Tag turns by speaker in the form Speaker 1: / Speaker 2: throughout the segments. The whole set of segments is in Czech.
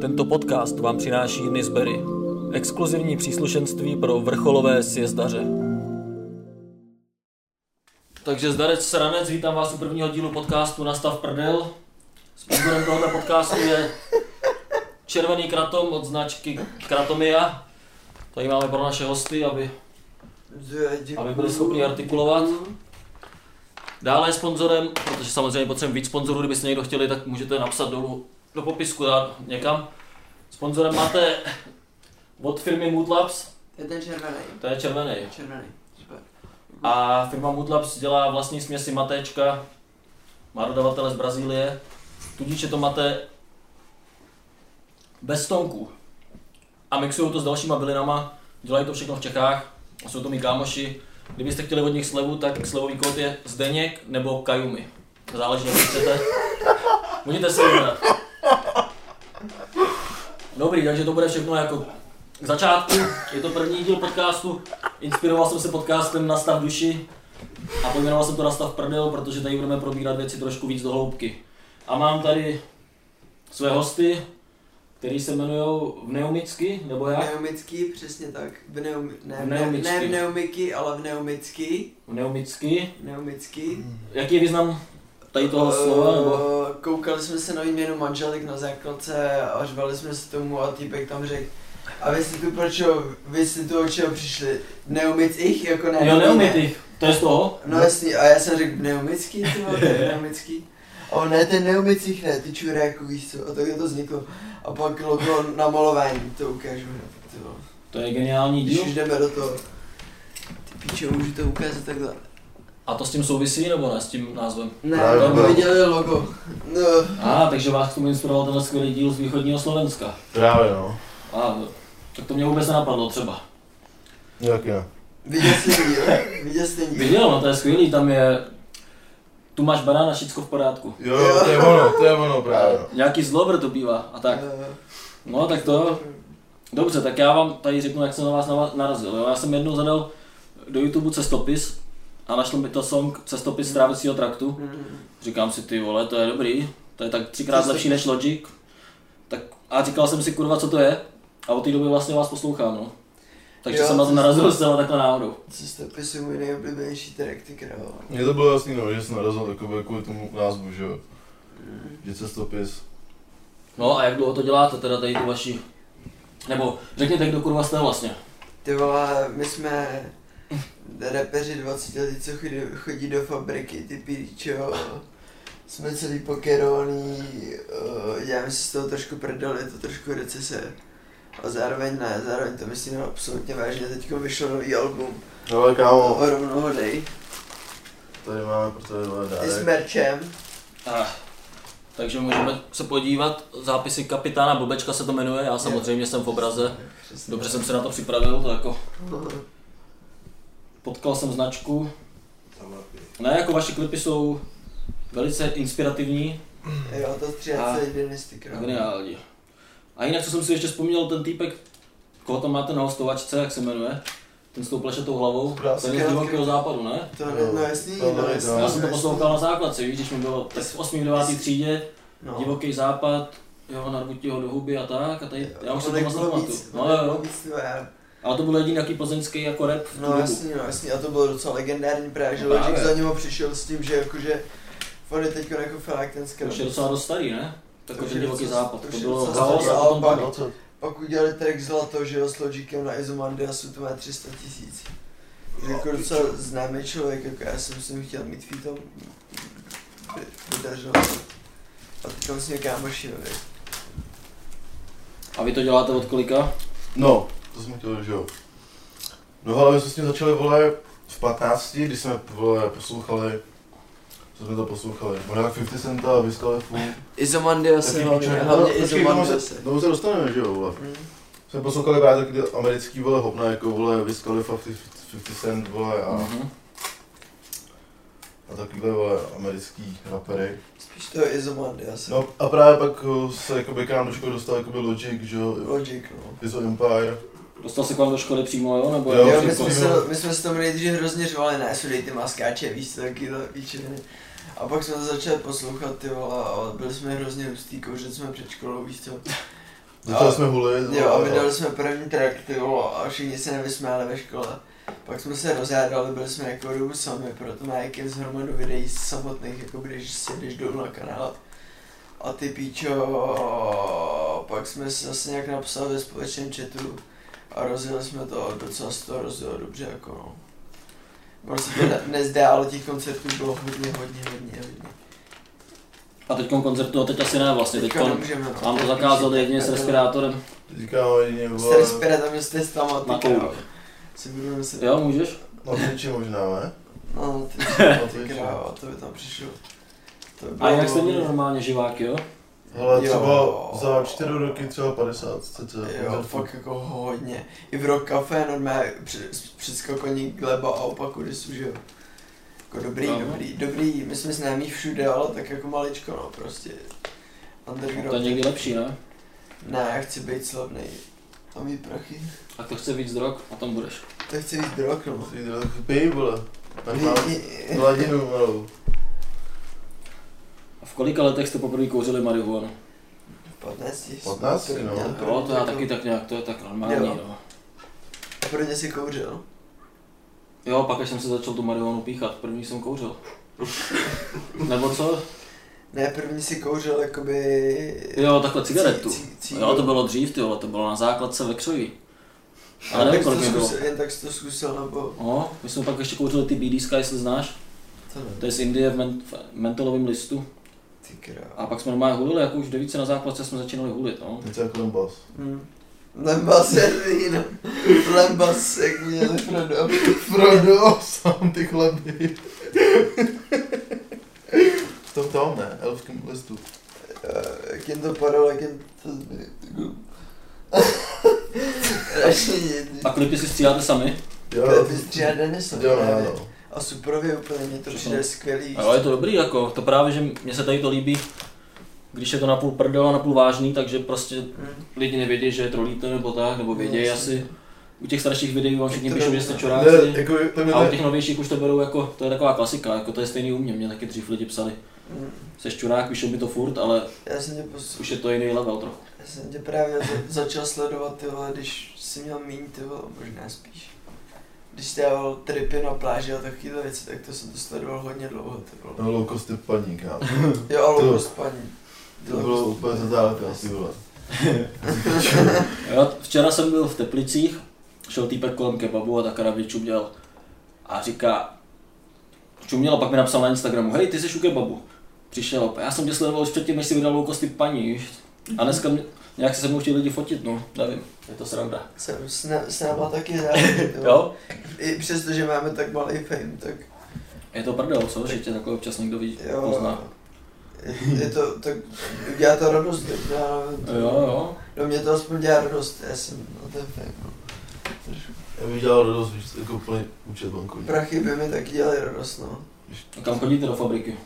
Speaker 1: Tento podcast vám přináší Nisbery, exkluzivní příslušenství pro vrcholové sjezdaře. Takže zdarec Sranec, vítám vás u prvního dílu podcastu Nastav prdel. Sponzorem tohoto podcastu je červený kratom od značky Kratomia. Tady máme pro naše hosty, aby, aby byli schopni artikulovat.
Speaker 2: Mhm.
Speaker 1: Dále je sponzorem, protože samozřejmě potřebujeme víc sponzorů, kdybyste někdo chtěli, tak můžete napsat dolů do popisku dát někam. Sponzorem máte od firmy Mood Labs,
Speaker 2: To je ten červený.
Speaker 1: to je červený.
Speaker 2: Červený. Super.
Speaker 1: A firma Mood Labs dělá vlastní směsi matéčka, má dodavatele z Brazílie, tudíž je to maté bez tonků. A mixují to s dalšíma bylinama, dělají to všechno v Čechách, a jsou to mý kámoši. Kdybyste chtěli od nich slevu, tak slevový kód je Zdeněk nebo Kajumi. Záleží, jak chcete. Můžete si vybrat. Dobrý, takže to bude všechno jako k začátku. Je to první díl podcastu. Inspiroval jsem se podcastem na stav duši a pojmenoval jsem to na stav prdel, protože tady budeme probírat věci trošku víc do hloubky. A mám tady své hosty, který se jmenují Vneumicky, nebo jak?
Speaker 2: Neumický, přesně tak. V neum, ne, v
Speaker 1: Neumický.
Speaker 2: ne, v neumiky, ale v neumický.
Speaker 1: Vneumicky.
Speaker 2: Neumický.
Speaker 1: Jaký je význam tady toho slova, nebo
Speaker 2: Eh, Koukali jsme se na jméno manželik na základce a řvali jsme se tomu a týpek tam řekl a vy jste tu proč, vy jste tu od čeho přišli? Neumic ich? Jako ne,
Speaker 1: jo,
Speaker 2: ne-
Speaker 1: Neumitých, to je z toho?
Speaker 2: No jasný, a já jsem řekl neumický, ty vole, to je neumický. A on ne, ten neumicích ne, ty čuré, jako víš co, a takhle to vzniklo. A pak logo na malování, to ukážu hned, ty vole.
Speaker 1: To je geniální díl.
Speaker 2: Když už jdeme do toho. Ty píče, můžu to ukázat takhle.
Speaker 1: A to s tím souvisí, nebo ne, s tím názvem?
Speaker 2: Ne,
Speaker 3: Právě
Speaker 2: tam
Speaker 3: bylo.
Speaker 2: viděli logo. No,
Speaker 1: A, takže vás k tomu inspiroval tenhle skvělý díl z východního Slovenska.
Speaker 3: Právě no.
Speaker 1: A, tak to mě vůbec nenapadlo třeba.
Speaker 3: Jak je?
Speaker 2: viděl jsi ní, jo? Viděl jsi ní.
Speaker 1: Viděl, no to je skvělý, tam je... Tu máš banána, všecko v pořádku.
Speaker 3: Jo, jo, to je ono, to je ono právě. no.
Speaker 1: Nějaký zlobr to bývá a tak. No tak to, dobře, tak já vám tady řeknu, jak jsem na vás nava- narazil. Jo? Já jsem jednou zadal do YouTube cestopis a našel mi to song Cestopis strávacího traktu.
Speaker 2: Mm.
Speaker 1: Říkám si, ty vole, to je dobrý, to je tak třikrát
Speaker 2: Cestopis.
Speaker 1: lepší než Logic. Tak a říkal jsem si, kurva, co to je? A od té doby vlastně vás poslouchám, no. Takže
Speaker 2: Jo,
Speaker 1: jsem na to
Speaker 2: cestopis.
Speaker 1: narazil zcela takhle náhodou.
Speaker 2: Co jste pisu můj nejoblíbenější track, ty krávo.
Speaker 3: Mně to bylo jasný, no, že jsem narazil takové kvůli tomu názvu, že jo. Že cestopis.
Speaker 1: No a jak dlouho to děláte teda tady tu vaši... Nebo řekněte, kdo kurva jste vlastně.
Speaker 2: Ty vole, my jsme repeři 20 let, co chodí, chodí do fabriky, ty píčo. Jsme celý pokerovaný, eh, děláme si z toho trošku prdel, je to trošku recese. A zároveň ne, zároveň to myslím absolutně vážně, teď vyšlo nový album.
Speaker 3: Hele kámo,
Speaker 2: O rovnou ho dej.
Speaker 3: tady máme pro tebe vole
Speaker 2: I s
Speaker 3: dárek.
Speaker 2: merčem.
Speaker 1: Ah, takže můžeme se podívat, zápisy kapitána Blbečka se to jmenuje, já samozřejmě jsem v obraze,
Speaker 2: Přesně.
Speaker 1: dobře jsem se na to připravil, to jako potkal jsem značku, ne jako vaše klipy jsou velice inspirativní,
Speaker 2: Jo, to 31 dnes ty krávo.
Speaker 1: geniální. A jinak, co jsem si ještě vzpomněl, ten týpek, koho tam máte na hostovačce, jak se jmenuje, ten s tou plešetou hlavou, ten je z divokého západu, ne?
Speaker 2: To ne, no jasný,
Speaker 3: To
Speaker 2: no
Speaker 3: ne,
Speaker 2: jasný.
Speaker 3: no.
Speaker 1: Já jsem to
Speaker 2: no,
Speaker 1: poslouchal na základce, víš, když mi bylo tak v 8. 9. třídě,
Speaker 2: No.
Speaker 1: Divoký západ, jo, narvutí ho do huby a tak, a tady, já už si
Speaker 2: Ono
Speaker 1: to moc
Speaker 2: bylo
Speaker 1: nepamatuju.
Speaker 2: víc,
Speaker 1: No
Speaker 2: ono
Speaker 1: jo,
Speaker 2: bylo
Speaker 1: jo,
Speaker 2: víc, ty vole.
Speaker 1: ale to byl jediný jaký plzeňský jako rap v tu
Speaker 2: No
Speaker 1: dobu.
Speaker 2: jasný, no jasný, a to bylo docela legendární právě, že
Speaker 1: No právě.
Speaker 2: Logic za něma přišel s tím, že jakože on je teď jako felák ten
Speaker 1: To
Speaker 2: skrb.
Speaker 1: už je docela dost starý, ne?
Speaker 2: To už
Speaker 1: Takže
Speaker 2: je
Speaker 1: divoký
Speaker 2: docela-
Speaker 1: západ,
Speaker 2: to už
Speaker 1: to
Speaker 2: je
Speaker 1: bylo
Speaker 2: docela
Speaker 1: chaos
Speaker 2: starý,
Speaker 1: a
Speaker 2: ale
Speaker 1: potom
Speaker 2: pak-
Speaker 1: pak.
Speaker 2: Pak udělali track Zlato, že jo, s Logicem na Izomandiasu, to má 300 tisíc. Jako docela známý člověk, jako já jsem s ním chtěl mít fítom. Vydařilo se. A teď s ním kámoši, no, víš.
Speaker 1: A vy to děláte od kolika?
Speaker 3: No, to jsme chtěli, že jo. No ale my jsme s tím začali vole v 15, když jsme vole poslouchali co jsme to poslouchali? Možná 50 Centa, Vyskale Fu.
Speaker 2: No. Izomandiase, hlavně, no, hlavně Izomandiase.
Speaker 3: Tomu No, se dostaneme, že jo, vole.
Speaker 2: Hm?
Speaker 3: Jsme poslouchali právě taky ty americký vole hopna, jako vole Wiz Khalifa, 50 50 Cent, vole a,
Speaker 1: Mhm.
Speaker 3: a takovýhle vole americký rapery.
Speaker 2: Spíš toho Izomandiase.
Speaker 3: No a právě pak uh, se jakoby k nám do školy dostal jakoby Logic, že jo,
Speaker 2: Logic, no.
Speaker 3: Izo Empire.
Speaker 1: Dostal se k vám do školy přímo, jo? Nebo
Speaker 3: Jo,
Speaker 2: Jo,
Speaker 1: jak
Speaker 2: my
Speaker 1: jako-
Speaker 2: jsme,
Speaker 3: přesně,
Speaker 2: se,
Speaker 3: jo.
Speaker 2: my jsme se tomu nejdřív hrozně řvali, ne, jsou dej ty maskáče, víš co, taky to píčeviny. A jako, pak jsme to začali poslouchat, ty vole, a byli jsme hrozně hustý, kouřili jsme před školou, víš co.
Speaker 3: Začali jsme hulit.
Speaker 2: Jo, a vydali jsme první track, ty vole, a všichni se nevysmáli ve škole. Pak jsme se rozhádali, byli jsme jako dům sami, proto má jakým zhromadu videí samotných, jako když si jdeš dolů na kanál. A ty píčo, pak jsme se zase nějak napsali ve společném chatu a rozjeli jsme to, docela se to rozjelo dobře, jako no. Prostě to ne- nezdá, ale těch koncertů bylo hodně, hodně, hodně, hodně.
Speaker 1: A teď koncertu, a teď asi ne vlastně, teď
Speaker 2: Teďka nemůžeme. no.
Speaker 1: vám to zakázali jedině s respirátorem.
Speaker 3: Říkám jedině,
Speaker 2: S
Speaker 3: vole,
Speaker 2: respirátorem s testama,
Speaker 1: Na
Speaker 2: ty
Speaker 1: koulu.
Speaker 2: krávo. Si budeme se...
Speaker 1: Jo, můžeš?
Speaker 3: na Twitchi možná, ne?
Speaker 2: No, ty,
Speaker 3: Na
Speaker 2: ty
Speaker 3: Twitchi.
Speaker 2: krávo, to by tam přišlo. To by
Speaker 1: A jinak jste
Speaker 2: bylo-
Speaker 1: měli normálně živák, jo?
Speaker 3: Hele,
Speaker 2: Jo.
Speaker 3: třeba za čtyři roky třeba 50 cca.
Speaker 2: Jo, fakt jako hodně. I v Rock Café normálně při- přeskakoní Gleba a opaku, když jsou, že jo. Jako dobrý,
Speaker 1: No.
Speaker 2: dobrý, dobrý, my jsme známí všude, ale tak jako maličko, no prostě. Underground.
Speaker 1: To je někdy lepší, no. ne?
Speaker 2: Ne, já chci být slavný a mít prachy.
Speaker 1: A to chce víc drog a tam budeš.
Speaker 2: To chci být drog, no.
Speaker 3: Jsi jde tak pij, vole. Tak mám
Speaker 2: I- i-
Speaker 3: hladinu malou.
Speaker 1: A v kolika letech jste poprvé kouřili marihuanu?
Speaker 2: V 15.
Speaker 3: 15, no.
Speaker 1: Jo, to já taky tak nějak, to je tak normální,
Speaker 2: Jo.
Speaker 1: no.
Speaker 2: Prvně jako si kouřil.
Speaker 1: Jo, pak až jsem se začal tu marihuanu píchat, první jsem kouřil. Nebo co?
Speaker 2: Ne, první si kouřil jakoby...
Speaker 1: Jo, takhle cigaretu.
Speaker 2: Cí- cí- cígu.
Speaker 1: Jo, to bylo dřív, ty vole, to bylo na základce ve křoví. Ale
Speaker 2: Jen
Speaker 1: nevím,
Speaker 2: tak
Speaker 1: kolik
Speaker 2: jsi to
Speaker 1: mi bylo.
Speaker 2: zkusil- Jen tak jsi to zkusil, nebo...
Speaker 1: No, my jsme pak ještě kouřili ty BD Sky, jestli znáš.
Speaker 2: To ne.
Speaker 1: To je z Indie v, men- v mentolovém listu.
Speaker 2: Ty krávo.
Speaker 1: A pak jsme normálně hulili, jako už v devíce na základce jsme začínali hulit, no.
Speaker 3: Něco jako Donbass.
Speaker 2: Hmm. Lembas je víno. Lembas, jak měl Frodo. Frodo.
Speaker 3: sám ty chleby. V tom tam ne, elfském listu.
Speaker 2: Eh, Jak jen to padalo, jak jen to zbyl. Radši jedný.
Speaker 1: A klipy si stříháte sami?
Speaker 2: To by stříhat Denisovi,
Speaker 3: Jo,
Speaker 2: ne?
Speaker 3: jo, jo.
Speaker 2: A Suprově úplně, mě to
Speaker 1: Přesně.
Speaker 2: přijde skvělý.
Speaker 1: A jo, je to dobrý, jako, to právě, že mně se tady to líbí, když je to napůl prdel a napůl vážný, takže prostě
Speaker 2: Hm.
Speaker 1: lidi nevědí, že je trolíte nebo tak, nebo vědějí
Speaker 2: No,
Speaker 1: asi. U těch starších videí vám všichni
Speaker 2: To
Speaker 1: píšou,
Speaker 2: jo.
Speaker 1: že jste
Speaker 3: Ne,
Speaker 1: čuráci.
Speaker 3: jako je- takhle
Speaker 1: A u
Speaker 3: ne.
Speaker 1: těch novějších už to berou jako, to je taková klasika, jako to je stejný u mě, mě taky dřív lidi psali.
Speaker 2: Hm.
Speaker 1: Seš čurák, píšou mi to furt, ale
Speaker 2: Já jsem tě posl...
Speaker 1: už je to jiný level trochu.
Speaker 2: Já jsem tě právě za- začal sledovat, ty vole, když jsi měl míň, ty vole, možná spíš. Když jsi dával tripy na pláži a takovýhle věci, tak to jsem to sledoval hodně dlouho, ty vole.
Speaker 3: No, loukost je paník, já.
Speaker 2: Jo, ale
Speaker 3: To-
Speaker 2: dost paní.
Speaker 3: To bylo
Speaker 2: prostě-
Speaker 3: úplně zadálka asi, vole.
Speaker 1: Jo, včera jsem byl v Teplicích, šel týpek kolem kebabu a tak rád čuměl a říká, čuměl a pak mi napsal na Instagramu, hej, ty jsi u kebabu. Přišel, já jsem tě sledoval už předtím, než si vydal loukosty paní, víš. A dneska mě, nějak se se mnou chtěli lidi fotit, no, nevím, Mhm. je to sranda.
Speaker 2: Jsem s, na, s náma taky zároveň,
Speaker 1: Jo?
Speaker 2: I přesto, že máme tak malý fame, tak
Speaker 1: Je to prdel, co, že tě takhle občas někdo vidí,
Speaker 2: jo.
Speaker 1: pozná.
Speaker 2: Je- Je to, tak dělá to radost, tak já nevím. to-
Speaker 1: Jo, jo.
Speaker 2: No mě to aspoň dělá radost, já jsem na ten fame. no. Trošku.
Speaker 3: Já bych dělal radost, víš, jako plný účet bankovní.
Speaker 2: Prachy by mi taky dělali radost, no.
Speaker 1: A kam chodíte do fabriky?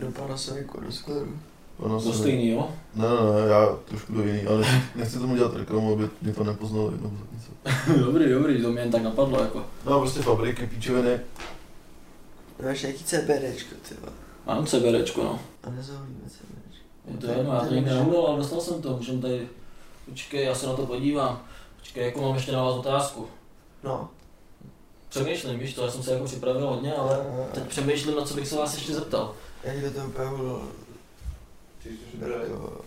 Speaker 2: Do Panasonicu, do skladu.
Speaker 3: Ono
Speaker 1: Do
Speaker 3: se-
Speaker 1: stejnýho?
Speaker 3: Ne, ne, ne, já trošku do jiný, ale nechci tomu dělat reklamu, aby mě to nepoznali. Nebo tak něco.
Speaker 1: dobrý, dobrý, to mě jen tak napadlo, jako.
Speaker 3: No prostě fabriky, píčoviny,
Speaker 2: Máš nějaký CBDčko, ty vole.
Speaker 1: Mám CBDčko, no.
Speaker 2: A nezavolíme CBDčko.
Speaker 1: Je to jedno, já to nikdy neumil, ale dostal jsem to, můžem tady, počkej, já se na to podívám. Počkej, jako mám ještě na vás otázku.
Speaker 2: No.
Speaker 1: Přemýšlím, víš to, já jsem se jako připravil hodně, ale teď přemýšlím, na co bych se vás ještě zeptal.
Speaker 2: Jak do toho úplně hulil? Jako-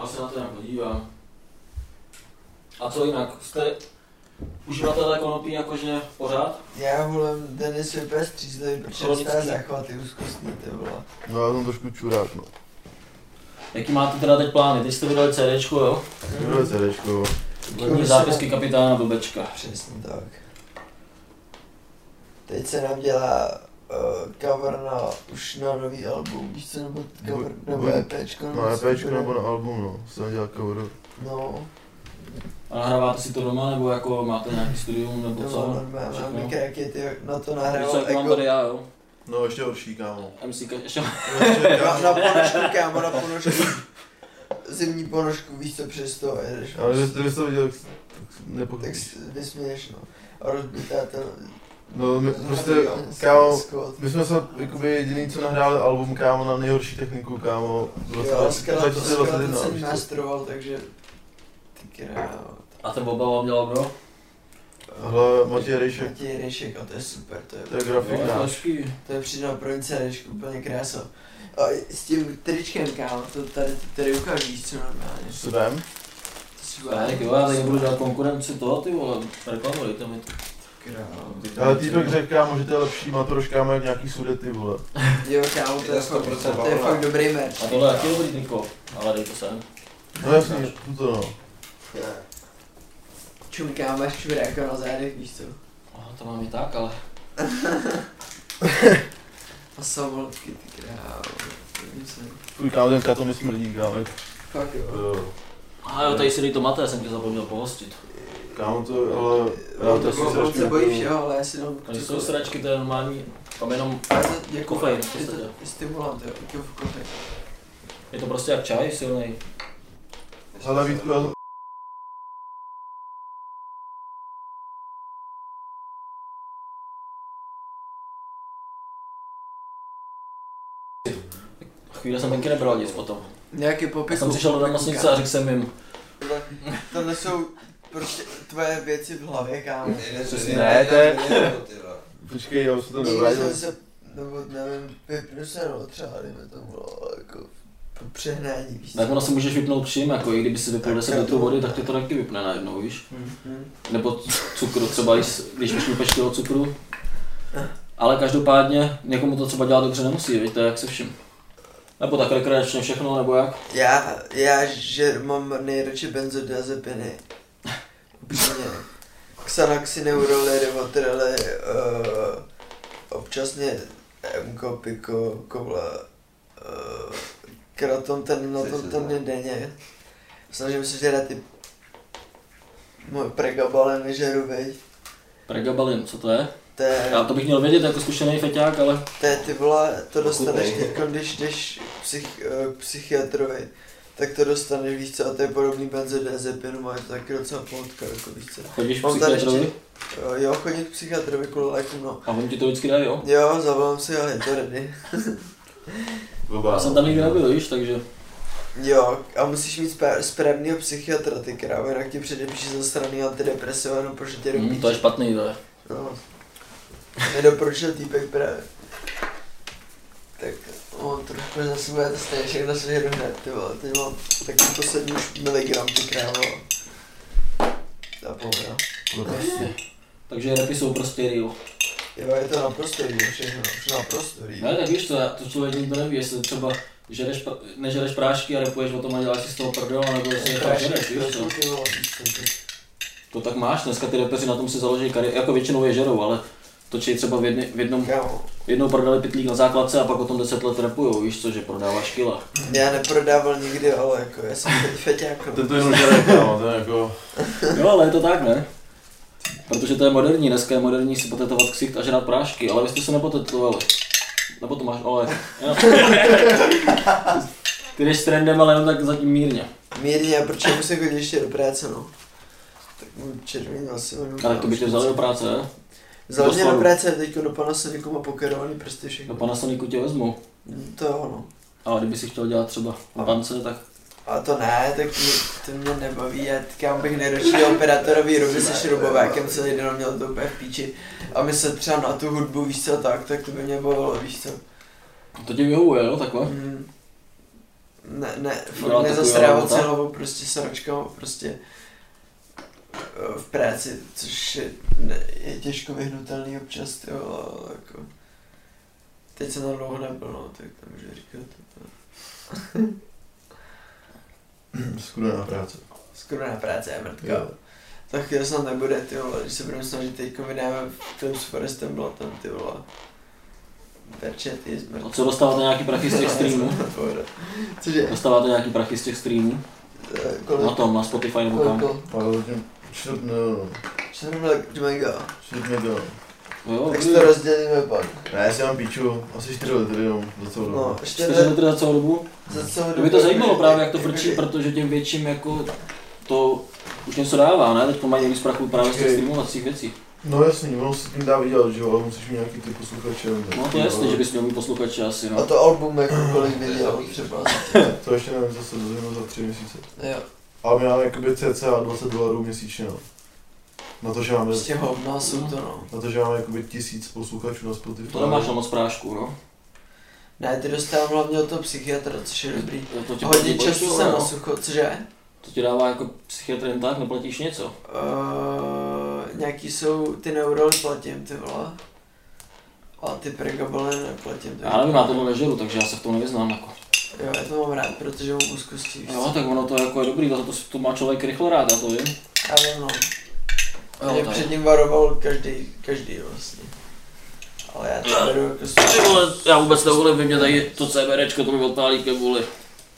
Speaker 1: Já se na to jen podívám. A co jinak, jste uživatelé konopí jakože pořád?
Speaker 2: Já volím Denis je úplně střízlivý, protože
Speaker 1: Chronický.
Speaker 2: dostává záchvaty úzkostní, ty vole.
Speaker 3: No já jsem trošku čurák, no.
Speaker 1: Jaký máte teda teď plány? Teď jste vydali CDčko, jo?
Speaker 2: Mhm.
Speaker 3: Tohle je CDčko.
Speaker 1: Vodní zápisky kapitána Blbečka.
Speaker 2: Přesně tak. Teď se nám dělá uh, cover na, už na nový album, víš co, nebo cover,
Speaker 3: Bu-
Speaker 2: nebo
Speaker 3: bu-
Speaker 2: EPčko,
Speaker 3: Na
Speaker 2: co
Speaker 3: no, EPčko
Speaker 2: bude.
Speaker 3: nebo na album, no. Jsem dělal cover.
Speaker 2: No,
Speaker 1: A nahráváte si to doma, nebo jako máte nějaký studium, nebo
Speaker 2: to
Speaker 1: co?
Speaker 2: normálně,
Speaker 1: Všechno.
Speaker 2: mám mikráky, ty na to
Speaker 1: Víš co,
Speaker 2: nahrál
Speaker 1: jak mám
Speaker 2: Ego.
Speaker 1: tady já, jo?
Speaker 3: No ještě horší, kámo.
Speaker 1: MC, Ka- ještě
Speaker 2: Na, na ponožku, kámo, na ponožku. Zimní ponožku, víš co, přesto jedeš.
Speaker 3: Ale vy jste, vy jste viděl, jak- jak
Speaker 2: Tak
Speaker 3: nepochopíš.
Speaker 2: s- vysměješ, no. A rozbitá ten...
Speaker 3: No my, prostě,
Speaker 2: rozbitá
Speaker 3: kámo,
Speaker 2: skot.
Speaker 3: my jsme se jakoby jediný, co nahráli album, kámo, na nejhorší techniku, kámo.
Speaker 2: Jo, Skala to
Speaker 3: 2021,
Speaker 2: jsem
Speaker 3: víš co?
Speaker 2: nástroval, takže krát.
Speaker 1: A ten oba vám dělal kdo?
Speaker 3: Hele, Matěj Ryšek,
Speaker 2: Matěj Ryšek, a to je super, to je,
Speaker 3: to je grafik
Speaker 1: No,
Speaker 3: náš.
Speaker 1: složky.
Speaker 2: to je přidal provincia Ryšek, úplně krása. A s tím tričkem, kámo, to tady, tady ukážíš, co normálně.
Speaker 3: S Vem.
Speaker 2: To si
Speaker 1: Tak jo, já tady budu dělat konkurenci toho, ty vole, reklamu, dejte mi to.
Speaker 2: Král.
Speaker 3: Ale týpek řekl, kámo, že to je lepší matroš, kámo, jak nějaký sudety, vole.
Speaker 2: Jo, kámo, to je,
Speaker 4: Je to 100%
Speaker 2: fakt, to je
Speaker 4: bavlna.
Speaker 2: fakt dobrý merch.
Speaker 1: prostě A tohle je taky dobrý triko, ale dej to sem.
Speaker 3: No jasný, to no.
Speaker 2: Čum, kámo, máš čur jako na zádech, víš co?
Speaker 1: Aha, to mám i tak, ale
Speaker 2: A samolepky, ty král.
Speaker 3: Fuj, kámo, ten katon mi smrdí, kámo.
Speaker 2: Fakt jo.
Speaker 3: Jo.
Speaker 1: A jo, tady si dej to maté, jsem tě zapomněl pohostit.
Speaker 3: Kámo, to, ale...
Speaker 2: Já
Speaker 3: Já
Speaker 2: to
Speaker 3: to si
Speaker 2: bylo, on
Speaker 3: strašně
Speaker 2: se bojí
Speaker 3: jako-
Speaker 2: všeho, ale já si jenom...
Speaker 1: To jsou sračky, to je normální, tam jenom,
Speaker 2: Ale to je
Speaker 1: Jako fajn, v
Speaker 2: je to
Speaker 1: podstatě.
Speaker 2: stimulant, jo, jako v kofej.
Speaker 1: je to prostě jak čaj silný.
Speaker 3: Hele, Vítku, já to...
Speaker 1: Chvíli jsem taky nebral nic potom.
Speaker 2: Nějaký
Speaker 1: Já
Speaker 2: popis.
Speaker 1: jsem přišel do nemocnice a řekl jsem jim,
Speaker 2: Tohle jsou prostě tvoje věci v hlavě, kámo.
Speaker 4: Ne, to je...
Speaker 3: Počkej, já už se to no.
Speaker 2: Nikdy
Speaker 3: nevrátil.
Speaker 2: jsem se, nebo nevím, vypnu se, no, třeba, dejme tomu, no, jako, po přehnání, víš co?
Speaker 1: tak ono si můžeš vypnout vším, jako i kdyby si vypil
Speaker 2: Tak
Speaker 1: 10
Speaker 2: já
Speaker 1: litrů
Speaker 2: to-
Speaker 1: vody, tak ty to taky vypne najednou, víš?
Speaker 2: Mhm.
Speaker 1: Nebo c- cukru, třeba když- když vyšlupeš kilo cukru. Ale každopádně někomu to třeba dělat dobře nemusí, víš, to je jak se vším. Nebo tak rekreačně všechno, nebo jak?
Speaker 2: Já, já, že mám nejradši benzodiazepiny. Upřímně. Xanaxineurole, revotrele, uh, občasně MK, piko, kola, uh, kratom, ten na tom ten mě denně. Snažím se žerat ty moje pregabalem vyžeru, vej.
Speaker 1: Pregabalin, co to je?
Speaker 2: To je,
Speaker 1: Já to bych měl vědět jako zkušený feťák, ale
Speaker 2: to je ty vole, to dostaneš
Speaker 1: Okupej.
Speaker 2: teď, když jdeš psych, eh, k psychiatrovi, tak to dostaneš, víš co, a to je podobný benzodiazepinu, má je to taky docela pohodka, jako víš co.
Speaker 1: chodíš k
Speaker 2: Mám tady
Speaker 1: psychiatrovi
Speaker 2: ještě- Jo, Jo, chodit k psychiatrovi kvůli léku, no.
Speaker 1: a on ti to vždycky dá, jo?
Speaker 2: Jo, zavolám si ho, je to ready.
Speaker 1: Já jsem tam nikdy nebyl, víš, takže
Speaker 2: Jo, a musíš mít spra- správného psychiatra, ty krávo, jinak ti předepíše za strany antidepresiva, no protože tě
Speaker 1: hm,
Speaker 2: dobíjí.
Speaker 1: to je špatný, to je.
Speaker 2: No. Nedoporučil týpek právě. Tak on trošku zasluhuje, to stejně všechno se žeru hned, ty vole. Teď mám taky poslední už miligram, ty krávo. A pomra.
Speaker 3: No,
Speaker 1: Takže repy jsou prostě real.
Speaker 2: Jo, je to naprosto líp, všechno, všechno naprosto líp.
Speaker 1: Ne, tak víš to, to člověk nikdo neví, jestli třeba žereš, pra- nežereš prášky a repuješ o tom a děláš si z toho prdel, nebo jestli je fakt žereš, víš no. to. To tak máš, dneska ty repeři na tom si založí kari, jako většinou je žerou, ale točí třeba v, jedny, v jednom,
Speaker 2: Kámo,
Speaker 1: jednou prodali pitlík na základce a pak o tom 10 let repujou, víš co, že prodáváš kila.
Speaker 2: já neprodával nikdy, ale jako já jsem teď feťák. no.
Speaker 3: Ten to jenom žere, kámo, ten jako...
Speaker 1: Jo, ale je to tak, ne? Protože to je moderní, dneska je moderní si potetovat ksicht a žrát prášky, ale vy jste se nepotetovali. Nebo to máš, ale... jo. Ty jdeš s trendem, ale jenom tak zatím mírně.
Speaker 2: Mírně, a proč já musím chodit ještě do práce, no? Tak mu červený vlasy.
Speaker 1: A tak to by tě vzali do práce, ne?
Speaker 2: Vzal
Speaker 1: Do
Speaker 2: mě do
Speaker 1: skladu.
Speaker 2: práce, teď do Panasonicu má pokerovaný prsty
Speaker 1: Do
Speaker 2: všechno.
Speaker 1: Panasonicu tě vezmu.
Speaker 2: Mm, To jo, no.
Speaker 1: Ale kdyby si chtěl dělat třeba na bance, tak
Speaker 2: A to ne, tak mě, to mě nebaví, já kam bych nedošel operátorovi ruby se šrobovákem celý den, měl to úplně v píči. A my se třeba na tu hudbu, víš co, tak, tak to by mě bavilo, víš co.
Speaker 1: to tě vyhovuje, jo, takhle. No,
Speaker 2: Mm. Ne, ne, fakt
Speaker 1: Byla
Speaker 2: nezastrávat
Speaker 1: taková
Speaker 2: se hlavou prostě sračkama, prostě eh, v práci, což je, ne, je těžko vyhnutelný občas, jo, ale jako. Teď jsem tam dlouho nebyl, no, tak to můžu říkat.
Speaker 3: Skvělá práce.
Speaker 2: Skoro na práce je mrtka. Tak to snad nebude, ty vole, když se budeme snažit teď vydáme film s Forestem Blatem, ty vole. Verčet je
Speaker 1: A
Speaker 2: zmrt.
Speaker 1: co dostáváte nějaký prachy z těch streamů?
Speaker 2: Cože?
Speaker 1: Dostáváte nějaký prachy z těch streamů?
Speaker 2: Eh,
Speaker 1: Na
Speaker 2: Kolik?
Speaker 1: tom, na Spotify No, nebo kam?
Speaker 2: Kolik?
Speaker 3: Ale zatím čtvrt milionu.
Speaker 2: Čtyři mega- mega.
Speaker 3: Čtvrt milionu.
Speaker 1: Jo,
Speaker 2: Tak
Speaker 1: ty.
Speaker 2: si to rozdělíme pak.
Speaker 3: Ne, já si mám píču asi 4 litry jenom za celou dobu.
Speaker 2: No,
Speaker 3: No.
Speaker 2: ještě
Speaker 1: 4 metry za celou dobu?
Speaker 2: za celou
Speaker 1: To by to
Speaker 2: dobu-
Speaker 1: zajímalo právě, jak to frčí, protože těm větším jako to už něco dává, ne? Teď mají někdy z prachu právě z těch
Speaker 3: Hej.
Speaker 1: streamovacích věcí.
Speaker 3: no jasný, ono se s tím dá vydělat, že jo, ale musíš mít nějaký ty posluchače. nebo-
Speaker 1: No to je jasný, že bys měl mít posluchače asi,
Speaker 2: A
Speaker 1: no.
Speaker 2: to album jako kolik viděl třeba.
Speaker 3: To ještě nevím, zase to za tři měsíce.
Speaker 2: Jo.
Speaker 3: A my máme jakoby cca 20 dolarů měsíčně, no. Na to, že máme,
Speaker 2: Prostě hovno jsou to no.
Speaker 3: na to, že máme jakoby tisíc posluchačů na Spotify.
Speaker 1: To nemáš na moc prášku, no.
Speaker 2: Ne, ty dostávám hlavně od toho psychiatra, což je dobrý.
Speaker 1: To, to ti
Speaker 2: Hodně
Speaker 1: pojišťovna,
Speaker 2: času jsem na
Speaker 1: no.
Speaker 2: sucho, cože?
Speaker 1: To ti dává jako psychiatr jen tak, neplatíš něco.
Speaker 2: Uh, nějaký jsou, ty neuroly platím, ty vole. A ty pregabalé neplatím. ty
Speaker 1: Já nevím, já to nežeru, takže já se v tom nevyznám jako.
Speaker 2: Jo, já to mám rád, protože mám úzkosti. víš
Speaker 1: Jo,
Speaker 2: co?
Speaker 1: tak ono to jako je dobrý, to, to, to má člověk rychle rád, já to vím.
Speaker 2: Já vím, no. Mě
Speaker 1: tak.
Speaker 2: před ním varoval každý, každý vlastně. Ale já to beru jako
Speaker 1: Ty
Speaker 2: svůj-
Speaker 1: vole, já vůbec nevolím, vy mě tady to CBRčko, to mi odpálí ke vůli.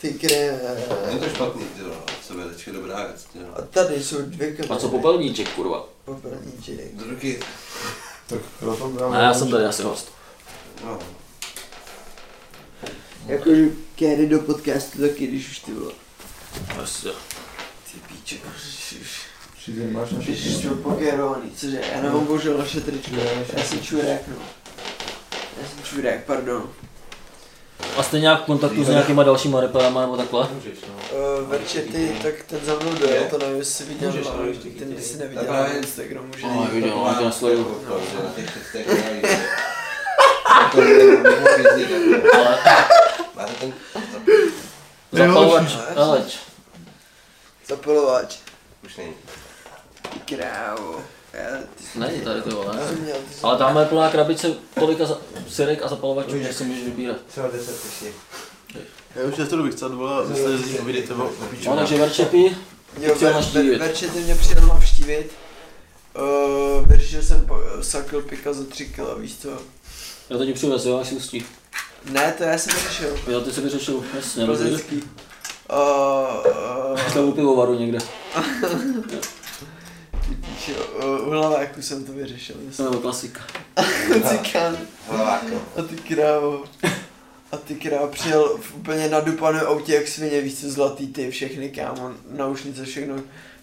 Speaker 2: Ty kre...
Speaker 4: Není to špatný, ty no, CBDčko je dobrá věc, ty no.
Speaker 2: A tady jsou dvě kapely.
Speaker 1: A co popelníček, kurva?
Speaker 2: Popelníček.
Speaker 4: Druhý,
Speaker 3: Tak já tam dám.
Speaker 1: Ne, No, já jsem tady asi host.
Speaker 4: no,
Speaker 2: Jakože Kerry do podcastu taky, když už ty bylo.
Speaker 1: Asi.
Speaker 2: Ty píče, už
Speaker 3: Přijde, máš naše
Speaker 2: Když to pokerovaný, cože? Já nemám bohužel naše tričko. Já jsem čurák, no. Já jsem čurák, pardon.
Speaker 1: A jste nějak v kontaktu s nějakýma dalšíma reperama nebo takhle?
Speaker 5: Můžeš, no.
Speaker 2: Uh, Verče, ty, tak ten za mnou dojel, to nevím, jestli viděl, no,
Speaker 5: Můžeš,
Speaker 2: ale
Speaker 5: ale ještě
Speaker 2: ten by
Speaker 5: chytej.
Speaker 2: si neviděl
Speaker 4: Dobrá
Speaker 2: na
Speaker 4: věc.
Speaker 2: Instagramu, že?
Speaker 1: Ale viděl, ale to nesleduju.
Speaker 4: No, že na těch textech mají. To Jako, je nemohli
Speaker 1: Ale
Speaker 4: Máte ten...
Speaker 1: zapalovač,
Speaker 2: Ne.
Speaker 1: eleč.
Speaker 2: Zapalovač.
Speaker 4: Už není.
Speaker 2: Ty krávo. Já, ty jsi-
Speaker 1: Není tady to
Speaker 2: Já
Speaker 1: vole.
Speaker 2: jsem měl, ty jsi-
Speaker 1: Ale tamhle je plná krabice tolika za, syrek a zapalovačů, že si můžeš vybírat.
Speaker 5: Třeba 10 ještě.
Speaker 3: Já už to bych chtěl dvole,
Speaker 2: jestli z nich
Speaker 3: uvidíte o
Speaker 1: No takže verčepy,
Speaker 2: Jo,
Speaker 1: chtěl
Speaker 2: Ver-
Speaker 1: navštívit.
Speaker 2: Ver- Verče ty mě přijel navštívit. Uh, vyřešil jsem po- sakl pika za 3 kg, víš co?
Speaker 1: já to ti přivez, jo, až si ustí.
Speaker 2: Ne, to já jsem vyřešil.
Speaker 1: Jo, ty si vyřešil, jasně, rozumíš?
Speaker 2: Plzeňský. Uh, uh,
Speaker 1: Šla u pivovaru někde,
Speaker 2: ty píčo, uh, u hlaváku jsem to vyřešil.
Speaker 1: to nebo klasika.
Speaker 2: Cikán.
Speaker 4: Hlaváko.
Speaker 2: A ty krávo. A ty krávo přijel v úplně nadupaném autě jak svině, víš co, zlatý ty, všechny kámo, naušnice, všechno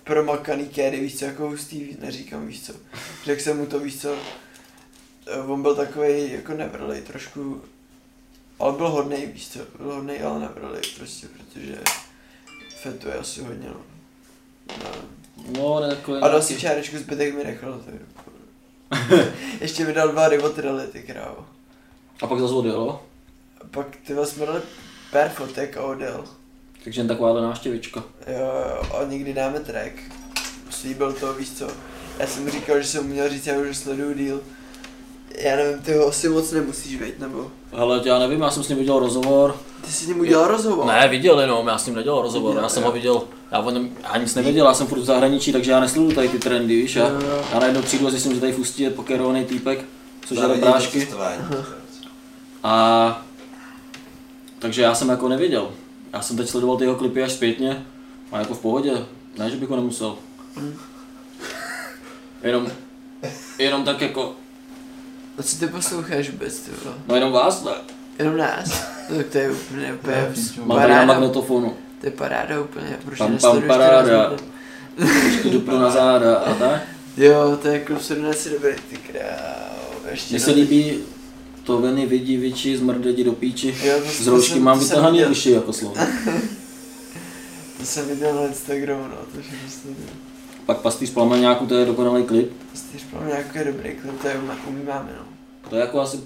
Speaker 2: promakaný kéry, víš co, jako hustý, neříkám, víš co. Řekl jsem mu to, víš co, Eh, on byl takový jako nevrlej trošku, ale byl hodnej, víš co, byl hodnej, ale nevrlej prostě, protože fetuje asi hodně, no. Nevím.
Speaker 1: No, ne, takový
Speaker 2: A dal si čárečku, zbytek mi nechal. ty vole. Ještě mi dal dva rivotrely, ty krávo.
Speaker 1: A pak zase odjelo,
Speaker 2: A pak ty vás jsme dali pár fotek a odjel.
Speaker 1: takže jen takováhle návštěvička.
Speaker 2: Jo, a někdy dáme track. Slíbil to, víš co. Já jsem mu říkal, že jsem mu měl říct, já už sleduju díl. Já nevím, ty ho asi moc nemusíš vejít, nebo?
Speaker 1: Hele, já nevím, já jsem s ním viděl rozhovor.
Speaker 2: Ty jsi s ním udělal rozhovor?
Speaker 1: Ne, viděl jenom, já s ním nedělal rozhovor,
Speaker 2: Viděl,
Speaker 1: já jsem
Speaker 2: jo.
Speaker 1: ho viděl, já, o něm, já nic nevěděl, já jsem furt v zahraničí, takže já nesleduju tady ty trendy, víš, já,
Speaker 2: Jo, jo.
Speaker 1: já najednou přijdu a zjistím, že tady v Ústí je pokerovaný týpek, což je
Speaker 4: Závidím to
Speaker 1: prášky.
Speaker 4: cestování.
Speaker 1: A takže já jsem jako nevěděl. Já jsem teď sledoval ty jeho klipy až zpětně a jako v pohodě. Ne, že bych ho nemusel.
Speaker 2: Hmm.
Speaker 1: Jenom, jenom tak jako,
Speaker 2: A co ty posloucháš vůbec, ty vole?
Speaker 1: no jenom vás, ne?
Speaker 2: Jenom nás? No, tak to je úplně, úplně
Speaker 1: Mám tady na
Speaker 2: paráda.
Speaker 1: magnetofonu.
Speaker 2: To je paráda úplně, proč
Speaker 1: Pam, pam,
Speaker 2: nesleduješ ty
Speaker 1: paráda.
Speaker 2: rozhovory?
Speaker 1: Dupnu na záda a tak.
Speaker 2: Jo, to je jako srovnací dobrý, ty krávo. Ještě
Speaker 1: Mně se
Speaker 2: na-
Speaker 1: líbí to veny vidí viči, z mrdedi do píči.
Speaker 2: Jo, to-
Speaker 1: Z
Speaker 2: to
Speaker 1: roušky
Speaker 2: jsem-
Speaker 1: mám
Speaker 2: to jsem
Speaker 1: vytahaný
Speaker 2: viděl.
Speaker 1: uši jako slovo.
Speaker 2: To jsem viděl na Instagramu, no, to všechno sleduju.
Speaker 1: Pak pastýř plameňáku, to je dokonalý klip.
Speaker 2: Prostě pro mě jako je dobrý klip, to je umí- umíváme, no.
Speaker 1: To je jako asi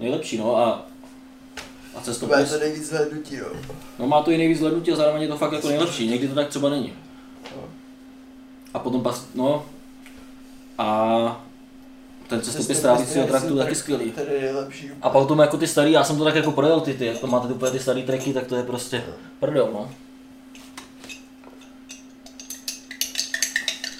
Speaker 1: nejlepší, no a a
Speaker 2: Bude
Speaker 1: cestopis.
Speaker 2: to nejvíc zhlednutí, jo.
Speaker 1: No má to i nejvíc zhlednutí a zároveň je to fakt jako nejlepší, někdy to tak třeba není. A potom pas, no, a ten cestopis trávicího traktu taky skvělý.
Speaker 2: prostě Tady je lepší.
Speaker 1: A potom jako ty starý, já jsem to tak jako projel ty ty, jak to máte ty úplně ty starý tracky, tak to je prostě prdel, no.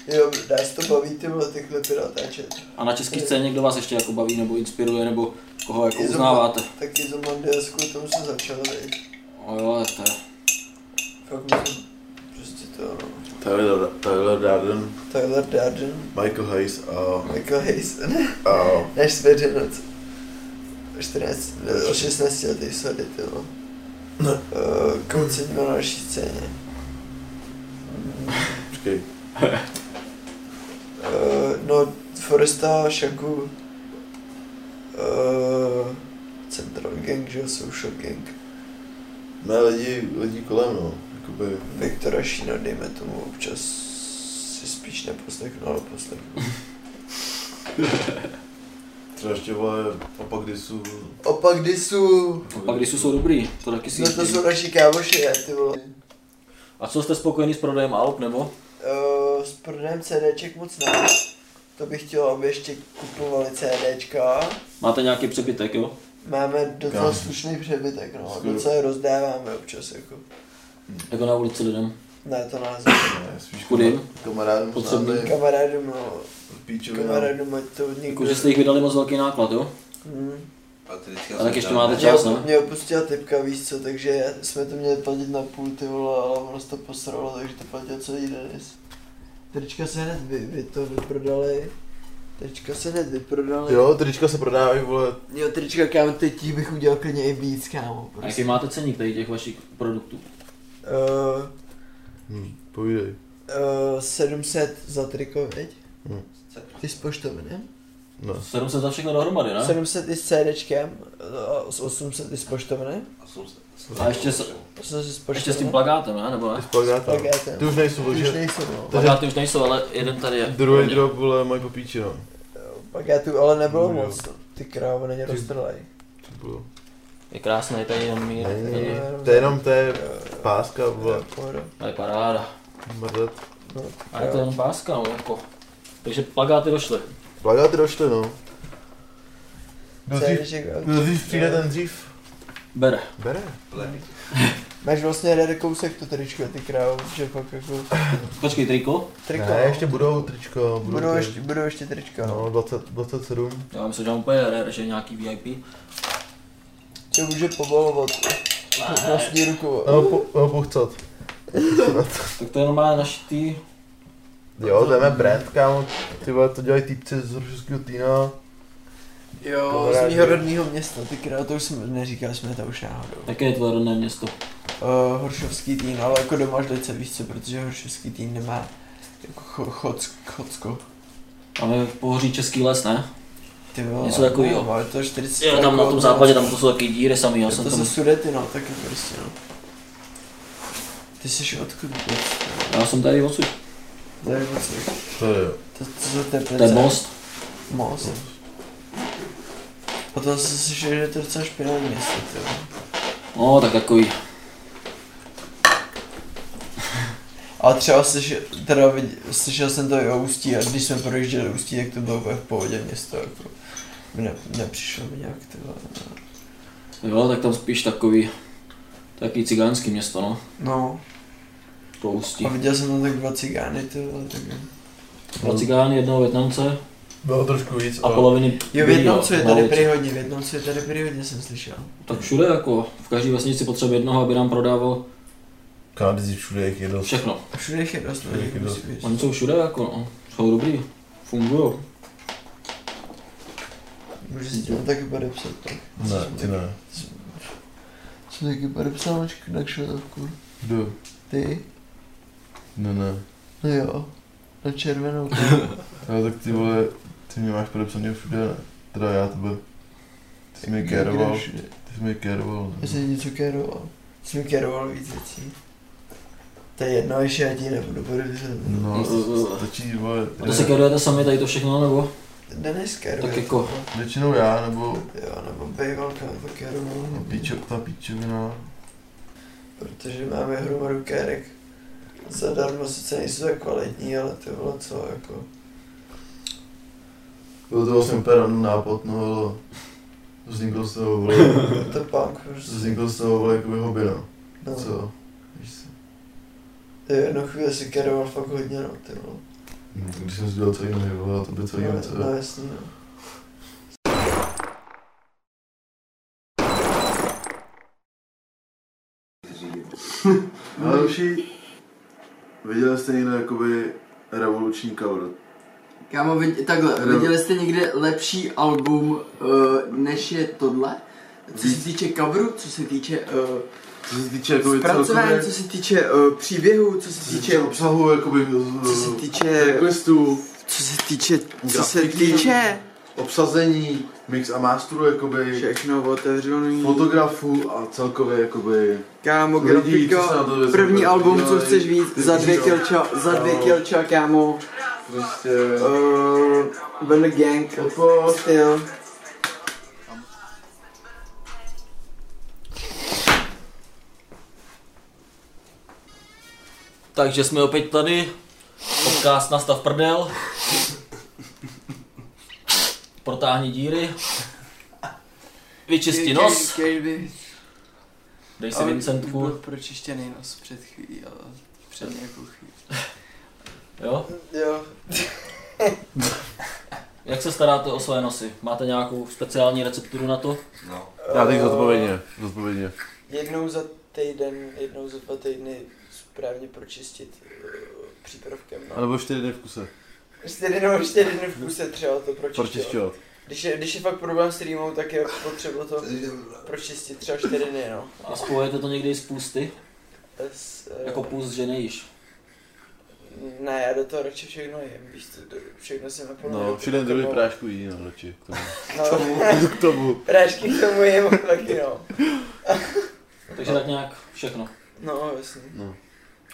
Speaker 2: Jo, nás to baví ty vole ty klipy natáčet.
Speaker 1: A na české scéně kdo vás ještě jako baví nebo inspiruje, nebo koho jako
Speaker 2: Izo-
Speaker 1: uznáváte.
Speaker 2: Taky za Mandiasku, tomu jsem začal, vej.
Speaker 1: O jo, to je.
Speaker 2: Fakt myslím, prostě to, no.
Speaker 3: Tyler, Tyler Darden,
Speaker 2: Tyler Darden,
Speaker 3: Michael Hayes a,
Speaker 2: Michael Hayes,
Speaker 3: a
Speaker 2: než svěřenoc. 14, o 16 letý sady, ty vole. No. Koucení na naší scéně.
Speaker 3: počkej,
Speaker 2: Eh, no, Foresta, Shaku, uh, Central Gang, že jo, Social Gang.
Speaker 3: ne lidi, lidi kolem no, jakoby,
Speaker 2: Viktora Šína, dejme tomu, občas si spíš neposlechnu, ale poslechnu.
Speaker 3: třeba ještě vole, opak když jsou...
Speaker 2: Opak disu,
Speaker 1: Pak když jsou dobrý, to taky si
Speaker 2: no to
Speaker 1: jistí.
Speaker 2: jsou naši kámoši, ty vole.
Speaker 1: A co jste spokojení s prodejem Alp, nebo?
Speaker 2: Eh, s prodejem CDček moc ne. To bych chtěl, aby ještě kupovali CDčka.
Speaker 1: Máte nějaký přebytek, jo?
Speaker 2: Máme docela
Speaker 3: Já.
Speaker 2: slušný přebytek, no.
Speaker 3: Skoro.
Speaker 2: Docela rozdáváme občas, jako.
Speaker 1: Jako na ulici lidem.
Speaker 2: Ne, to název.
Speaker 3: Ne, spíš
Speaker 1: Chudým.
Speaker 3: Kamarádům
Speaker 1: Potřebným.
Speaker 3: známe,
Speaker 2: Kamarádům, no.
Speaker 3: píčovina.
Speaker 2: Kamarádům, ať to někdo...
Speaker 1: Jako, že jste jich vydali moc velký náklad, jo?
Speaker 2: Hm.
Speaker 4: Patrická
Speaker 1: A tak ještě
Speaker 4: smetana.
Speaker 1: máte
Speaker 2: Mě,
Speaker 1: čas, no. ne?
Speaker 2: mě opustila typka, víš co, takže jsme to měli platit na půl, ty vole, ale ono se to posralo, takže to platil celý Denis. Trička se hned vy, vy to vyprodali. Trička se hned vyprodali.
Speaker 3: Jo, trička se prodávají, vole,
Speaker 2: Jo, trička, kámo, teď jich bych udělal klidně i víc, kámo.
Speaker 1: A
Speaker 2: Prostě.
Speaker 1: jaký máte ceník tady těch vašich produktů?
Speaker 2: Uh,
Speaker 3: hm, povídej.
Speaker 2: uh, 700 za triko, viď?
Speaker 3: Hm.
Speaker 2: Ty s poštovinem?
Speaker 3: No.
Speaker 1: 700 za všechno dohromady, ne?
Speaker 2: 700 i s CDčkem, eh, a s 800 i s poštovinem.
Speaker 4: A jsou- jsou-
Speaker 1: A ještě s-
Speaker 2: 800 i s
Speaker 1: Ještě s tím
Speaker 2: poštovinem.
Speaker 1: plagátem, ne? Nebo
Speaker 3: Ty
Speaker 1: ne?
Speaker 3: s plagátem.
Speaker 2: plagátem.
Speaker 3: Ty už nejsou,
Speaker 2: Už
Speaker 3: vole, že?
Speaker 2: nejsou, no.
Speaker 1: Plagáty už nejsou, ale jeden tady je.
Speaker 3: Druhý drop, vole, mají po píči, no.
Speaker 2: Plagátů ale nebylo
Speaker 3: Jo.
Speaker 2: moc, ty krávo, není roztrlej.
Speaker 3: To bylo.
Speaker 1: Je krásný, tady jenom mír.
Speaker 3: Není,
Speaker 1: tady-
Speaker 3: To je jenom, to je
Speaker 2: Eh,
Speaker 3: páska, vole,
Speaker 2: Pohoda.
Speaker 1: Tady paráda.
Speaker 3: mrdat.
Speaker 2: No,
Speaker 1: A je to jenom páska, no, jako. Takže plagáty došly.
Speaker 3: Plagáty došly, no.
Speaker 2: jo.
Speaker 3: Dřív,
Speaker 2: CDček,
Speaker 3: dřív přijde ten dřív.
Speaker 1: Bere.
Speaker 3: Bere.
Speaker 4: Levý.
Speaker 2: Máš vlastně rade kousek to tričko, ty krávo, že fakt jako
Speaker 1: Počkej, triko?
Speaker 2: triko. no.
Speaker 3: Ne, ještě budou tričko,
Speaker 2: budou
Speaker 3: ty-
Speaker 2: ještě, budou ještě trička, no.
Speaker 3: No, 20, 27.
Speaker 1: Já myslím, že mám úplně rare, že je nějaký VIP.
Speaker 2: Tě může pobalovat vlastní rukou.
Speaker 3: Nebo, po, nebo pochcat.
Speaker 1: Tak to je normálně našitý.
Speaker 3: Jo, jdeme brand, kámo. Ty vole, to dělají týpci z Hrušovského týna.
Speaker 2: Jo, z mýho rodného města, ty krávo, to už jsem neříkal, jsme to už náhodou.
Speaker 1: Jaké je tvoje rodné město?
Speaker 2: uh, horšovský tým, ale jako doma až lice, víš co, protože horšovský tým nemá jako cho, choc, chocko.
Speaker 1: Máme v pohoří Český les, ne?
Speaker 2: Ty vole,
Speaker 1: Něco takovýho.
Speaker 2: no, Ale to 40
Speaker 1: Jo, tam na tom západě, tam to jsou taky díry samý, já
Speaker 2: to
Speaker 1: jsem
Speaker 2: jsem
Speaker 1: tam...
Speaker 2: se sudety, no, taky prostě, no. Ty jsi odkud vůbec?
Speaker 1: Já jsem tady odsud.
Speaker 2: Nevím, co.
Speaker 3: To je jo.
Speaker 2: To, to jsou teplice.
Speaker 1: To je most.
Speaker 2: Most. Potom jsem slyšel, že je to docela špinavé město, ty vole.
Speaker 1: No, tak takový.
Speaker 2: Ale třeba slyšel, teda vid- slyšel jsem to i o Ústí a když jsme projížděli Ústí, tak to bylo úplně v pohodě město, jako. Ne, nepřišlo mi nějak, ty vole.
Speaker 1: Jo, tak tam spíš takový... Taky cigánský město, no.
Speaker 2: No,
Speaker 1: To ústí.
Speaker 2: a viděl jsem tam tak dva cigány, ty vole, tak
Speaker 1: Dva cigány, jednoho větnamce
Speaker 3: Bylo trošku víc,
Speaker 1: a poloviny...
Speaker 2: Jo, v
Speaker 1: bílýho
Speaker 2: jednom, co je
Speaker 1: na
Speaker 2: tady
Speaker 1: ulici.
Speaker 2: prý hodně, v jednom, co je tady prý hodně, jsem slyšel.
Speaker 1: Tak všude jako, v každé vesnici potřebuje jednoho, aby nám prodával
Speaker 3: Kámo, ty jsi všude jak jedno.
Speaker 1: všechno.
Speaker 2: A všude jich je dost, no,
Speaker 3: Všude jich je
Speaker 2: musí
Speaker 3: dost.
Speaker 2: být.
Speaker 1: Oni jsou všude jako, no. Jsou dobrý, fungují.
Speaker 2: Můžu si tím taky podepsat, tak.
Speaker 3: Ne, ty ne.
Speaker 2: Jsem taky podepsal na šk- na kšvetovku.
Speaker 3: Kdo?
Speaker 2: Ty?
Speaker 3: Ne, ne.
Speaker 2: No jo. Na červenou.
Speaker 3: Ale tak ty vole, ty mě máš podepsaný všude, ne? Teda já tebe. Ty jsi mě kéroval,
Speaker 2: Všude.
Speaker 3: ty jsi mě kéroval.
Speaker 2: Já
Speaker 3: ne?
Speaker 2: jsem něco keroval. Jsem keroval víc věcí. To je jedno, ještě já ti nebudu podepisat.
Speaker 3: No, stačí, vole.
Speaker 1: A to si kerujete sami tady to všechno, nebo?
Speaker 2: Denis keruje.
Speaker 1: Tak jako-
Speaker 3: Většinou já, nebo
Speaker 2: Jo, nebo bejvalka, nebo keroval.
Speaker 3: No, píčo, ta píčovina.
Speaker 2: Protože máme hromadu kérek. Zadarmo sice nejsou tak kvalitní, ale to bylo co jako.
Speaker 3: Byl to vlastně úplně random nápad, no ale vznikl z toho, vole,
Speaker 2: Je to punk prostě.
Speaker 3: vznikl z toho, vole, jakoby hobby, no.
Speaker 2: No.
Speaker 3: Co? Víš co?
Speaker 2: Ty jednu chvíli si keroval fakt hodně, no ty vole.
Speaker 3: Hm, Když jsem si dělal celý jiný, vole, to by celý jiný, co?
Speaker 2: No, no jasný, no.
Speaker 3: Další, viděli jste někde jakoby revoluční cover.
Speaker 2: Kámo, vidě, takhle,
Speaker 3: No.
Speaker 2: viděli jste někde lepší album, uh, než je tohle? Co se týče coveru, co se týče uh,
Speaker 3: Co se týče jakoby
Speaker 2: zpracování, co
Speaker 3: celkově,
Speaker 2: se týče uh, příběhu, co se
Speaker 3: co se týče
Speaker 2: týče,
Speaker 3: obsahu, jakoby,
Speaker 2: co se
Speaker 3: eh,
Speaker 2: týče,
Speaker 3: requestů,
Speaker 2: co se týče, co se
Speaker 3: grafiky.
Speaker 2: týče,
Speaker 3: obsazení, mix a masteru, jakoby
Speaker 2: Všechno otevřený.
Speaker 3: fotografů a celkově jakoby...
Speaker 2: Kámo,
Speaker 3: Lidí, co se na
Speaker 2: grafika,
Speaker 3: to vezme,
Speaker 2: první
Speaker 3: tak
Speaker 2: album, co
Speaker 3: dělají,
Speaker 2: chceš víc, za dvě
Speaker 3: jo.
Speaker 2: kilča, za dvě kilča, kámo.
Speaker 3: Prostě...
Speaker 2: Uh, Vedle gang.
Speaker 3: Podpor.
Speaker 2: Jo.
Speaker 1: Takže jsme opět tady. Podcast na stav prdel. Protáhni díry. Vyčisti nos.
Speaker 2: Když by-
Speaker 1: Dej si
Speaker 2: ale Byl
Speaker 1: Vincentku.
Speaker 2: pročištěný nos před chvílí, ale před nějakou chvílí.
Speaker 1: Jo?
Speaker 2: Jo.
Speaker 1: Jak se staráte o své nosy? Máte nějakou speciální recepturu na to?
Speaker 4: No.
Speaker 3: Já teď zodpovědně, zodpovědně.
Speaker 2: eh, Jednou za týden, jednou za dva týdny správně pročistit eh, přípravkem. no.
Speaker 3: A nebo čtyři dny v kuse.
Speaker 2: Čtyři nebo čtyři dny v kuse třeba to pročistit.
Speaker 3: Pročišťovat.
Speaker 2: Když je, když je fakt problém s rýmou, tak je potřeba to pročistit třeba čtyři dny, no.
Speaker 1: A spojujete to někdy s půsty?
Speaker 2: S, eh,
Speaker 1: Jako půst, že nejíš.
Speaker 2: Ne, já do toho radši všechno jim, víš, to, to, všechno si naplňuji.
Speaker 3: No, všude jen druhý prášku jí, no, radši. k tomu.
Speaker 2: No,
Speaker 3: K tomu.
Speaker 2: prášky k tomu jim taky, no.
Speaker 1: Takže tak nějak všechno.
Speaker 2: No, jasně.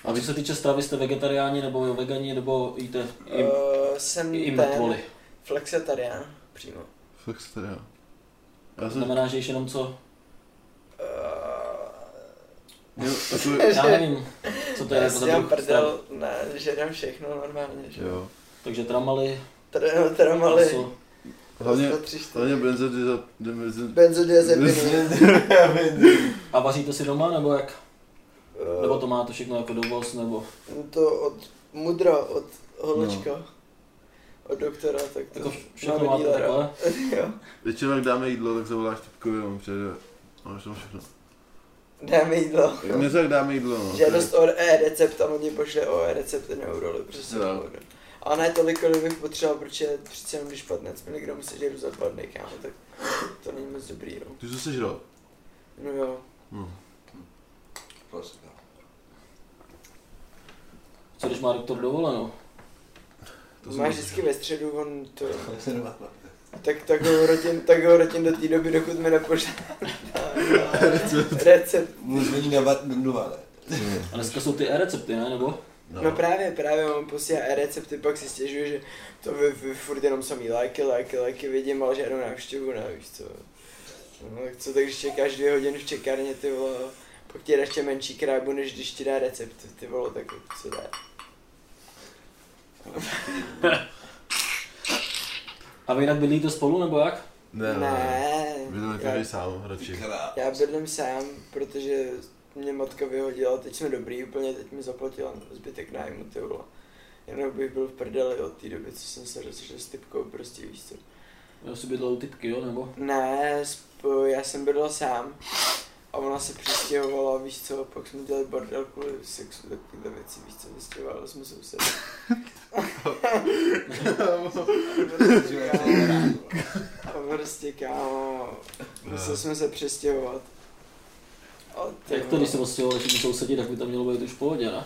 Speaker 1: A co se týče stravy, jste vegetariáni nebo jo, vegani, nebo jíte i,
Speaker 2: Uh, jsem
Speaker 1: i
Speaker 2: ten
Speaker 1: mrtvoli?
Speaker 2: flexitarián, přímo.
Speaker 3: Fakt se teda. Já
Speaker 1: To
Speaker 3: jsem...
Speaker 1: znamená, že jíš jenom co? Eh,
Speaker 3: Jo, jako,
Speaker 1: Já nevím, co to
Speaker 2: Uh, já
Speaker 1: je jako
Speaker 2: si
Speaker 1: za
Speaker 2: dělám
Speaker 1: druh stravy.
Speaker 2: prdel, ne, žerem všechno normálně, že jo.
Speaker 3: jo.
Speaker 1: Takže tramaly,
Speaker 2: Teda, teda malý.
Speaker 1: maso.
Speaker 3: Hlavně,
Speaker 2: Dva, tři, čtyři.
Speaker 3: hlavně benzodiaza- benzodiazepiny.
Speaker 2: Benzodiazepiny.
Speaker 1: A vaříte si doma, nebo jak?
Speaker 2: Eh,
Speaker 1: Nebo to má to všechno jako dovoz, nebo
Speaker 2: To od mudra, od holečka.
Speaker 3: No.
Speaker 2: Od doktora, tak to
Speaker 1: jako
Speaker 2: máme
Speaker 1: všechno máte
Speaker 2: dílera.
Speaker 1: takhle?
Speaker 2: jo.
Speaker 3: Většinou, jak dáme jídlo, tak zavoláš typkovi a on přijde. A máš tam všechno.
Speaker 2: Dáme jídlo.
Speaker 3: Jak něco, jak dáme jídlo, no.
Speaker 2: Žádost o e-recept a oni pošle o e-recept neuroli, přesně.
Speaker 3: Jo.
Speaker 2: No. A ne tolik, kolik bych potřeboval, protože přece jenom když 15 mg se žeru za dva dny, kámo, tak to není moc dobrý, no.
Speaker 3: Ty jsi to sežral.
Speaker 2: No jo.
Speaker 3: No.
Speaker 4: Prosím, no.
Speaker 1: Co když má doktor dovolenou?
Speaker 3: To jsem
Speaker 2: Máš
Speaker 3: to
Speaker 2: vždycky ve středu, on to...
Speaker 4: To se nemá chlap.
Speaker 2: Tak, tak ho rotím, tak ho rotím do té doby, dokud mi nepošle na- na recept.
Speaker 4: Můj zvení na vat nula, ne?
Speaker 1: A dneska jsou ty e-recepty, ne? Nebo?
Speaker 3: No.
Speaker 2: No právě, právě on posílá e-recepty, pak si stěžuje, že to vy, vy furt jenom samý lajky, lajky, lajky vidím, ale žádnou návštěvu ne, víš co. No tak co, takže čekáš dvě hodiny v čekárně, ty vole, pak ti dá ještě menší krábu, než když ti dá recept, ty vole, tak co dá.
Speaker 1: A vy jinak bydlíte spolu, nebo jak?
Speaker 3: Ne, ne. jako,
Speaker 2: ne.
Speaker 3: Vidíme
Speaker 2: Já-
Speaker 3: každý sám,
Speaker 4: Ty
Speaker 3: radši.
Speaker 4: krá-
Speaker 2: Já bydlím sám, protože mě matka vyhodila, teď jsme dobrý úplně, teď mi zaplatila zbytek nájmu, ty vole. Jenom bych byl v prdeli od té doby, co jsem se rozešel s typkou, prostě víš co.
Speaker 1: Já si bydlel u typky, jo? Nebo?
Speaker 2: Ne, sp- já jsem bydlel sám a ona se přistěhovala, víš co, pak jsme dělali bordel kvůli sexu, takovýhle věci, víš co, vystěhovali jsme sousedy.
Speaker 4: Ty krá- ty krá-
Speaker 2: A prostě kámo, museli jsme se přestěhovat. A ty no.
Speaker 1: Jak to,
Speaker 2: vole.
Speaker 1: když se odstěhovali všichni sousedi, tak by tam mělo být už v pohodě, ne?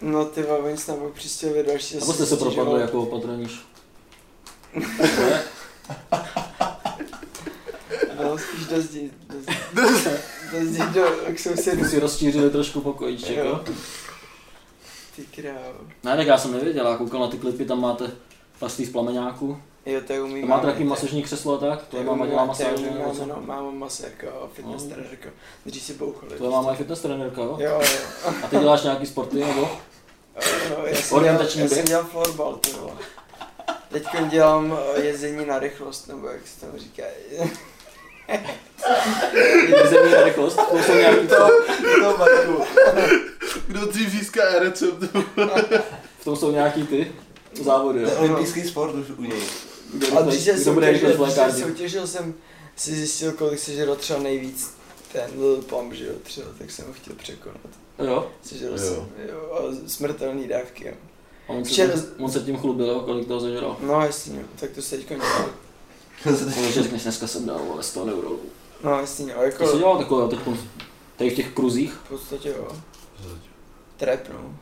Speaker 2: No ty vole, oni se tam pak přistěhovali další.
Speaker 1: Nebo jste se
Speaker 2: stěžovali.
Speaker 1: propadli jako opatroníš? Ne?
Speaker 2: No, spíš do zdi, do zdi, do zdi, do, k sousedům.
Speaker 1: Ty si rozšířili trošku pokojíček,
Speaker 2: Jo.
Speaker 1: jo?
Speaker 2: Ty krávo.
Speaker 1: Ne, tak já jsem nevěděl, já koukal na ty klipy, tam máte pastý z plameňáku.
Speaker 2: Jo, to je umí.
Speaker 1: Tam máte taky masažní křeslo a tak? Tvoje máma dělá masáž, nebo
Speaker 2: Máma,
Speaker 1: co?
Speaker 2: no, máma masérka a jako fitness
Speaker 1: jako No.
Speaker 2: trenérka. Dřív si bouchali.
Speaker 1: Tvoje máma jako- je fitness trenérka, jo?
Speaker 2: Jo, jo.
Speaker 1: A ty děláš nějaký sporty, nebo?
Speaker 2: No, já jsem dělal,
Speaker 1: Orientační
Speaker 2: já jsem
Speaker 1: běh?
Speaker 2: dělal florbal, ty vole. Teď dělám eh, jezení na rychlost, nebo jak se tam říká.
Speaker 1: Zemní na rychlost, to jsou nějaký to,
Speaker 4: To matku.
Speaker 3: Kdo dřív získá e-recept?
Speaker 1: v tom jsou nějaký ty závody,
Speaker 4: To je
Speaker 1: jo.
Speaker 4: olympijský sport už u něj.
Speaker 1: Kdo,
Speaker 2: A
Speaker 1: rychle-
Speaker 2: když jsem
Speaker 1: kdo bude rychle v
Speaker 2: soutěžil, když jsem
Speaker 1: lékárně.
Speaker 2: soutěžil jsem, si zjistil, kolik se žral třeba nejvíc ten Lil Pump, že jo, třeba, tak jsem ho chtěl překonat.
Speaker 1: Jo.
Speaker 2: Sežral
Speaker 3: Jo.
Speaker 2: jsem, jo, a smrtelný dávky, jo.
Speaker 1: A on se,
Speaker 2: Včera-
Speaker 1: tím, on se tím chlubil, jo, kolik toho zažral.
Speaker 2: No jasně, jo, tak to se teďko dělá.
Speaker 1: Když řekneš, dneska jsem dal vole 100 euro.
Speaker 2: No jasně, jo,
Speaker 1: To se
Speaker 2: jako
Speaker 1: dělalo takové teď, tady v těch kruzích.
Speaker 2: v podstatě jo, trap, no.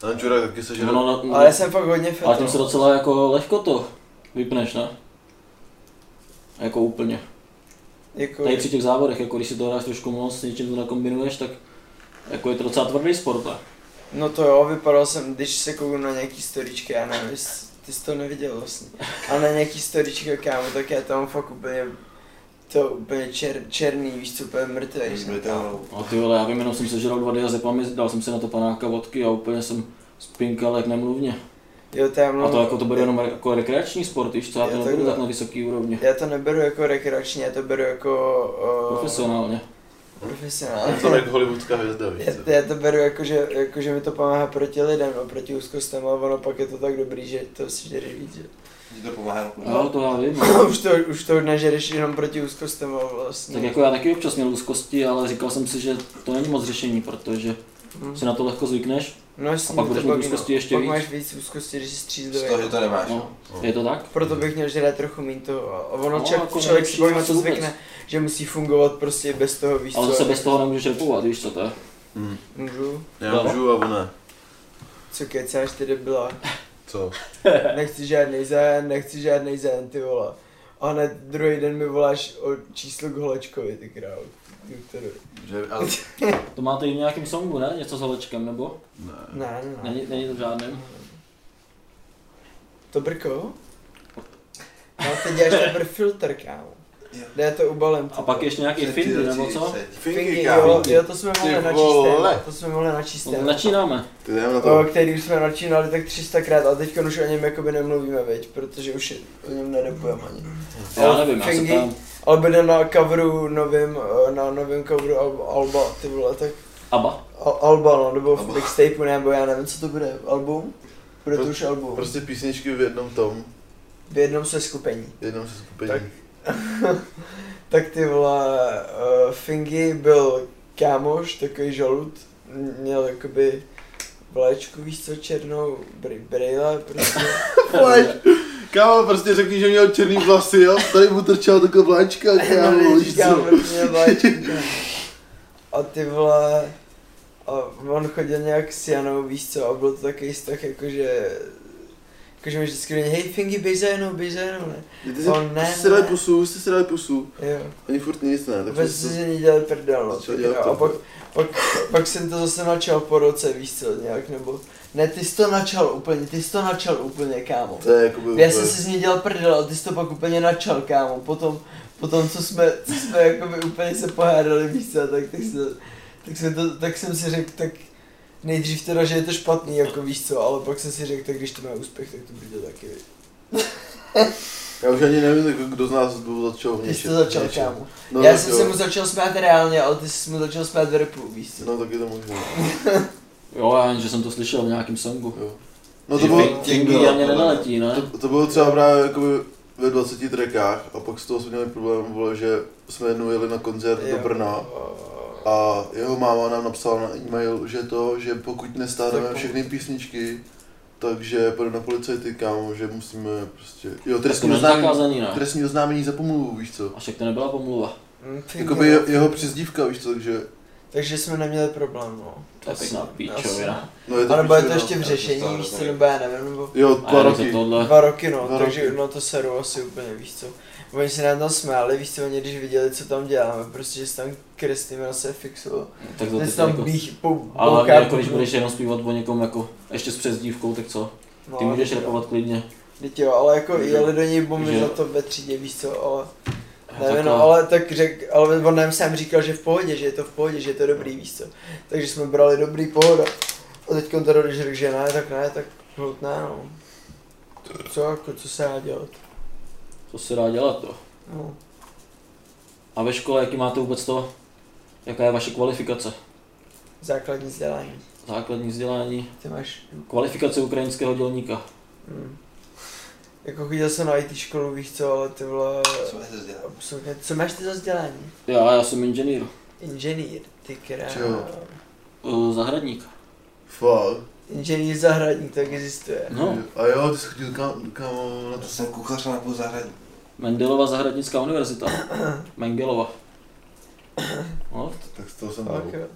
Speaker 3: Ten čurák taky sežral.
Speaker 1: Ono, no,
Speaker 2: Ale já jsem fakt hodně
Speaker 1: ale tím se
Speaker 2: fetel.
Speaker 1: docela jako lehko to Vypneš, ne? Jako úplně.
Speaker 2: Jako,
Speaker 1: Tady při těch závodech, jako když si to hráš trošku moc, s něčím to nakombinuješ, tak jako je to docela tvrdý sport, ne?
Speaker 2: no to jo, vypadal jsem, když se kouknu na nějaký storičky, já nevím, jestli- ty jsi to neviděl vlastně. A na nějaký storičky, kámo, tak já tam fakt úplně, to úplně čer, černý, víš co, úplně mrtvý. jsem tam.
Speaker 1: A No, ty vole, já vím, jenom jsem sežral dva diazepamy, dal jsem si na to panáka vodky a úplně jsem spinkal jak nemluvně.
Speaker 2: Jo, to já mám,
Speaker 1: A to jako to bude jenom re- jako rekreační sport, víš co, já
Speaker 2: Je
Speaker 1: to
Speaker 2: to
Speaker 1: nebudu
Speaker 2: tak.
Speaker 1: tak na vysoký úrovni.
Speaker 2: Já to neberu jako rekreační, já to beru jako... o,
Speaker 1: Profesionálně.
Speaker 2: Profesionálně.
Speaker 3: To je jako hollywoodská hvězda, víš co?
Speaker 2: Já, já to beru jako že, jako, že mi to pomáhá proti lidem a proti úzkostem, ale ono pak je to tak dobrý, že to si žereš víc, že?
Speaker 4: Ti to pomáhá.
Speaker 2: No.
Speaker 1: Jo, to já vím. no.
Speaker 2: už to, už to nežereš jenom proti úzkostem a vlastně.
Speaker 1: Tak jako já taky občas měl úzkosti, ale říkal jsem si, že to není moc řešení, protože
Speaker 2: Hm.
Speaker 1: si na to lehko zvykneš.
Speaker 2: No jasně,
Speaker 1: a pak
Speaker 2: to
Speaker 1: budeš mít
Speaker 2: baví, no.
Speaker 1: úzkosti ještě
Speaker 2: pak
Speaker 1: víc.
Speaker 2: máš víc úzkosti, když jsi střízlivý.
Speaker 4: Z toho, že to nemáš.
Speaker 1: No, je to tak?
Speaker 2: Proto bych měl žrát trochu méně toho. A ono
Speaker 1: No,
Speaker 2: no, čak,
Speaker 1: jako nemusíš
Speaker 2: člověk si pak na to
Speaker 1: vůbec.
Speaker 2: zvykne, že musí fungovat prostě bez toho, víš
Speaker 1: Ale
Speaker 2: co.
Speaker 1: zase
Speaker 2: ale-
Speaker 1: bez toho nemůžeš repovat, víš co to je?
Speaker 3: Hm.
Speaker 2: Můžu?
Speaker 1: No.
Speaker 3: Já můžu a ona.
Speaker 2: Co kecáš, ty debila?
Speaker 3: Co?
Speaker 2: nechci žádný zen, nechci žádný zen, ty vole. A hned druhý den mi voláš o číslo k Holečkovi, ty král. Doktorovi.
Speaker 3: Že, ale...
Speaker 1: To máte i v nějakém songu, ne? Něco s holečkem, nebo?
Speaker 3: Ne.
Speaker 2: Ne, ne, ne.
Speaker 1: Není, není to v žádném.
Speaker 2: To brko? No teď děláš teprve filtr, kámo. Já to ubalím. ty
Speaker 1: A pak
Speaker 2: vole.
Speaker 1: ještě nějaký finty, nebo co?
Speaker 2: Fingy,
Speaker 3: Finky,
Speaker 2: jo,
Speaker 3: kámo.
Speaker 2: jo, to jsme mohli
Speaker 3: Ty
Speaker 2: načíst téma,
Speaker 3: vole.
Speaker 2: to jsme mohli načíst
Speaker 1: No, tak
Speaker 2: téma,
Speaker 1: začínáme.
Speaker 3: Ty jdeme na
Speaker 2: o
Speaker 3: to.
Speaker 2: který už jsme načínali tak 300 krát a teď už o něm jakoby nemluvíme, veď, protože už o něm nedepujeme ani.
Speaker 1: Já
Speaker 2: Ale
Speaker 1: nevím, já se
Speaker 2: fingy-
Speaker 1: ptám.
Speaker 2: Ale bude na coveru novým, eh, na novém coveru Al- Alba, ty vole, tak
Speaker 1: Aba.
Speaker 2: Al- Alba, no, nebo v
Speaker 3: Alba.
Speaker 2: mixtapeu, nebo já nevím, co to bude, album? Bude to
Speaker 3: Pro-
Speaker 2: už album.
Speaker 3: Prostě písničky v jednom tom,
Speaker 2: V jednom se skupení.
Speaker 3: v jednom se skupení.
Speaker 2: Tak. Tak ty vole, uh, Fingy byl kámoš, takový žalud, měl jakoby vlaječku, víš co, černou, br- brejle, prostě.
Speaker 3: Kámo, prostě řekni, že měl černý vlasy, jo? Tady mu trčela taková vláčka, kámo, víš
Speaker 2: kámo,
Speaker 3: co?
Speaker 2: měl vlaječku, kámo. A ty vole, a on chodil nějak s Janou, víš co, a byl to takový vztah, jakože, jakože mi vždycky řekl, hej Fingy, běž za Janou, běž za Janou, ne?
Speaker 3: Ty
Speaker 2: To
Speaker 3: jsi-
Speaker 2: ne,
Speaker 3: jsi si dali
Speaker 2: ne.
Speaker 3: pusu, jsi si dali pusu,
Speaker 2: Jo.
Speaker 3: ani furt nic ne, tak
Speaker 2: Vůbec
Speaker 3: jsi
Speaker 2: si ní dělal prdel, no.
Speaker 3: začal
Speaker 2: ty
Speaker 3: dělat
Speaker 2: krá- A
Speaker 3: to.
Speaker 2: pak, pak, pak jsem to zase načal po roce, víš co, nějak, nebo... Ne, ty jsi to načal úplně, ty jsi to načal úplně, kámo.
Speaker 3: To je jako jakoby
Speaker 2: Já jsem si z ní dělal prdel, ale ty jsi to pak úplně načal, kámo. Potom, potom co jsme, co jsme jakoby úplně se pohádali, víš co, tak, tak, se, tak, jsme to, tak jsem si řekl, tak nejdřív teda, že je to špatný, jako víš co, ale pak jsem si řekl, tak když to má úspěch, tak to bude taky. viď.
Speaker 3: Já už ani nevím, jako, kdo z nás byl začal
Speaker 2: Ty jsi
Speaker 3: vněšet.
Speaker 2: to začal,
Speaker 3: vněšet.
Speaker 2: kámo.
Speaker 3: No,
Speaker 2: Já
Speaker 3: tak
Speaker 2: jsem
Speaker 3: jo.
Speaker 2: se mu začal smát reálně, ale ty jsi mu začal smát v repu, víš co.
Speaker 3: No tak je to možné.
Speaker 1: Jo, já jen, že jsem to slyšel v nějakém songu.
Speaker 3: jo. No to
Speaker 4: Ty
Speaker 3: bylo,
Speaker 4: vole.
Speaker 1: Fingy ani nenaletí, ne?
Speaker 3: to, to bylo třeba právě jakoby ve 20 trackách a pak z toho jsme měli problém, vole, že jsme jednou jeli na koncert do
Speaker 2: Jo.
Speaker 3: Brna a jeho máma nám napsala na e-mail, že to, že pokud nestáhneme
Speaker 2: Tak-
Speaker 3: všechny písničky, takže půjde na policajty, kámo, že musíme prostě... Jo,
Speaker 1: Tak to
Speaker 3: trestní
Speaker 1: není
Speaker 3: oznámení,
Speaker 1: zakázaný, ne?
Speaker 3: trestní oznámení za pomluvu, víš co?
Speaker 1: A však to nebyla pomluva.
Speaker 2: Mm, ty
Speaker 3: Jakoby
Speaker 2: vole.
Speaker 3: je- jeho přezdívka, víš co, takže...
Speaker 2: Takže jsme neměli problém, no.
Speaker 1: To je
Speaker 2: Asi,
Speaker 1: pěkná píčovina.
Speaker 3: No, je
Speaker 2: Asi. A nebo je to
Speaker 3: píčovina.
Speaker 2: ještě v
Speaker 4: Já to
Speaker 2: řešení,
Speaker 4: stále
Speaker 2: víš co,
Speaker 4: rozumím.
Speaker 2: nebo já nevím, nebo
Speaker 3: Jo,
Speaker 1: A
Speaker 3: dva
Speaker 1: já nevím,
Speaker 3: roky.
Speaker 1: co tohle.
Speaker 2: dva roky, no,
Speaker 3: Dva
Speaker 2: takže
Speaker 3: roky.
Speaker 2: no to seru asi úplně, víš co. Oni se nám tam smáli, víš co, oni když viděli, co tam děláme, prostě, že se tam Kristýna se fixoval.
Speaker 1: Tak za
Speaker 2: Teď
Speaker 1: to
Speaker 2: se
Speaker 1: to
Speaker 2: tam
Speaker 1: jako...
Speaker 2: bích, pou,
Speaker 1: Ale hlavně
Speaker 2: bouchá
Speaker 1: jako když
Speaker 2: bubnu.
Speaker 1: budeš jenom zpívat o někom jako ještě s přezdívkou, tak co?
Speaker 2: No,
Speaker 1: Ty můžeš
Speaker 2: teď jo.
Speaker 1: repovat klidně.
Speaker 2: Teď jo, ale jako jeli do něj bomby
Speaker 1: Že-
Speaker 2: za to ve třídě, víš co, ale...
Speaker 1: Tak,
Speaker 2: Nevím, no,
Speaker 1: eh,
Speaker 2: ale tak řek, ale on nám sám říkal, že v pohodě, že je to v pohodě, že je to dobrý, víš co. Takže jsme brali dobrý pohoda. A teď on teda, když řekl, že ne, tak ne, tak hold ne, no. Co, jako, co se dá dělat?
Speaker 1: Co se dá dělat to?
Speaker 2: No.
Speaker 1: A ve škole, jaký máte vůbec to? Jaká je vaše kvalifikace?
Speaker 2: Základní vzdělání.
Speaker 1: Základní vzdělání,
Speaker 2: Ty máš,
Speaker 1: kvalifikace ukrajinského dělníka.
Speaker 2: hm. Jako chodil jsem na IT školu, víš co, ale ty vole,
Speaker 4: Co se dělá?
Speaker 2: absolutně, co máš ty za vzdělání?
Speaker 1: Já, já jsem inženýr,
Speaker 2: Inženýr, ty král.
Speaker 3: Čeho?
Speaker 1: eh, zahradník.
Speaker 3: Fuck.
Speaker 2: Inženýr zahradník, tak existuje.
Speaker 1: No,
Speaker 3: A jo, ty jsi chodil kam, kam na
Speaker 4: Já
Speaker 3: to
Speaker 4: jsem kuchař na půl zahradní.
Speaker 1: Mendelova zahradnická univerzita. Mengelova. No,
Speaker 3: Tak to jsem
Speaker 2: Tak jo.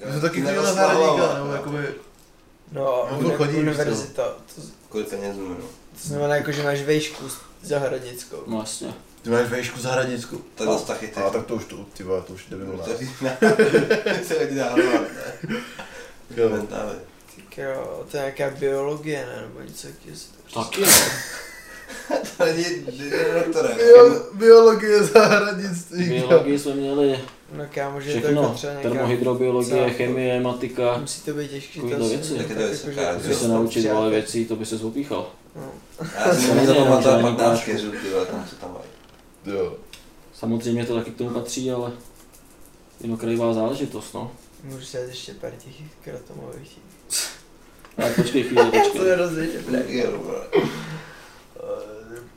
Speaker 3: Já jsem taky chodil na zahradníka, nebo jakoby...
Speaker 2: No,
Speaker 3: No,
Speaker 2: uni-
Speaker 3: chodí, víš co.
Speaker 2: univerzita, to,
Speaker 4: Kvůli penězům, no.
Speaker 2: To znamená jako, že máš vejšku s- zahradnickou.
Speaker 1: No jasně.
Speaker 3: Ty máš vejšku za hradnicku.
Speaker 4: Tak zase taky ty.
Speaker 3: A tak to už to, ty vole, to už no. jde mimo nás.
Speaker 4: To je- se hodí dávat, ne?
Speaker 3: Jo.
Speaker 4: Mentálně.
Speaker 2: Tak jo, to je nějaká biologie, ne? Nebo něco takového. se to-
Speaker 1: Taky no.
Speaker 4: To není není doktorem.
Speaker 3: Bio, biologie zahradnictví.
Speaker 1: Biologii jsme měli
Speaker 2: No kámo, že je to jako
Speaker 1: všechno.
Speaker 2: třeba nějaká...
Speaker 1: Termohydrobiologie,
Speaker 2: celá-
Speaker 1: chemie, matika.
Speaker 2: Musí to jako, být těžký
Speaker 1: Takovýhle věci.
Speaker 4: Taky to je vysoká,
Speaker 1: Musíš se naučit ale věcí, to by se opíchal.
Speaker 2: No.
Speaker 4: Já jsem
Speaker 1: To
Speaker 4: mi
Speaker 1: není
Speaker 4: zapamatoval
Speaker 1: jenom žádný
Speaker 4: 15
Speaker 1: prášku.
Speaker 4: keřů, ty vole, tam co tam mají.
Speaker 3: Jo.
Speaker 1: Samozřejmě to taky k tomu patří, ale jednokrajivá záležitost, no.
Speaker 2: Můžu si dát ještě pár těch kratomových.
Speaker 1: Ale počkej chvíli,
Speaker 2: To
Speaker 1: počkej.
Speaker 2: je rozlišit,
Speaker 4: Jo, vole.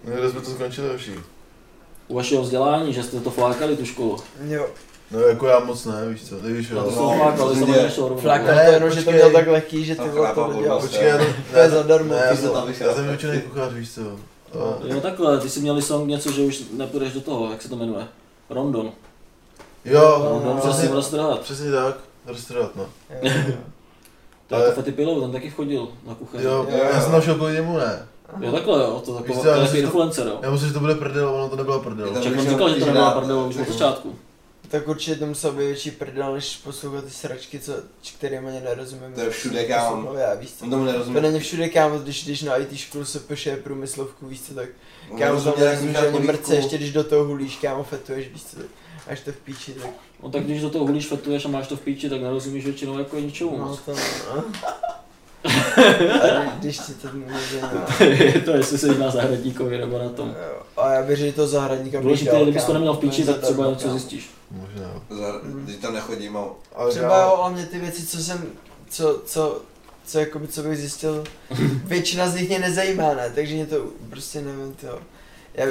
Speaker 3: Kde jsme to skončili všichni?
Speaker 1: U vašeho vzdělání, že jste to flákali tu školu.
Speaker 2: Jo,
Speaker 3: No jako já moc ne, víš co, ty víš
Speaker 1: Já to
Speaker 3: jo.
Speaker 1: jsem flákal, jsem
Speaker 4: Ne.
Speaker 1: nešel rovnou.
Speaker 2: flákal
Speaker 3: Flákal
Speaker 1: ne?
Speaker 2: to jenom, že to
Speaker 3: počkej.
Speaker 2: měl tak lehký, že ty
Speaker 4: Tam
Speaker 2: vole
Speaker 4: chrápal
Speaker 2: to
Speaker 4: vůbec.
Speaker 2: dělal.
Speaker 3: Počkej, já to...
Speaker 2: To je zadarmo,
Speaker 3: ne,
Speaker 2: ty
Speaker 3: No, já,
Speaker 4: se tam
Speaker 3: jsem,
Speaker 4: vyšel.
Speaker 3: já jsem učený kuchař, víš co. A,
Speaker 1: Jo takhle, ty jsi měl song něco, že už nepůjdeš do toho, jak se to jmenuje? Rondon.
Speaker 3: jo,
Speaker 1: Rondon,
Speaker 2: no,
Speaker 1: přesně
Speaker 3: přesně,
Speaker 1: byl strhat.
Speaker 3: přesně tak, roztrhat, no.
Speaker 2: Jo, jo.
Speaker 1: To je
Speaker 3: Ale-
Speaker 1: jako Fatty Pillow, ten taky chodil na kuchaře.
Speaker 3: Jo,
Speaker 2: Jo,
Speaker 3: já
Speaker 2: jo.
Speaker 3: jsem našel kvůli němu, ne.
Speaker 1: Jo takhle jo, to
Speaker 3: Víš
Speaker 1: taková,
Speaker 3: co,
Speaker 1: to
Speaker 3: já
Speaker 1: je
Speaker 3: myslím,
Speaker 1: takový
Speaker 3: že to-
Speaker 1: influencer jo.
Speaker 3: Já myslím, že to bude prdel, ono to nebyla prdel.
Speaker 4: tam-
Speaker 1: Však on
Speaker 4: že
Speaker 1: říkal, že to
Speaker 4: musíš
Speaker 1: nebyla
Speaker 4: dát-
Speaker 1: prdel už od začátku.
Speaker 2: Tak určitě to musel být větší prdel, než poslouchat ty sračky, co, č- kterým ani nerozumím.
Speaker 4: To je všude, kámo.
Speaker 2: No, já víš co.
Speaker 4: On tomu
Speaker 2: To
Speaker 4: nerozumí.
Speaker 2: není všude, kámo, když jdeš na IT školu, se pše průmyslovku, víš co, tak kámo, tam
Speaker 4: On nerozuměl, jak
Speaker 2: nerozumíš
Speaker 4: No, jsem
Speaker 2: ani
Speaker 4: dělal
Speaker 2: mrce,
Speaker 4: polívku.
Speaker 2: ještě když do toho hulíš, kámo, fetuješ, víš co, tak až to v píči, tak
Speaker 1: No tak když do toho hulíš, fetuješ a máš to v píči, tak nerozumíš většinou jako ničemu
Speaker 2: no
Speaker 1: moc.
Speaker 2: to no. A když ti to může, no.
Speaker 1: to jestli se jedná zahradníkovi nebo na tom.
Speaker 2: Jo, A já věřím, že to zahradníka bych
Speaker 1: Důležité
Speaker 2: dal,
Speaker 1: je, kdybys to
Speaker 2: kámo,
Speaker 1: neměl v píči,
Speaker 2: je
Speaker 1: tak třeba
Speaker 2: zadarmo,
Speaker 1: něco
Speaker 2: kámo.
Speaker 1: zjistíš.
Speaker 3: Možná. jo.
Speaker 4: Za- Když tam nechodím a
Speaker 3: Ale
Speaker 2: Třeba
Speaker 3: já-
Speaker 2: jo, ale mě ty věci, co jsem, co, co, co, jakoby, co bych zjistil, většina z nich mě nezajímá, ne? Takže mě to prostě nevím, to. Já,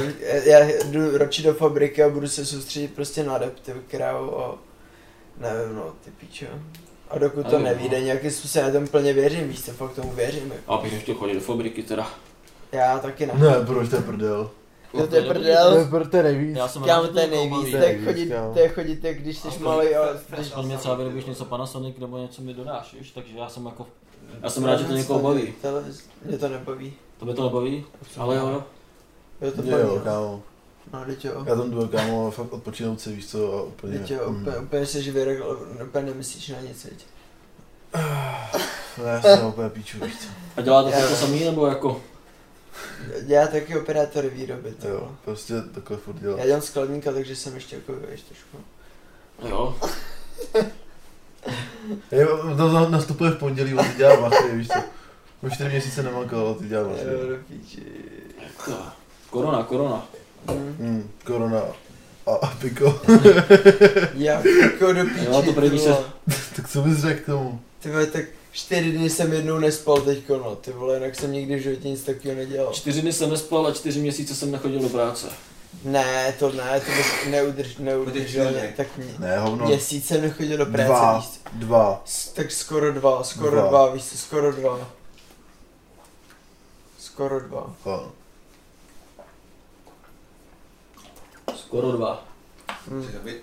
Speaker 2: já jdu ročit do fabriky a budu se soustředit prostě na adaptiv, která o, nevím, no, ty píčo. A dokud to
Speaker 1: Nevím, no.
Speaker 2: nevíde, nějakým způsobem já tomu plně věřím, víš, co fakt tomu věřím. jako.
Speaker 1: A abych ještě chodil do fabriky teda.
Speaker 2: Já taky ne.
Speaker 3: Ne, proč to je prdel?
Speaker 2: Jo, to je prdel.
Speaker 3: proč to je nejvíc?
Speaker 1: Já jsem
Speaker 2: Kámo,
Speaker 1: rád,
Speaker 2: to je
Speaker 1: že někoho baví.
Speaker 2: nejvíc, to je
Speaker 3: nejvíc,
Speaker 2: chodit,
Speaker 3: kámo.
Speaker 2: to je chodit, jak když jsi malý, ale když...
Speaker 1: On mě třeba vyrobíš něco Panasonic nebo něco mi dodáš, víš, takže já jsem jako, já jsem rád, že to někoho baví.
Speaker 2: Televiz- Mě to nebaví.
Speaker 1: To by to nebaví, ale jo, jo.
Speaker 2: Jo, to baví.
Speaker 3: Jo,
Speaker 2: no.
Speaker 3: kámo.
Speaker 2: No, teď jo.
Speaker 3: Já tam jdu, kámo, fakt odpočinout si, víš co, a úplně...
Speaker 2: Teď jo,
Speaker 3: mm.
Speaker 2: úplně, úplně se živě, úplně nemyslíš na nic, teď.
Speaker 3: Ne, já jsem na úplně píču, víš co.
Speaker 1: A děláte to
Speaker 2: Já-
Speaker 1: jako samý nebo jako?
Speaker 2: Já taky operátor výroby, to
Speaker 3: Jo,
Speaker 2: jo.
Speaker 3: prostě takhle furt dělat.
Speaker 2: Já dělám skladníka, takže jsem ještě jako, víš, trošku.
Speaker 1: Jo,
Speaker 3: Jo, to na- nastupuje v pondělí, on ty dělá bachy, víš co. Už čtyři měsíce nemakal, ale ty dělá bachy.
Speaker 2: Jo, do píči.
Speaker 1: Tak. korona, korona.
Speaker 2: Hm.
Speaker 3: Hmm, korona a, a piko.
Speaker 2: Já jako do píči,
Speaker 1: Jo, to první
Speaker 2: ty
Speaker 1: se-
Speaker 2: vole.
Speaker 3: tak co bys řekl k tomu?
Speaker 2: Ty vole, tak čtyři dny jsem jednou nespal teďko, no, ty vole, jinak jsem nikdy v životě nic takového nedělal.
Speaker 1: Čtyři dny jsem nespal a čtyři měsíce jsem nechodil do práce.
Speaker 2: Ne, to ne, to bych neudrž, neudrž,
Speaker 4: Udržitelně.
Speaker 2: tak mě,
Speaker 3: Ne, hovno.
Speaker 2: měsíc jsem nechodil do práce,
Speaker 3: No. Dva.
Speaker 2: víš co.
Speaker 3: Dva.
Speaker 2: S- Tak skoro dva, skoro
Speaker 3: Dva.
Speaker 2: dva, víš co, skoro dva. Skoro dva.
Speaker 3: A,
Speaker 1: Skoro dva.
Speaker 2: Hm.
Speaker 4: Chceš ho být?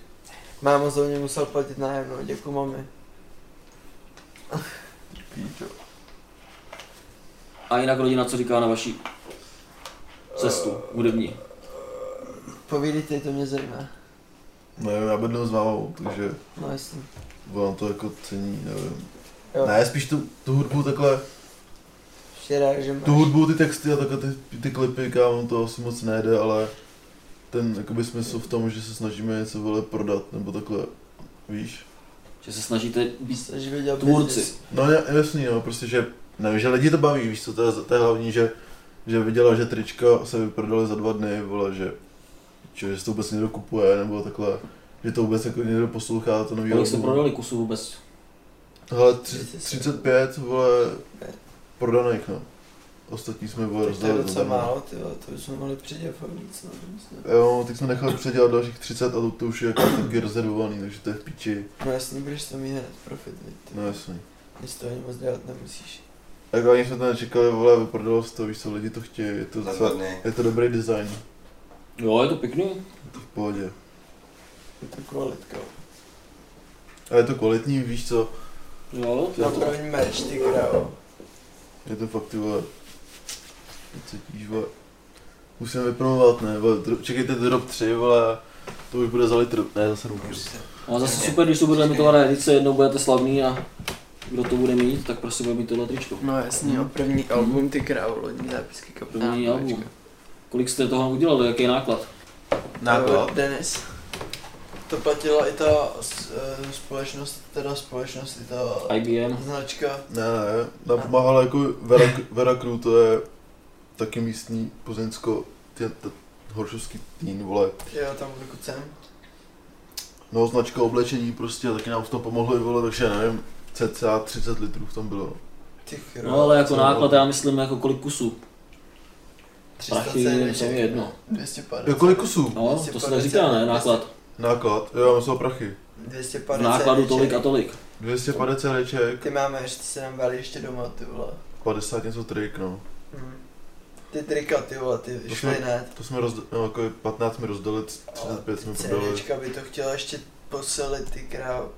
Speaker 2: Máma za mě musel platit nájem, no, děkuji mami. Píčo.
Speaker 1: A jinak rodina, co říká na vaší cestu hudební?
Speaker 2: Povídejte, to mě zajímá.
Speaker 3: nevím, No já bydlím s mámou, takže
Speaker 2: No jasně.
Speaker 3: ona to jako cení, nevím.
Speaker 2: Jo,
Speaker 3: Ne, spíš tu, tu hudbu takhle,
Speaker 2: včera, že máš.
Speaker 3: tu hudbu, ty texty a takhle ty, ty klipy, kámo, to asi moc nejde, ale ten jakoby smysl v tom, že se snažíme něco vole prodat, nebo takhle, víš?
Speaker 1: Že se snažíte být
Speaker 2: Jsi viděl
Speaker 1: tvůrci.
Speaker 3: No ja- jasný, no, prostě, že, nevím, že lidi to baví, víš co, to je, to je hlavní, že, že viděla, že trička se vyprodaly za dva dny, vole, že, že, že se to vůbec někdo kupuje, nebo takhle, že to vůbec jako někdo poslouchá, to nový
Speaker 1: Kolik jste
Speaker 3: album.
Speaker 1: prodali kusů vůbec?
Speaker 3: Hele, tři- 35, vole, prodaných, no. Ostatní jsme, vole,
Speaker 2: Tak to je
Speaker 3: rozdali
Speaker 2: docela
Speaker 3: zadarmo.
Speaker 2: málo, ty vole, to bychom mohli předělat fakt víc, no, myslím.
Speaker 3: Jo, teď jsme nechali předělat dalších 30 a to, to už je jako taky rezervovaný, takže to je v píči,
Speaker 2: No jasně, budeš tam mít hned profit, veď, ty.
Speaker 3: no jasný.
Speaker 2: Nic z toho ani moc dělat nemusíš.
Speaker 3: Tak ani jsme to nečekali, vole, vyprodalo se to, víš co, lidi to chtějí, je to,
Speaker 4: Za dva
Speaker 3: docela,
Speaker 4: dny.
Speaker 3: je to dobrý design,
Speaker 1: Jo, je to pěkný.
Speaker 3: je to v pohodě.
Speaker 2: Je to kvalitka.
Speaker 3: A je to kvalitní, víš co?
Speaker 1: Jo,
Speaker 2: Na první merch, ty krávo.
Speaker 3: Je to fakt, ty vole, Cítíš, vole. Musíme vypromovat, ne? Vole, dro- čekejte drop 3, vole. To už bude za litr. Ne, zase ruku.
Speaker 1: A zase super, když to bude limitovaná edice, jednou budete slavný a kdo to bude mít, tak prostě bude mít tohle tričko.
Speaker 2: No jasně, jo, první album ty krávo, lodní zápisky kapela.
Speaker 1: První album. Kolik jste toho udělali, jaký náklad?
Speaker 2: Eh, Denis. To platila i ta s- eh, společnost, teda společnost, i ta
Speaker 1: IBM.
Speaker 2: značka.
Speaker 3: Ne, ne, nám pomáhala jako Vera, Vera Crew, to je taky místní plzeňsko, tě- t- horšovský tým, vole.
Speaker 2: Jo, tam jako byl kucem.
Speaker 3: No, značka oblečení prostě, taky nám v tom pomohlo i vole, takže nevím, cca 30 litrů v tom bylo.
Speaker 2: Ty chro.
Speaker 1: No ale jako
Speaker 3: Co
Speaker 1: náklad,
Speaker 3: bylo?
Speaker 1: já myslím jako kolik kusů.
Speaker 2: 300
Speaker 1: Prachy
Speaker 2: CDček,
Speaker 1: to je jedno.
Speaker 2: 250.
Speaker 3: Jo, kolik kusů?
Speaker 1: No, to se tak říká, ne? Náklad.
Speaker 3: Náklad, jo, my jsou prachy.
Speaker 2: 250.
Speaker 1: V nákladu
Speaker 2: CDček.
Speaker 1: tolik a tolik.
Speaker 3: 250 reček,
Speaker 2: Ty máme, ještě se nám dali ještě doma, ty vole.
Speaker 3: 50 něco trik, no.
Speaker 2: Hm.
Speaker 1: Hmm.
Speaker 2: Ty trika, ty vole, ty
Speaker 3: jsme-
Speaker 2: šli ne,
Speaker 3: To jsme rozdali, no, jako 15 jsme rozdali, 35 jsme prodali.
Speaker 2: CDčka by to chtěla ještě posilit, ty krávo.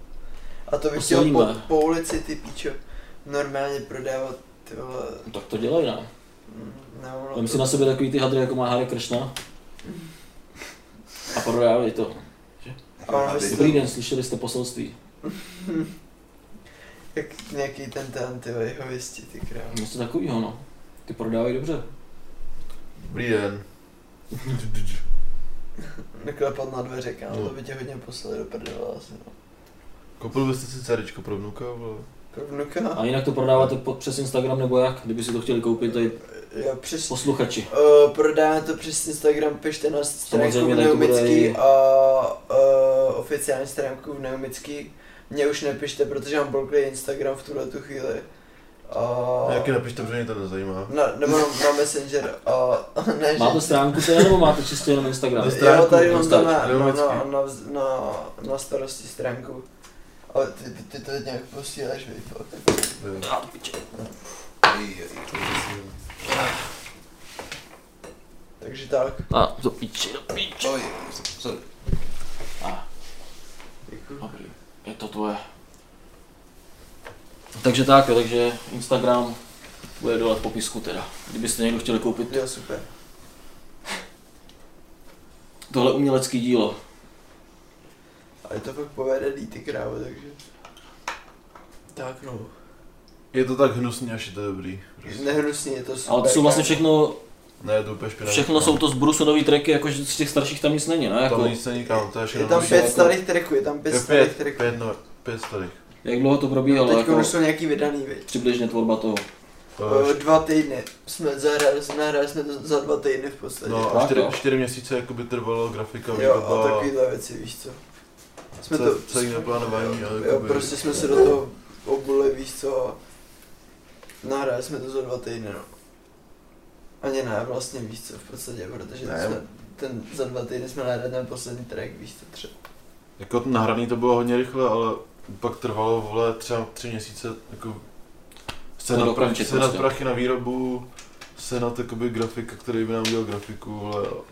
Speaker 2: A to by chtělo
Speaker 1: Posilíme.
Speaker 2: po, po, ulici, ty píčo, normálně prodávat, ty vole,
Speaker 1: No, tak to dělej, ne?
Speaker 2: mm, na vole,
Speaker 1: Vem si
Speaker 2: to-
Speaker 1: na sebe takový ty hadry, jako má Hare Krishna. A prodávej to.
Speaker 2: A ono by si to,
Speaker 1: Dobrý den, slyšeli jste poselství.
Speaker 2: jak nějaký ten ten, ty vole, jeho věsti, ty krávo.
Speaker 1: Něco takovýho, no. Ty prodávej dobře.
Speaker 3: Dobrý den.
Speaker 2: Neklepat na dveře, kámo,
Speaker 3: No.
Speaker 2: to by tě hodně poslali do prdele asi, no.
Speaker 3: Koupil byste si cerečko pro vnuka, vole?
Speaker 2: Pro vnuka?
Speaker 1: A jinak to prodáváte pod, přes Instagram nebo jak? Kdyby si to chtěli koupit tady
Speaker 2: Jo, přes
Speaker 1: posluchači.
Speaker 2: Uh, prodáme to přes Instagram, pište na stránku
Speaker 1: Samozřejmě, tady to bude
Speaker 2: Neumický
Speaker 1: i-
Speaker 2: a uh, oficiální stránku v Neumický. Mě už nepište, protože mám bloklý Instagram v tuhle tu chvíli. A...
Speaker 3: Jaký napište, protože mě to nezajímá.
Speaker 2: Na, nebo na, na Messenger a ne, že...
Speaker 1: Máte stránku teda nebo máte čistě jenom Instagram?
Speaker 3: Na stránku,
Speaker 2: jo, tady mám to
Speaker 1: Instač,
Speaker 2: na, na,
Speaker 3: Neumický.
Speaker 2: na, na, vz- na, na, starosti stránku. Ale ty, ty to nějak posíláš, vej, fakt.
Speaker 3: Jo.
Speaker 1: Ah, piče.
Speaker 2: Takže tak.
Speaker 1: A to píči, do píči.
Speaker 4: Oj, sorry.
Speaker 2: Děkuju.
Speaker 1: Dobrý, je to tvoje. Takže tak, jo, takže Instagram bude dole v popisku teda, kdybyste někdo chtěli koupit
Speaker 2: Jo, super.
Speaker 1: tohle umělecký dílo.
Speaker 2: Ale to fakt povedený, ty krávo, takže... Tak no.
Speaker 3: Je to tak hnusný, až je to dobrý. Prostě.
Speaker 2: Nehnusný, je to super.
Speaker 1: Ale to jsou vlastně
Speaker 2: kámo.
Speaker 1: všechno,
Speaker 3: Ne, je to úplně špinavé.
Speaker 1: všechno jsou to z Brusu nový tracky, jakože z těch starších tam nic není, ne?
Speaker 3: Tam
Speaker 1: Jako,
Speaker 3: nic není kam, no. to je
Speaker 2: Je
Speaker 3: všechno.
Speaker 2: tam
Speaker 3: nový.
Speaker 2: pět
Speaker 1: jako-
Speaker 2: starých tracků, je tam pět
Speaker 3: Je
Speaker 2: starých
Speaker 3: pět,
Speaker 2: tracků.
Speaker 3: pět, no, pět starých.
Speaker 1: jak dlouho to probíhalo,
Speaker 2: Teď
Speaker 1: jako
Speaker 2: No, už jsou nějaký vydaný, viď.
Speaker 1: přibližně tvorba toho.
Speaker 3: Eh,
Speaker 2: Eh, Dva týdny. Jsme zahráli, jsme nahráli jsme to za dva týdny v podstatě.
Speaker 3: No
Speaker 1: tak,
Speaker 3: a čtyři,
Speaker 1: jo.
Speaker 3: čtyři měsíce jakoby trvalo grafika,
Speaker 2: jo, a
Speaker 3: výroba,
Speaker 2: takovýhle věci, víš co. Jsme
Speaker 3: ce-
Speaker 2: to...
Speaker 3: celý naplánování.
Speaker 2: jo,
Speaker 3: ale jako
Speaker 2: jo,
Speaker 3: jakoby-
Speaker 2: prostě jsme se do toho obuli, víš co. a Nahráli jsme to za dva týdny, no. Ani ne, vlastně víš co, v podstatě, protože
Speaker 3: Ne.
Speaker 2: jsme ten, za dva týdny jsme nahrali ten poslední track, víš co, třeba.
Speaker 3: Jako t- nahraný to bylo hodně rychle, ale pak trvalo vole třeba tři měsíce jako
Speaker 1: To
Speaker 3: sehnat, prachy,
Speaker 1: dokončit
Speaker 3: sehnat
Speaker 1: prostě.
Speaker 3: prachy na výrobu, sehnat jakoby grafika, který by nám udělal grafiku, vole. a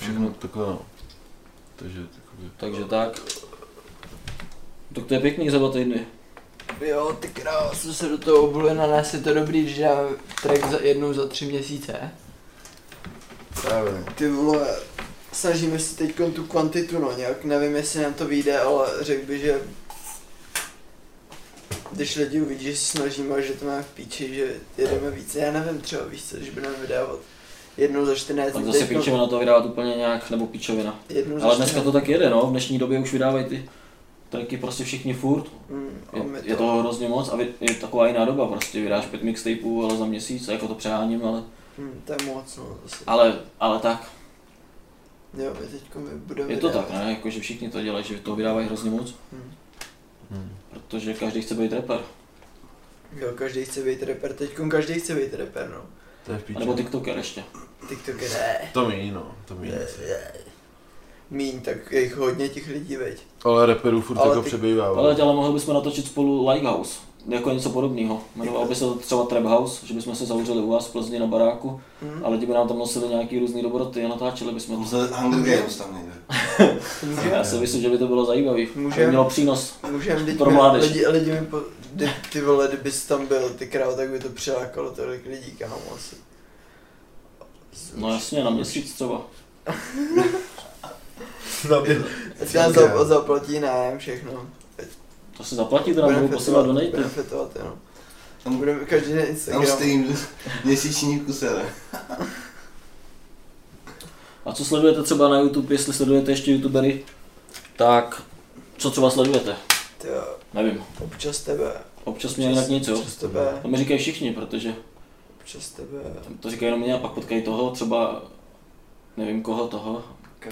Speaker 3: Všechno
Speaker 1: Mhm.
Speaker 3: takhle no. Takže jakoby...
Speaker 1: Takže tak. Tak to je pěkný za dva týdny.
Speaker 2: Jo, ty král, jsme se do toho obuli, na nás je to dobrý, když dáme track za jednou za tři měsíce.
Speaker 3: Právě no.
Speaker 2: Ty vole, snažíme se teď tu kvantitu, no nějak, nevím jestli nám to vyjde, ale řekl bych, že když lidi uvidí, že se snažíme a že to máme v píči, že jedeme více, já nevím třeba víc, co, když budeme vydávat jednou za 14
Speaker 1: Tak
Speaker 2: dní
Speaker 1: zase
Speaker 2: teďkon-
Speaker 1: píčeme na to vydávat úplně nějak, nebo píčovina.
Speaker 2: jednou za
Speaker 1: Ale dneska
Speaker 2: 14
Speaker 1: to tak jede, no, v dnešní době už vydávají ty tracky prostě všichni furt.
Speaker 2: Mm, a my
Speaker 1: Je, je toho hrozně moc a vy, je taková jiná doba, prostě vydáš pět mixtapeů, ale za měsíc, jako to přeháním, ale,
Speaker 2: Mm, to je moc, no zase.
Speaker 1: ale, ale tak,
Speaker 2: Jo, my teďko my budeme
Speaker 1: je to
Speaker 2: vydávat.
Speaker 1: tak, ne, jako že všichni to dělají, že to vydávají hrozně moc,
Speaker 2: Mm.
Speaker 3: Hmm.
Speaker 1: protože každý chce být rapper,
Speaker 2: Jo, každý chce být rapper, teďkon každý chce být rapper, no.
Speaker 3: To je v
Speaker 1: a nebo
Speaker 3: píči.
Speaker 1: tiktoker ještě.
Speaker 2: TikTok je ne.
Speaker 3: To mí, no, to mí.
Speaker 2: Je, je. míň, tak je jich hodně těch lidí, veď.
Speaker 3: Ale reperů furt
Speaker 2: Ale
Speaker 3: jako
Speaker 2: ty-
Speaker 3: přebývává.
Speaker 1: Ale, ale mohli bychom natočit spolu Lighthouse, jako něco podobného. Jmenovalo by se to třeba Trap House, že bychom se zavřeli u vás v Plzni na baráku
Speaker 2: Hm?
Speaker 1: a lidi by nám tam nosili nějaký různý dobroty a natáčeli bychom to.
Speaker 4: Musel Hunger Games tam nejde.
Speaker 2: Můžem,
Speaker 1: Já si myslím, že by to bylo zajímavý.
Speaker 2: Můžeme.
Speaker 1: Můžeme. Mělo přínos.
Speaker 2: můžem, teď
Speaker 1: Pro
Speaker 2: mi-
Speaker 1: mládež.
Speaker 2: lidi, lidi mi po, ty, ty vole, kdybys tam byl, ty král, tak by to přilákalo tolik lidí, kámo, asi.
Speaker 1: No jasně, na měsíc třeba.
Speaker 3: Na mě.
Speaker 2: Ať nám za, zaplatí nájem všechno.
Speaker 1: To se zaplatí teda, budou posílat donaty.
Speaker 2: budeme fetovat, jo. Budeme každý den
Speaker 4: Tam
Speaker 2: Instagram.
Speaker 4: stojím měsíční kusele.
Speaker 1: A co sledujete třeba na YouTube, jestli sledujete ještě YouTubery, tak co třeba sledujete?
Speaker 2: Ty jo,
Speaker 1: Nevím.
Speaker 2: občas tebe,
Speaker 1: Občas mě jinak nic, jo.
Speaker 2: občas tebe,
Speaker 1: To mi říkají všichni, protože
Speaker 2: občas tebe.
Speaker 1: to říkají jenom mě a pak potkají toho, třeba nevím koho toho.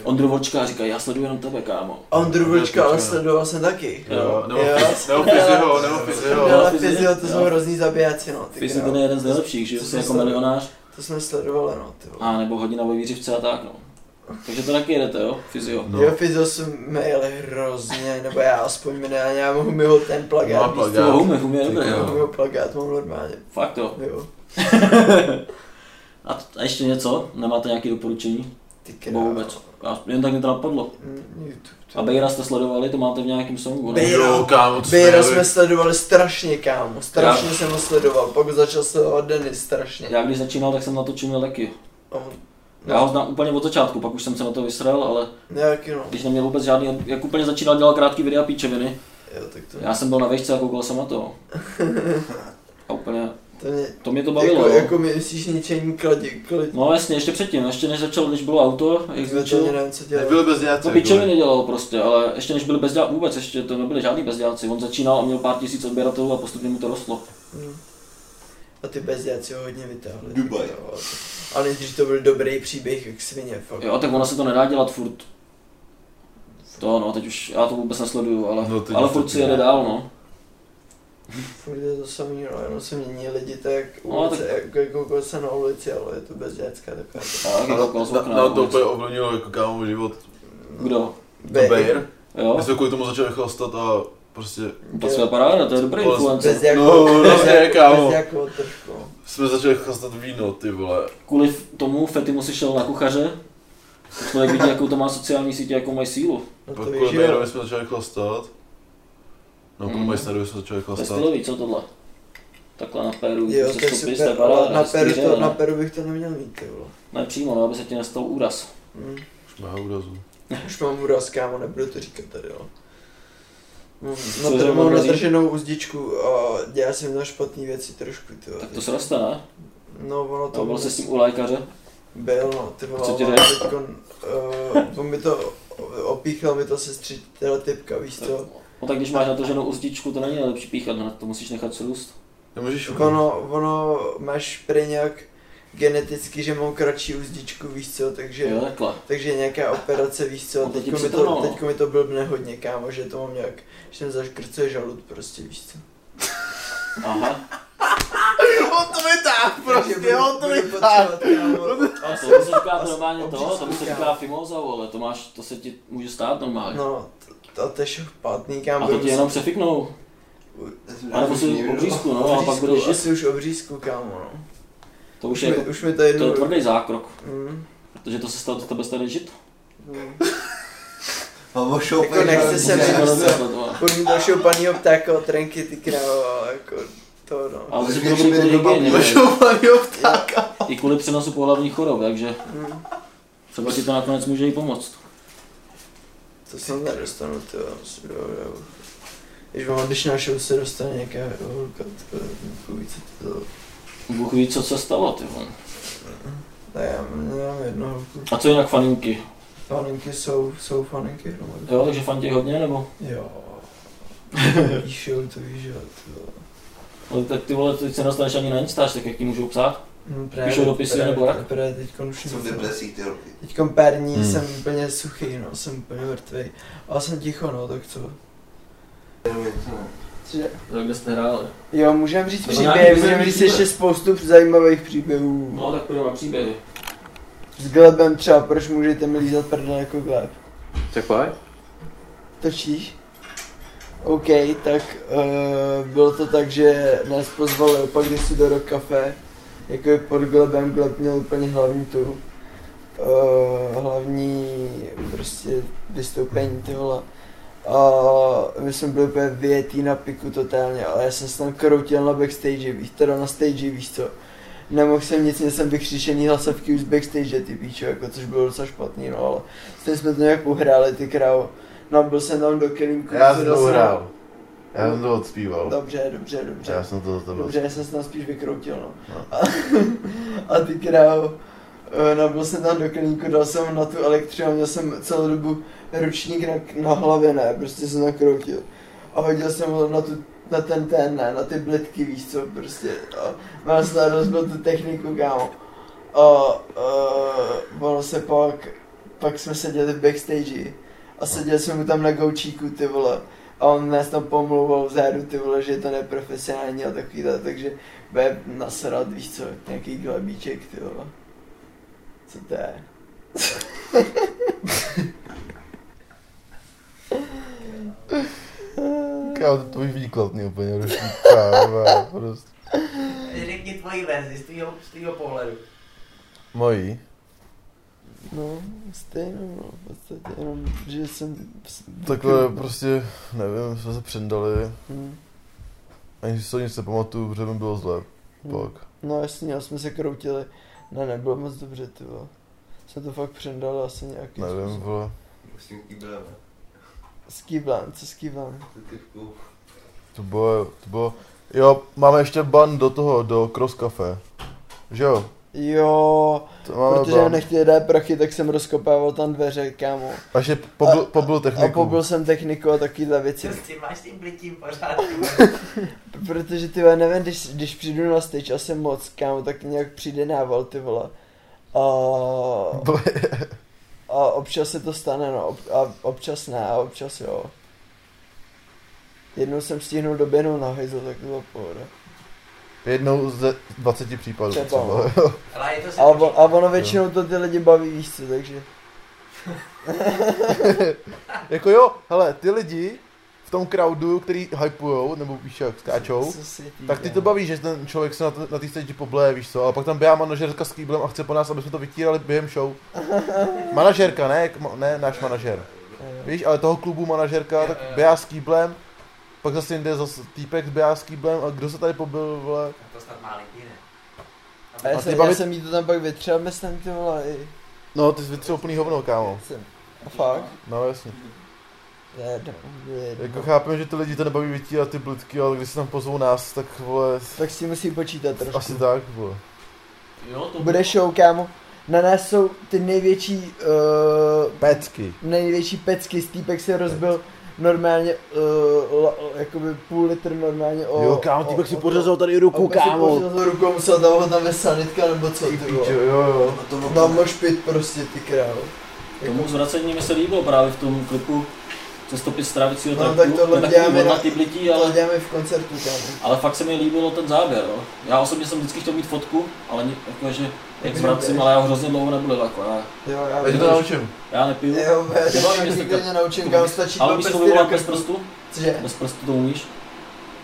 Speaker 1: Ondru Vočka a říkají, já sleduju jenom tebe, kámo.
Speaker 2: Ondru Vlčka, ale
Speaker 1: no.
Speaker 3: Vlčka.
Speaker 2: sledoval jsem taky.
Speaker 3: Jo, nebo
Speaker 2: Jo.
Speaker 3: Fiz- nebo Fiziho, nebo Fiziho.
Speaker 2: Ale
Speaker 1: Fizi-
Speaker 2: fyzio, to jsou
Speaker 1: jo.
Speaker 2: hrozný zabijáci, no, ty
Speaker 1: Fizi
Speaker 2: král.
Speaker 1: ten je jeden z nejlepších, že jo,
Speaker 2: Co
Speaker 1: jsi
Speaker 2: jsem
Speaker 1: jako
Speaker 2: sledoval?
Speaker 1: milionář.
Speaker 2: To jsme sledovali, no, ty vole.
Speaker 1: A nebo hodina ve vířivce a tak, no. Takže to taky jedete, jo, Fizio.
Speaker 3: No.
Speaker 2: No. Jo, fyzio jsme jeli hrozně, nebo já aspoň mi ne, já mohu mi ho ten
Speaker 3: Má
Speaker 2: plagát.
Speaker 3: plagát.
Speaker 1: To hume, hume je
Speaker 3: Ty
Speaker 1: dobré,
Speaker 3: král.
Speaker 1: jo.
Speaker 2: Mohu mi ho plagát, mám normálně,
Speaker 1: Fakt jo.
Speaker 2: jo.
Speaker 1: A, t- a ještě něco? Nemáte nějaké doporučení?
Speaker 2: Ty
Speaker 1: Nebo vůbec? Já, jen tak mě to napadlo.
Speaker 2: Mm, YouTube. to-
Speaker 1: A Bejra jste sledovali, to máte v nějakém songu, ne?
Speaker 2: Bejra.
Speaker 3: Jo, kámo, to
Speaker 2: Bejra
Speaker 3: jsme-
Speaker 2: jsme sledovali strašně, kámo, strašně jsem ho sledoval, pak začal sledovat Denis strašně.
Speaker 1: Já když začínal, tak jsem na to čuměl taky.
Speaker 2: A on-
Speaker 1: Já ho znám úplně od začátku, pak už jsem se na to vysral, ale
Speaker 2: Nějaký no,
Speaker 1: když neměl vůbec žádný, jak úplně začínal, dělal krátký videa píčeviny.
Speaker 2: jo, tak to,
Speaker 1: Já jsem byl na vejšce a koukal jsem na to. A úplně,
Speaker 2: to mě,
Speaker 1: to mě to bavilo.
Speaker 2: jako,
Speaker 1: jo.
Speaker 2: jako mi myslíš ničení kladě, kladě,
Speaker 1: No jasně, ještě předtím, ještě než začal, když bylo auto, No, jak
Speaker 2: Vyčeně
Speaker 1: začal,
Speaker 2: nevím, co dělal.
Speaker 3: Nebyli bez nějaké.
Speaker 1: to píčeviny dělal prostě, ale ještě než byli bezděláci, vůbec ještě to nebyli žádný bezděláci, on začínal a měl pár tisíc odběratelů a postupně mu to rostlo.
Speaker 2: Hm. A ty bezděci ho hodně vytáhli.
Speaker 4: Dubaj.
Speaker 2: Jo. Ale nejdřív to byl dobrý příběh, jak svině, fakt.
Speaker 1: Jo, tak ono se to nedá dělat furt. To no, teď už, já to vůbec nesleduju, ale,
Speaker 3: No, teď
Speaker 1: ale
Speaker 3: už
Speaker 1: furt
Speaker 3: taky
Speaker 1: si jede
Speaker 3: ne.
Speaker 1: dál, no.
Speaker 2: Furt je to samý, no, jenom se mění lidi, tak
Speaker 1: No,
Speaker 2: ulice, jako, jako koukal se na ulici, ale je to bezděcká taková.
Speaker 1: Tak,
Speaker 3: Ale
Speaker 1: jako koukal z
Speaker 3: na-
Speaker 1: okna,
Speaker 3: na to
Speaker 1: vůbec.
Speaker 3: úplně ovlivnilo jako kámo život.
Speaker 1: Kdo?
Speaker 3: To Bejr.
Speaker 1: Jo?
Speaker 3: Já jsem kvůli tomu začal chlastat a prostě
Speaker 1: To je paráda, to je dobrý
Speaker 3: Ale
Speaker 1: influencer.
Speaker 2: Bezděckou,
Speaker 3: No, no, ne, kámo.
Speaker 2: bezděckou trošku.
Speaker 3: jsme začali chlastat víno, ty vole.
Speaker 1: Kvůli f- tomu Fety mu si šel na kuchaře. To Člověk vidí, jakou to má sociální sítě, jakou mají sílu.
Speaker 2: No
Speaker 3: Pak
Speaker 2: to
Speaker 3: kvůli
Speaker 2: víš, jo.
Speaker 3: Bejrovi jsme začali chlastat. No, kvůli
Speaker 1: Mhm.
Speaker 3: Meissnerovi jsme začali
Speaker 1: To je
Speaker 3: chlastat.
Speaker 1: stylový, co tohle? Takhle na Peru, prostě
Speaker 2: Jo, to
Speaker 1: přes
Speaker 2: je
Speaker 1: to pis,
Speaker 2: super,
Speaker 1: paráda,
Speaker 2: ale na
Speaker 1: hezký
Speaker 2: Peru, to,
Speaker 1: řez,
Speaker 2: na
Speaker 1: ne?
Speaker 2: Peru bych to neměl mít, ty vole.
Speaker 1: Ne přímo, no, aby se ti nestal úraz.
Speaker 2: Hm.
Speaker 3: Už má úrazu.
Speaker 2: Už mám úraz, kámo, nebudu to říkat tady, jo. Mám
Speaker 1: Co
Speaker 2: natr-
Speaker 1: za
Speaker 2: Mám
Speaker 1: úrazí?
Speaker 2: natrženou uzdičku a dělá se mi tam špatný věci trošku, ty vole.
Speaker 1: Tak to sroste, ne?
Speaker 2: No, ono to
Speaker 1: To byl se s tím u lékaře.
Speaker 2: Byl, no, ty vole,
Speaker 1: Co ti
Speaker 2: ono
Speaker 1: jde?
Speaker 2: teďkon, eh, on mi to, opíchla mi to sestři, teda typka, víš co?
Speaker 1: No tak když máš na to ženou uzdičku, to není nejlepší píchat hned, to musíš nechat srůst.
Speaker 3: Nemůžeš
Speaker 2: Ono, ono, máš prý nějak geneticky, že mám kratší úzdičku, víš co, takže...
Speaker 1: Jo, takhle.
Speaker 2: Takže nějaká operace, víš co,
Speaker 1: No to ti
Speaker 2: teďko mi, to,
Speaker 1: přitrhlo.
Speaker 2: teďko mi to blbne hodně, kámo, že to mám nějak, že jsem zaškrcuje žalud prostě, víš co.
Speaker 1: Aha.
Speaker 2: On to vytáh
Speaker 4: prostě, on to
Speaker 2: vytáh.
Speaker 1: A to by se říká normálně to,
Speaker 2: Občas
Speaker 1: to by se
Speaker 2: říká.
Speaker 1: říká fimoza, vole, to máš, to se ti může stát normálně.
Speaker 2: No, to, to, to je špatný, kámo.
Speaker 1: A to
Speaker 2: budu
Speaker 1: ti jenom
Speaker 2: muset-
Speaker 1: přefiknou. A nebo si obřízku, no, a pak
Speaker 2: obřízku,
Speaker 1: budeš žít.
Speaker 2: Asi už obřízku, kámo, no.
Speaker 1: To už
Speaker 2: Už
Speaker 1: je,
Speaker 2: mi,
Speaker 1: jako,
Speaker 2: už mi to
Speaker 1: to je
Speaker 2: jednou...
Speaker 1: tvrdý zákrok,
Speaker 2: Mm,
Speaker 1: protože to se stalo, to tebe stane žít.
Speaker 2: mm.
Speaker 4: Mamo šoupej.
Speaker 2: Jako nechce se mi-
Speaker 1: Musíš to
Speaker 2: nechce.
Speaker 1: rozmyslet, vole.
Speaker 2: Pod mít dalšího paního ptáka od trenky, ty krávo, ale jako to, no.
Speaker 1: Ale to je
Speaker 4: Když
Speaker 1: dobrý
Speaker 4: mi
Speaker 1: kvůli
Speaker 4: někdo
Speaker 1: hygieně,
Speaker 4: baví-
Speaker 1: vole.
Speaker 2: Tak.
Speaker 1: i kvůli přenosu pohlavních chorob, takže
Speaker 2: Mm,
Speaker 1: třeba ti to nakonec může i pomoct.
Speaker 2: to snad nedostanu, ty jo, musím do, jo. Když mám, když na show se dostane nějaká holka, ty jo, chuj, co to bylo.
Speaker 1: Bůh ví, co se stalo, ty vole.
Speaker 2: Ne, já mám, já mám jednu holku.
Speaker 1: A co jinak faninky?
Speaker 2: Faninky jsou, jsou faninky, no.
Speaker 1: Jo, takže fantí hodně, nebo?
Speaker 2: Jo. Víš, jo, to víš, jo, ty jo.
Speaker 1: Ale No, tak ty vole, teď se nedostaneš ani na Instač, tak jak ti můžou psát?
Speaker 2: Hm,
Speaker 1: Píšou dopisy,
Speaker 2: právě,
Speaker 1: nebo jak?
Speaker 2: Právě teďkon už
Speaker 4: Jsem v
Speaker 2: nic, no.
Speaker 4: depresích ty roky.
Speaker 2: Teďkon pár dní
Speaker 3: Hmm.
Speaker 2: jsem úplně suchý, no, jsem úplně mrtvej. Ale jsem ticho, no, tak co? Cože?
Speaker 1: Tak kde jste hráli?
Speaker 2: Jo, můžeme říct
Speaker 1: No,
Speaker 2: příběh,
Speaker 1: nějaký
Speaker 2: můžeme
Speaker 1: zajímavý
Speaker 2: říct
Speaker 1: příběh.
Speaker 2: ještě spoustu zajímavých příběhů.
Speaker 1: No tak půjdeme na příběhy.
Speaker 2: S Glebem třeba, proč můžete mi lízat prdel jako Gleb?
Speaker 5: Tak pojď.
Speaker 2: Točíš? OK, tak uh, bylo to tak, že nás pozval Leopold kdysi do Rock Café, jako je pod Glebem, Gleb měl úplně hlavní tu, uh, hlavní prostě vystoupení tohle. A my jsme byli úplně vyjetý na piku totálně, ale já jsem se tam kroutil na backstage, víš, teda na stage, víš co. Nemohl jsem nic, měl jsem vykřičený hlasovky už z backstage, ty píčo, jako, což bylo docela špatný, no ale s tím jsme to nějak uhráli, ty krávo. No byl jsem tam do kelímku.
Speaker 3: Já jsem
Speaker 2: dal
Speaker 3: to hrál. Já jsem to odspíval.
Speaker 2: jako Dobře, dobře, dobře.
Speaker 3: Já jsem to za tebe.
Speaker 2: Dobře, já jsem se tam spíš vykroutil, no.
Speaker 3: No.
Speaker 2: A, a ty král, nabil jsem tam do klíníku, dal jsem na tu elektřinu, měl jsem celou dobu ručník na, na hlavě, ne, prostě jsem nakroutil. A hodil jsem ho na, tu, na ten ten, ne, na ty blitky, víš co, prostě. A mám se rozbil tu techniku, kámo. A, a eh, ono se pak, pak jsme seděli v backstage a seděl jsem mu tam na goučíku, ty vole. A on nás tam pomlouval vzadu, ty vole, že je to neprofesionální a takový to, takže bude nasrat, víš co, nějaký glebíček, ty vole. Co to je?
Speaker 3: Kámo, to bych výkladný úplně roční káva, prostě.
Speaker 6: Řekni tvoji verzi z tvýho, z tvýho pohledu.
Speaker 3: Mojí.
Speaker 2: No, stejnou, no, v podstatě jenom, že jsem... hm,
Speaker 3: Takhle prostě, nevím, jsme se přendali,
Speaker 2: Hm,
Speaker 3: ani si to nic nepamatuju, protože mi bylo zle. Pak.
Speaker 2: No jasně, já jsme se kroutili, ne, nebylo moc dobře, ty vole. Jsem to fakt přendal asi nějaký
Speaker 3: Nevím, vole.
Speaker 4: Musím kýbelem.
Speaker 2: Skýblán, co skýblán?
Speaker 4: To typku.
Speaker 3: To bylo, to bylo. Jo, máme ještě ban do toho, do Cross Café. Že jo?
Speaker 2: Jo,
Speaker 3: To máme
Speaker 2: protože mi
Speaker 3: ban.
Speaker 2: nechtěli dát prachy, tak jsem rozkopával tam dveře, kámo.
Speaker 3: Až je pobl,
Speaker 2: A-
Speaker 3: pobl
Speaker 2: A
Speaker 3: techniku.
Speaker 2: pobil jsem techniku a takovýhle věci.
Speaker 6: Co s tím Prostě máš tím blitím pořád? ty vole?
Speaker 2: Protože ty vole, nevím, když, když přijdu na stage a jsem moc, kámo, tak nějak přijde nával, ty vole. A, a občas se to stane, no, ob, a občas ne, a občas jo. Jednou jsem stihnul doběhnout na hajzl, tak to bylo v pohoda.
Speaker 3: Jednou ze 20 případů.
Speaker 2: Třeba. no.
Speaker 3: Třeba. jo.
Speaker 6: Ale je to se
Speaker 2: A, on, a ono většinou to ty lidi baví víc, co, takže...
Speaker 3: jako jo, hele, ty lidi v tom crowdu, který hypujou, nebo víš jak, skáčou,
Speaker 2: Co si ty,
Speaker 3: tak ty to
Speaker 2: kámo?
Speaker 3: baví, že ten člověk se na t- na té stage poblé, víš co, ale pak tam běhá manažerka s kýblem a chce po nás, aby jsme to vytírali během show. Manažerka, ne, jak ma- ne náš manažer.
Speaker 2: Jo.
Speaker 3: Víš, ale toho klubu manažerka, tak běhá s kýblem, pak zase jinde zase týpek běhá s kýblem a kdo se tady pobil, vole.
Speaker 6: To snad má lidi, ne?
Speaker 2: A
Speaker 3: a
Speaker 2: já,
Speaker 3: ty
Speaker 2: jsem,
Speaker 3: baví-
Speaker 2: já jsem jí to tam pak vytřel, myslím, ty vole, i...
Speaker 3: No, ty jsi vytřel úplný hovno, kámo.
Speaker 2: Jsem. A fakt?
Speaker 3: No jasně.
Speaker 2: Jedno, jedno.
Speaker 3: Jako chápem, že ty lidi to nebaví vytírat ty blitky, ale když se tam pozvou nás, tak vole,
Speaker 2: Tak si musí počítat trošku.
Speaker 3: asi tak, vole.
Speaker 1: Jo, to
Speaker 2: Bude show, kámo. Na nás jsou ty největší, uh,
Speaker 3: Pecky.
Speaker 2: největší pecky. Stýpek se rozbil normálně, uh, la, jakoby půl litr normálně o...
Speaker 3: Jo, kámo, týpek si pořezal tady ruku,
Speaker 2: kámo.
Speaker 3: kámo.
Speaker 2: rukou, musel tam ho tam je sanitka nebo co, ty
Speaker 3: Jo,
Speaker 2: vole.
Speaker 3: jo, jo.
Speaker 4: A to bylo
Speaker 2: Tam mošpit prostě, ty Jako krávo.
Speaker 1: Tomu zvracení mi se líbilo právě v tom klipu Cestopis strávicího
Speaker 2: No, tak tohle děláme na-
Speaker 1: na ty blití,
Speaker 2: To
Speaker 1: ale,
Speaker 2: děláme v koncertu, kámo.
Speaker 1: ale fakt se mi líbilo ten záběr. No. Já osobně jsem vždycky chtěl mít fotku, ale ni- jako, že jak
Speaker 2: Jak
Speaker 1: zvracím,
Speaker 2: nebudeš.
Speaker 1: ale já ho hrozně dlouho nebudu jako, já,
Speaker 2: Jo, já
Speaker 3: Já tě to naučím.
Speaker 1: já nepiju.
Speaker 2: Jo, já
Speaker 1: Ty vole,
Speaker 2: tě
Speaker 1: mě
Speaker 2: to
Speaker 1: se
Speaker 2: nikdy nenaučím, kámo, stačí
Speaker 1: Ale
Speaker 2: dva
Speaker 1: umíš to
Speaker 2: prsty
Speaker 1: vyvolat
Speaker 2: do
Speaker 1: bez
Speaker 2: krku.
Speaker 1: prstu?
Speaker 2: Cože?
Speaker 1: Bez prstu to umíš?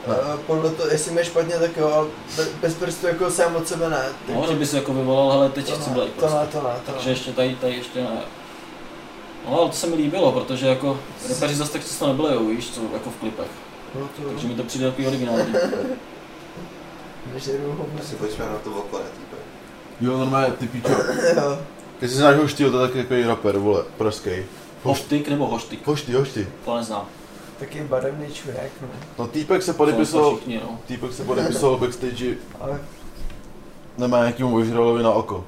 Speaker 1: No.
Speaker 2: Eh, Podle toho, jestli mi je špatně, tak jo, ale be- bez prstu jako sám od sebe ne. Tak
Speaker 1: No, že bys jako vyvolal, hele, teď
Speaker 2: to
Speaker 1: chci
Speaker 2: ne,
Speaker 1: být
Speaker 2: To
Speaker 1: prostě.
Speaker 2: ne, to ne, to
Speaker 1: Takže
Speaker 2: ne.
Speaker 1: ještě tady, tady ještě ne. No, ale to se mi líbilo, protože jako repeři zase tak často nebyli, jo, víš, co, jako v klipech.
Speaker 2: No to
Speaker 1: Takže mi to přijde takový originální.
Speaker 2: Nežeru hovno.
Speaker 4: Asi pojďme na to oko, ne týpe.
Speaker 3: Jo, normálně, ty píčo.
Speaker 2: Jo.
Speaker 3: Jestli znáš hoštýho, to je taky takový rapper, vole, pražský.
Speaker 1: Hoštyk nebo hoštyk?
Speaker 3: Hoštý, hoštý.
Speaker 1: To neznám.
Speaker 2: Taky barevný čurák, no.
Speaker 3: No týpek se
Speaker 1: To jsou
Speaker 3: podepisoval,
Speaker 1: všichni, no.
Speaker 3: týpek se podepisoval backstage,
Speaker 2: Ale
Speaker 3: nemá nějakýmu vožralovi na oko.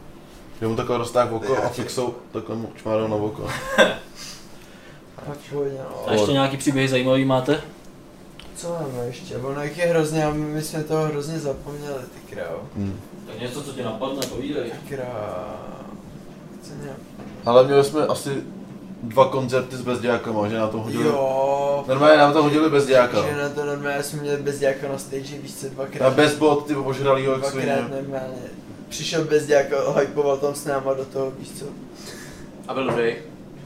Speaker 3: Že mu takhle roztáhl oko a fixou, takhle mu čmárou na oko.
Speaker 2: ale v pohodě, no.
Speaker 1: A ještě nějaký příběhy zajímavý máte?
Speaker 2: Co máme ještě? Ono jak je hrozně, a my my jsme toho hrozně zapomněli, ty krávo.
Speaker 3: Hmm.
Speaker 1: Tak něco, co tě napadne, povídej.
Speaker 2: Ty krávo. Co nějak?
Speaker 3: Ale měli jsme asi dva koncerty s bezdějákama, že na to hodili.
Speaker 2: Jo.
Speaker 3: Normálně nám to hodili bez dějáka.
Speaker 2: Že na to normálně jsme měli bez dějáka na stage víc co dvakrát.
Speaker 3: A bez bod, ty požralýho jak
Speaker 2: Dvakrát
Speaker 3: svině.
Speaker 2: normálně. Přišel bez dějáka, hypoval tam s náma do toho, víš co?
Speaker 5: A byl dobrý.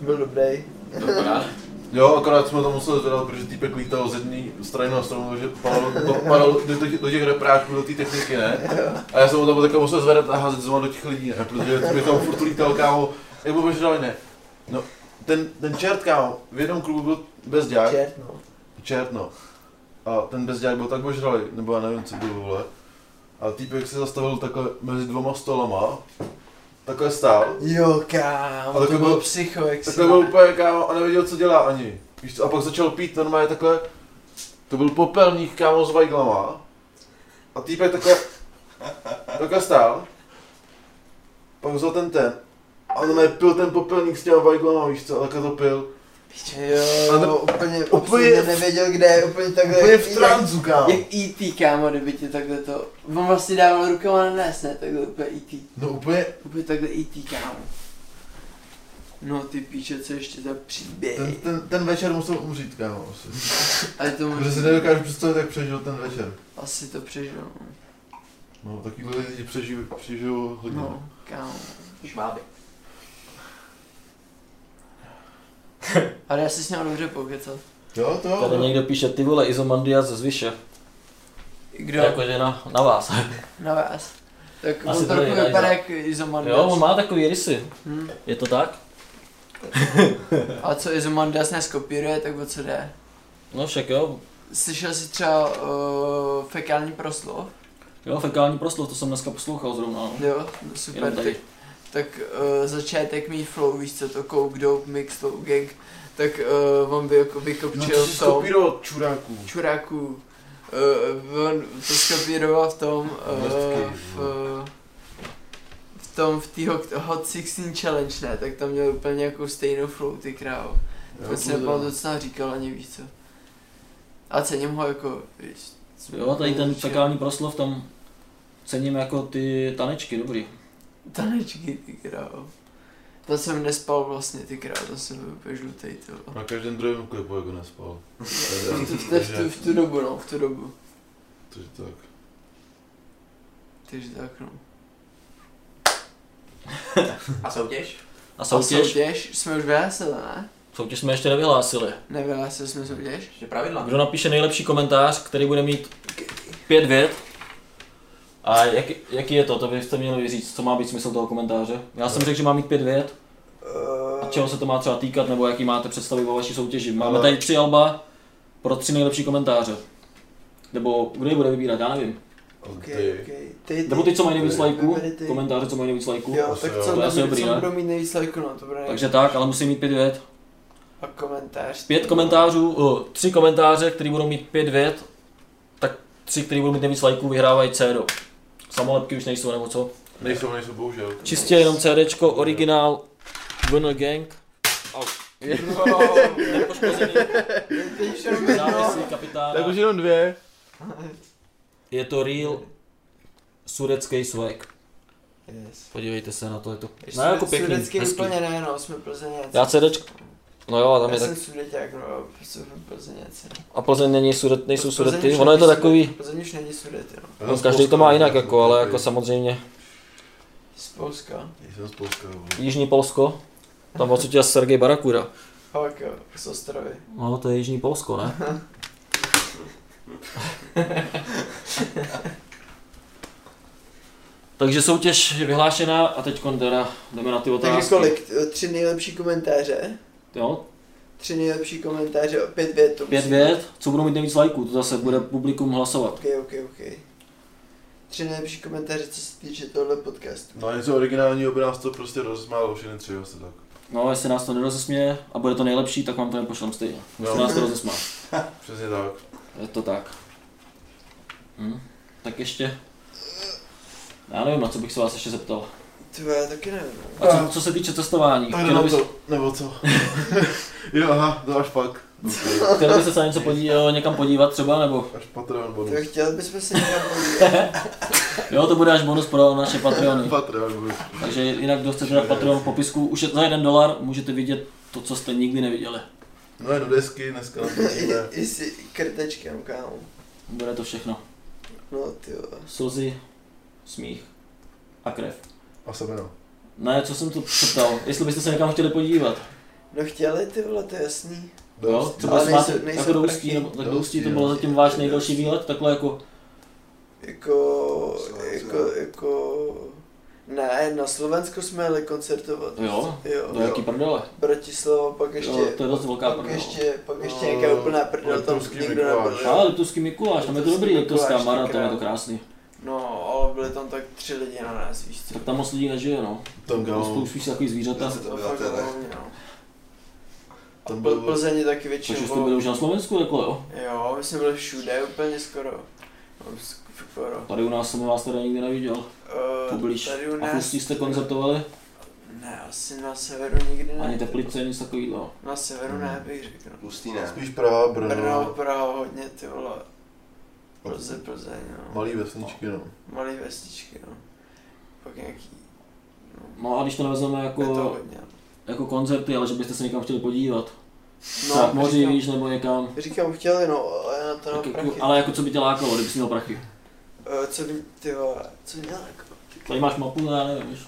Speaker 2: Byl dobrý.
Speaker 4: Dobrá.
Speaker 3: Jo, akorát jsme to museli zvedat, protože týpek lítal z jedné strany na stranu, že padalo, to, padalo do, těch, do těch repráčků, do té techniky, ne? A já jsem ho tam takhle musel zvedat a házet znovu do těch lidí, ne? Protože mi tam furt lítal, kámo, jak byl požadali, ne? No, ten, ten čert, kámo, v jednom klubu byl bezďák,
Speaker 2: Čert, no.
Speaker 3: čert, no. A ten bezďák byl tak ožralý, nebo já nevím, co byl, vole. A týpek se zastavil takhle mezi dvoma stolama, takhle stál,
Speaker 2: Jo, kámo,
Speaker 3: Ale
Speaker 2: to,
Speaker 3: to
Speaker 2: to
Speaker 3: bylo-
Speaker 2: byl psycho, jak
Speaker 3: tak
Speaker 2: si...
Speaker 3: to byl úplně kámo a nevěděl, co dělá ani. Víš co, a pak začal pít normálně takhle. To byl popelník kámo s vajglama. A týpek takhle, takhle stál. Pak vzal ten ten. A on normálně pil ten popelník s těma vajglama, víš co, a takhle to pil.
Speaker 2: Jo,
Speaker 3: Ale-
Speaker 2: úplně,
Speaker 3: úplně-
Speaker 2: úplně, nevěděl, kde je, úplně takhle.
Speaker 3: Úplně v
Speaker 2: jak-
Speaker 3: tranzu, kámo.
Speaker 2: Jak E.T. kámo, kdyby tě takhle to... On vlastně dával rukama na nás, ne? Takhle úplně E.T.
Speaker 3: No úplně,
Speaker 2: Úplně takhle E.T. kámo. No ty píče, co ještě za příběh.
Speaker 3: ten, ten, ten večer musel umřít, kámo. Asi.
Speaker 2: Ale to
Speaker 3: Protože si
Speaker 2: možná...
Speaker 3: nedokážu představit, jak přežil ten večer.
Speaker 2: Asi to přežil. no.
Speaker 3: No, takovýhle lidi přežijou, přežijou hodně. No.
Speaker 2: No, kámo.
Speaker 1: Šváby.
Speaker 2: Ale já si s ním dobře pokecat.
Speaker 3: Jo, to
Speaker 1: Tady
Speaker 3: jo.
Speaker 1: někdo píše, ty vole, Izomandia ze Zvyše. Jako-
Speaker 2: Kdo?
Speaker 1: Jakože na, na vás.
Speaker 2: Na vás. Tak
Speaker 1: Asi
Speaker 2: on
Speaker 1: to
Speaker 2: trochu
Speaker 1: je Rajza.
Speaker 2: vypadá jak Izomandias.
Speaker 1: Jo, on má takový rysy.
Speaker 2: Hm.
Speaker 1: Je to tak?
Speaker 2: A co Izomandias nás kopíruje, tak o co jde?
Speaker 1: No však jo.
Speaker 2: Slyšel jsi třeba uh, fekální proslov?
Speaker 1: Jo, fekální proslov, to jsem dneska poslouchal zrovna. No.
Speaker 2: Jo,
Speaker 1: Jenom
Speaker 2: super. Tak,
Speaker 1: tady.
Speaker 2: tak uh, začátek mý flow, víš co to, Coke Dope Mix Flow Gang, tak uh, on by jako
Speaker 3: No,
Speaker 2: vykopčil
Speaker 3: to
Speaker 2: no,
Speaker 3: jsi
Speaker 2: to
Speaker 3: skopíroval od čuráků.
Speaker 2: čuráku. Uh, on to skopíroval v tom,
Speaker 1: No,
Speaker 2: uh,
Speaker 3: Mrtky,
Speaker 2: v, v tom, v tý hot, hot 16 challenge, ne, tak tam měl úplně nějakou stejnou flow, ty krávo.
Speaker 3: Jo,
Speaker 2: To si
Speaker 3: to-
Speaker 2: nepamatuju, co tam říkal, ani víš co. A cením ho jako, víš,
Speaker 1: Jo, tady ten
Speaker 2: určitě.
Speaker 1: fekální proslov tam cením jako ty tanečky, dobrý.
Speaker 2: Tanečky, ty krávo. To jsem nespal vlastně, ty krávo, to jsem byl úplně žlutej, ty vole.
Speaker 3: Na každém druhém klipu jako nespal.
Speaker 2: V tu, v, tu, v, tu, v tu dobu, no, v tu dobu.
Speaker 3: Takže tak.
Speaker 2: Takže tak, no.
Speaker 6: A soutěž?
Speaker 1: A soutěž?
Speaker 2: soutěž jsme už vyhlásili, ne?
Speaker 1: Soutěž jsme ještě nevyhlásili.
Speaker 2: Nevyhlásili jsme soutěž?
Speaker 6: Ještě pravidla.
Speaker 1: Kdo napíše nejlepší komentář, který bude mít pět vět, a jak, jaký je to? To byste měli říct, co má být smysl toho komentáře. Já jsem řekl, že má mít pět vět. A čeho se to má třeba týkat, nebo jaký máte představy o vaší soutěži. Máme
Speaker 3: Ale-
Speaker 1: tady tři alba pro tři nejlepší komentáře. Nebo kdo je bude vybírat, já nevím.
Speaker 3: Ok,
Speaker 2: okay. Ty,
Speaker 1: Nebo ty, co mají nejvíc
Speaker 3: Ty.
Speaker 1: lajků,
Speaker 2: Vyberi ty.
Speaker 1: komentáře, co mají nejvíc lajků.
Speaker 2: Jo,
Speaker 3: Asi
Speaker 2: tak
Speaker 3: jo.
Speaker 2: co,
Speaker 1: To je asi
Speaker 2: budou-
Speaker 1: dobrý,
Speaker 2: co
Speaker 1: ne?
Speaker 2: budou mít nejvíc lajků, no, to bude
Speaker 1: Takže tak, ale musí mít pět vět.
Speaker 2: A komentář.
Speaker 1: Pět komentářů, o, tři komentáře, které budou mít pět vět, tak tři, které budou mít nejvíc lajků, vyhrávají CD. Samolepky už nejsou, nebo co?
Speaker 3: Nejsou, nejsou, bohužel.
Speaker 1: Čistě jenom CDčko, originál, VN Gang, nepoškozený, závislý
Speaker 3: Tak
Speaker 1: kapitána.
Speaker 3: už jenom dvě.
Speaker 1: Je to real sudecký swag.
Speaker 2: Yes.
Speaker 1: Podívejte se na to, je to
Speaker 2: Jsme
Speaker 1: no, jako pěkný,
Speaker 2: sudecký
Speaker 1: hezký.
Speaker 2: úplně ne, no, jsme plzeňáci.
Speaker 1: Já CDčko, no jo, a tam
Speaker 2: Já
Speaker 1: je tak,
Speaker 2: jsem sudeťák, no, prostě jsme plzeňáci.
Speaker 1: a Plzeň není sudet, nejsou
Speaker 2: Plzeň
Speaker 1: sudety,
Speaker 2: už
Speaker 1: ono je to
Speaker 2: není
Speaker 1: takový,
Speaker 2: Sudet- Plzeň už není sudety, no.
Speaker 1: no, každý to má jinak jako, ale jako samozřejmě,
Speaker 2: Z Polska.
Speaker 3: Jsem z Polska, vole.
Speaker 1: Jižní Polsko, tam vlastně tě Sergej Barakura.
Speaker 2: Fakt jo, z Ostravy.
Speaker 1: No, to je Jižní Polsko, ne? Takže soutěž je vyhlášená a teď teda jdeme na ty otázky.
Speaker 2: Takže kolik? Tři nejlepší komentáře?
Speaker 1: Jo,
Speaker 2: Tři nejlepší komentáře, o pět vět to
Speaker 1: pět
Speaker 2: musí
Speaker 1: vět, co budou mít nejvíc lajků, to zase bude publikum hlasovat.
Speaker 2: být. Ok, ok, ok. Tři nejlepší komentáře, co se týče tohle podcastu.
Speaker 3: No a něco originálního by nás to prostě rozmálo všechny tři asi tak.
Speaker 1: No, jestli nás to nerozesměje a bude to nejlepší, tak vám to nepošlem stejně. Jestli
Speaker 3: No,
Speaker 1: nás to rozesmá.
Speaker 3: přesně tak.
Speaker 1: Je to tak. Hm? Tak ještě... Já nevím, na co bych se vás ještě zeptal.
Speaker 2: Ty já taky nevím. no.
Speaker 1: A co, co se týče cestování,
Speaker 3: Tak
Speaker 1: chtěl
Speaker 3: jenom
Speaker 1: bys,
Speaker 3: to, nebo co? jo, aha, to až pak. Okay.
Speaker 1: chtěl bys se na něco podívat, někam podívat třeba, nebo
Speaker 3: Až Patreon bonus.
Speaker 2: Tak chtěl bychom se někam podívat.
Speaker 1: Jo, to bude až bonus pro naše Patreony.
Speaker 3: Patreon bonus.
Speaker 1: Takže jinak, kdo chcete na Patreon v popisku, už je za jeden dolar, můžete vidět to, co jste nikdy neviděli.
Speaker 3: No je do desky, dneska natáčíme.
Speaker 2: I, I si krtečkem, kámo.
Speaker 1: Bude to všechno.
Speaker 2: No ty jo.
Speaker 1: Slzy, smích a krev.
Speaker 3: A semena.
Speaker 1: Ne, co jsem to ptal, jestli byste se někam chtěli podívat.
Speaker 2: No chtěli ty vole, to je jasný.
Speaker 1: No, třeba
Speaker 2: ale
Speaker 1: si máte
Speaker 2: nejsou- nejsou
Speaker 1: jako doustí,
Speaker 2: prachy.
Speaker 1: nebo tak doustí, to
Speaker 3: Doustí,
Speaker 1: bylo
Speaker 3: doustí,
Speaker 1: zatím váš
Speaker 2: doustí.
Speaker 1: nejdelší výlet, takhle jako,
Speaker 2: Jako,
Speaker 4: Co, co?
Speaker 2: jako, jako... Ne, na Slovensku jsme jeli koncertovat.
Speaker 1: Jo?
Speaker 2: Jo,
Speaker 1: do
Speaker 2: jo.
Speaker 1: jaký prdele.
Speaker 2: Bratislava, pak ještě...
Speaker 1: Jo, to je dost velká
Speaker 2: pak
Speaker 1: prdele.
Speaker 2: ještě, pak ještě
Speaker 3: No,
Speaker 2: nějaká úplná prdel, tam
Speaker 3: Liptovský
Speaker 2: nikdo
Speaker 3: Mikuláš.
Speaker 2: nebyl.
Speaker 1: Ale
Speaker 2: jo.
Speaker 1: Liptovský Mikuláš, tam je to
Speaker 2: Liptovský
Speaker 1: dobrý, Liptovská
Speaker 2: Mikuláš,
Speaker 1: Mara, tam je
Speaker 2: tenkrát.
Speaker 1: to krásný.
Speaker 2: No, ale byli tam tak tři lidi na nás, víš co.
Speaker 1: Tak tam moc lidí nežije, no.
Speaker 3: Tam,
Speaker 1: To jsou
Speaker 3: kámo,
Speaker 1: spíš takový zvířata.
Speaker 4: To
Speaker 2: To
Speaker 4: byla
Speaker 2: fakt
Speaker 4: tele.
Speaker 2: hlavně, no. A
Speaker 3: Tam
Speaker 2: Pl-
Speaker 3: bylo-
Speaker 2: Plzeň je taky
Speaker 1: Takže
Speaker 2: většinou...
Speaker 1: jste byli už na Slovensku, jako jo.
Speaker 2: Jo, my jsme byli všude úplně skoro. No, Skoro.
Speaker 1: Tady u nás jsem vás teda nikdy neviděl.
Speaker 2: Eh,
Speaker 1: Poblíž.
Speaker 2: Tady u
Speaker 1: A
Speaker 2: nás...
Speaker 1: pustí jste koncertovali?
Speaker 2: Ne, asi na severu nikdy ne.
Speaker 1: Ani teplice, nic takového.
Speaker 2: Na severu ne, bych řekl. no.
Speaker 4: Pustý ne.
Speaker 3: Spíš Praha,
Speaker 2: Brno,
Speaker 1: No.
Speaker 3: Brno,
Speaker 2: Praha, hodně ty vole. Plze, Plzeň, no.
Speaker 3: malý vesničky, no.
Speaker 2: Malý vesničky, no. Pak nějaký... No,
Speaker 1: No a když to nevezmeme
Speaker 2: je to
Speaker 1: jako,
Speaker 2: hodně. no.
Speaker 1: jako koncerty, ale že byste se někam chtěli podívat.
Speaker 2: No,
Speaker 1: Třeba k moři,
Speaker 2: říkám-
Speaker 1: víš, nebo někam.
Speaker 2: Říkám, chtěli, no, ale já na to
Speaker 1: Tak
Speaker 2: nemám
Speaker 1: jako,
Speaker 2: prachy.
Speaker 1: ale jako co by tě lákalo, kdybys měl prachy?
Speaker 2: Eh, Co by, ty vole, co by měla jako?
Speaker 1: Tady máš mapu, já nevím, víš.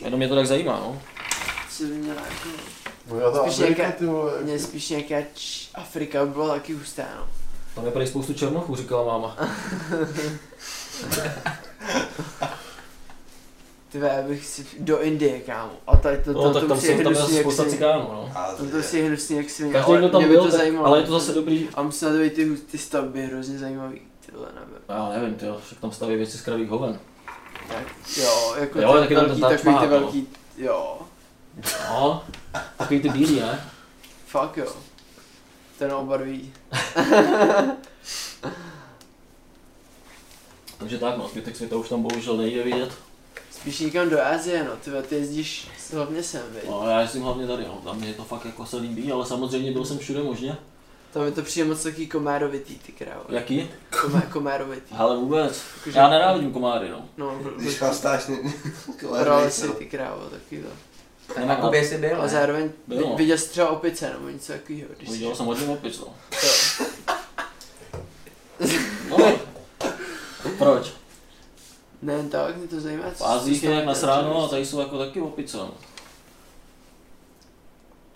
Speaker 1: Jenom mě to tak zajímá, no.
Speaker 2: Co by měla jako?
Speaker 3: No já ta
Speaker 2: Spíš
Speaker 3: Amerika,
Speaker 2: nějaká-
Speaker 3: ty vole.
Speaker 2: Mě spíš nějaká č... Afrika by byla taky hustá, no.
Speaker 1: Tam je tady spoustu černochů, říkala máma.
Speaker 2: Ty vole, já bych si do Indie, kámo. A tady to,
Speaker 1: No
Speaker 2: to,
Speaker 1: tak tam
Speaker 2: to tam si
Speaker 1: jsou tam
Speaker 2: hnusný,
Speaker 1: je
Speaker 2: jak
Speaker 1: spousta
Speaker 2: si...
Speaker 1: cikánů, no.
Speaker 4: Ale
Speaker 2: Tam to si je hnusný, jak si...
Speaker 1: Každý, kdo tam byl,
Speaker 2: to
Speaker 1: tak,
Speaker 2: zajímalo.
Speaker 1: ale je to zase dobrý.
Speaker 2: A musel to být ty, ty stavby hrozně zajímavý, ty vole, nevím.
Speaker 1: No, Já nevím, ty jo, však tam staví věci z kravých hoven.
Speaker 2: Tak, jo, jako
Speaker 1: Jo,
Speaker 2: ty
Speaker 1: taky tam ten Taj
Speaker 2: takový ty
Speaker 1: Mahal, no.
Speaker 2: velký, jo,
Speaker 1: No, takový ty bílý, ne?
Speaker 2: fakt jo. Ten obarví.
Speaker 1: Takže tak, no, zbytek světa už tam bohužel nejde vidět.
Speaker 2: Spíš někam do Asie, no, ty vole, ty jezdíš hlavně sem, vej.
Speaker 1: No, já jsem hlavně tady, no, tam mě to fakt jako se líbí, ale samozřejmě byl jsem všude možně.
Speaker 2: Tam mi to přijde moc taký komárovitý, ty krávo.
Speaker 1: Jaký?
Speaker 2: Komá, komárovitý.
Speaker 1: Hele, vůbec.
Speaker 2: Jakože-
Speaker 1: Já nenávidím komáry, no.
Speaker 2: No, vl-
Speaker 4: Když
Speaker 2: vl-
Speaker 4: chlastáš, ne... no.
Speaker 2: Roli si ty krávo, taky to.
Speaker 1: Ne,
Speaker 2: jako
Speaker 1: na Kubě
Speaker 6: jsi byl,
Speaker 2: A zároveň
Speaker 1: Bylo.
Speaker 2: vi- viděl jsi třeba opice nebo něco takového, když jsi
Speaker 1: Viděl jsem hodně opic, no.
Speaker 2: to.
Speaker 1: no. Proč?
Speaker 2: Ne, jen tak, mě to zajímá.
Speaker 1: V
Speaker 2: co-
Speaker 1: Ázích
Speaker 2: co
Speaker 1: je
Speaker 2: tam
Speaker 1: jak na
Speaker 2: děláš,
Speaker 1: sránu,
Speaker 2: víš
Speaker 1: a
Speaker 2: co?
Speaker 1: tady jsou jako taky opice, no.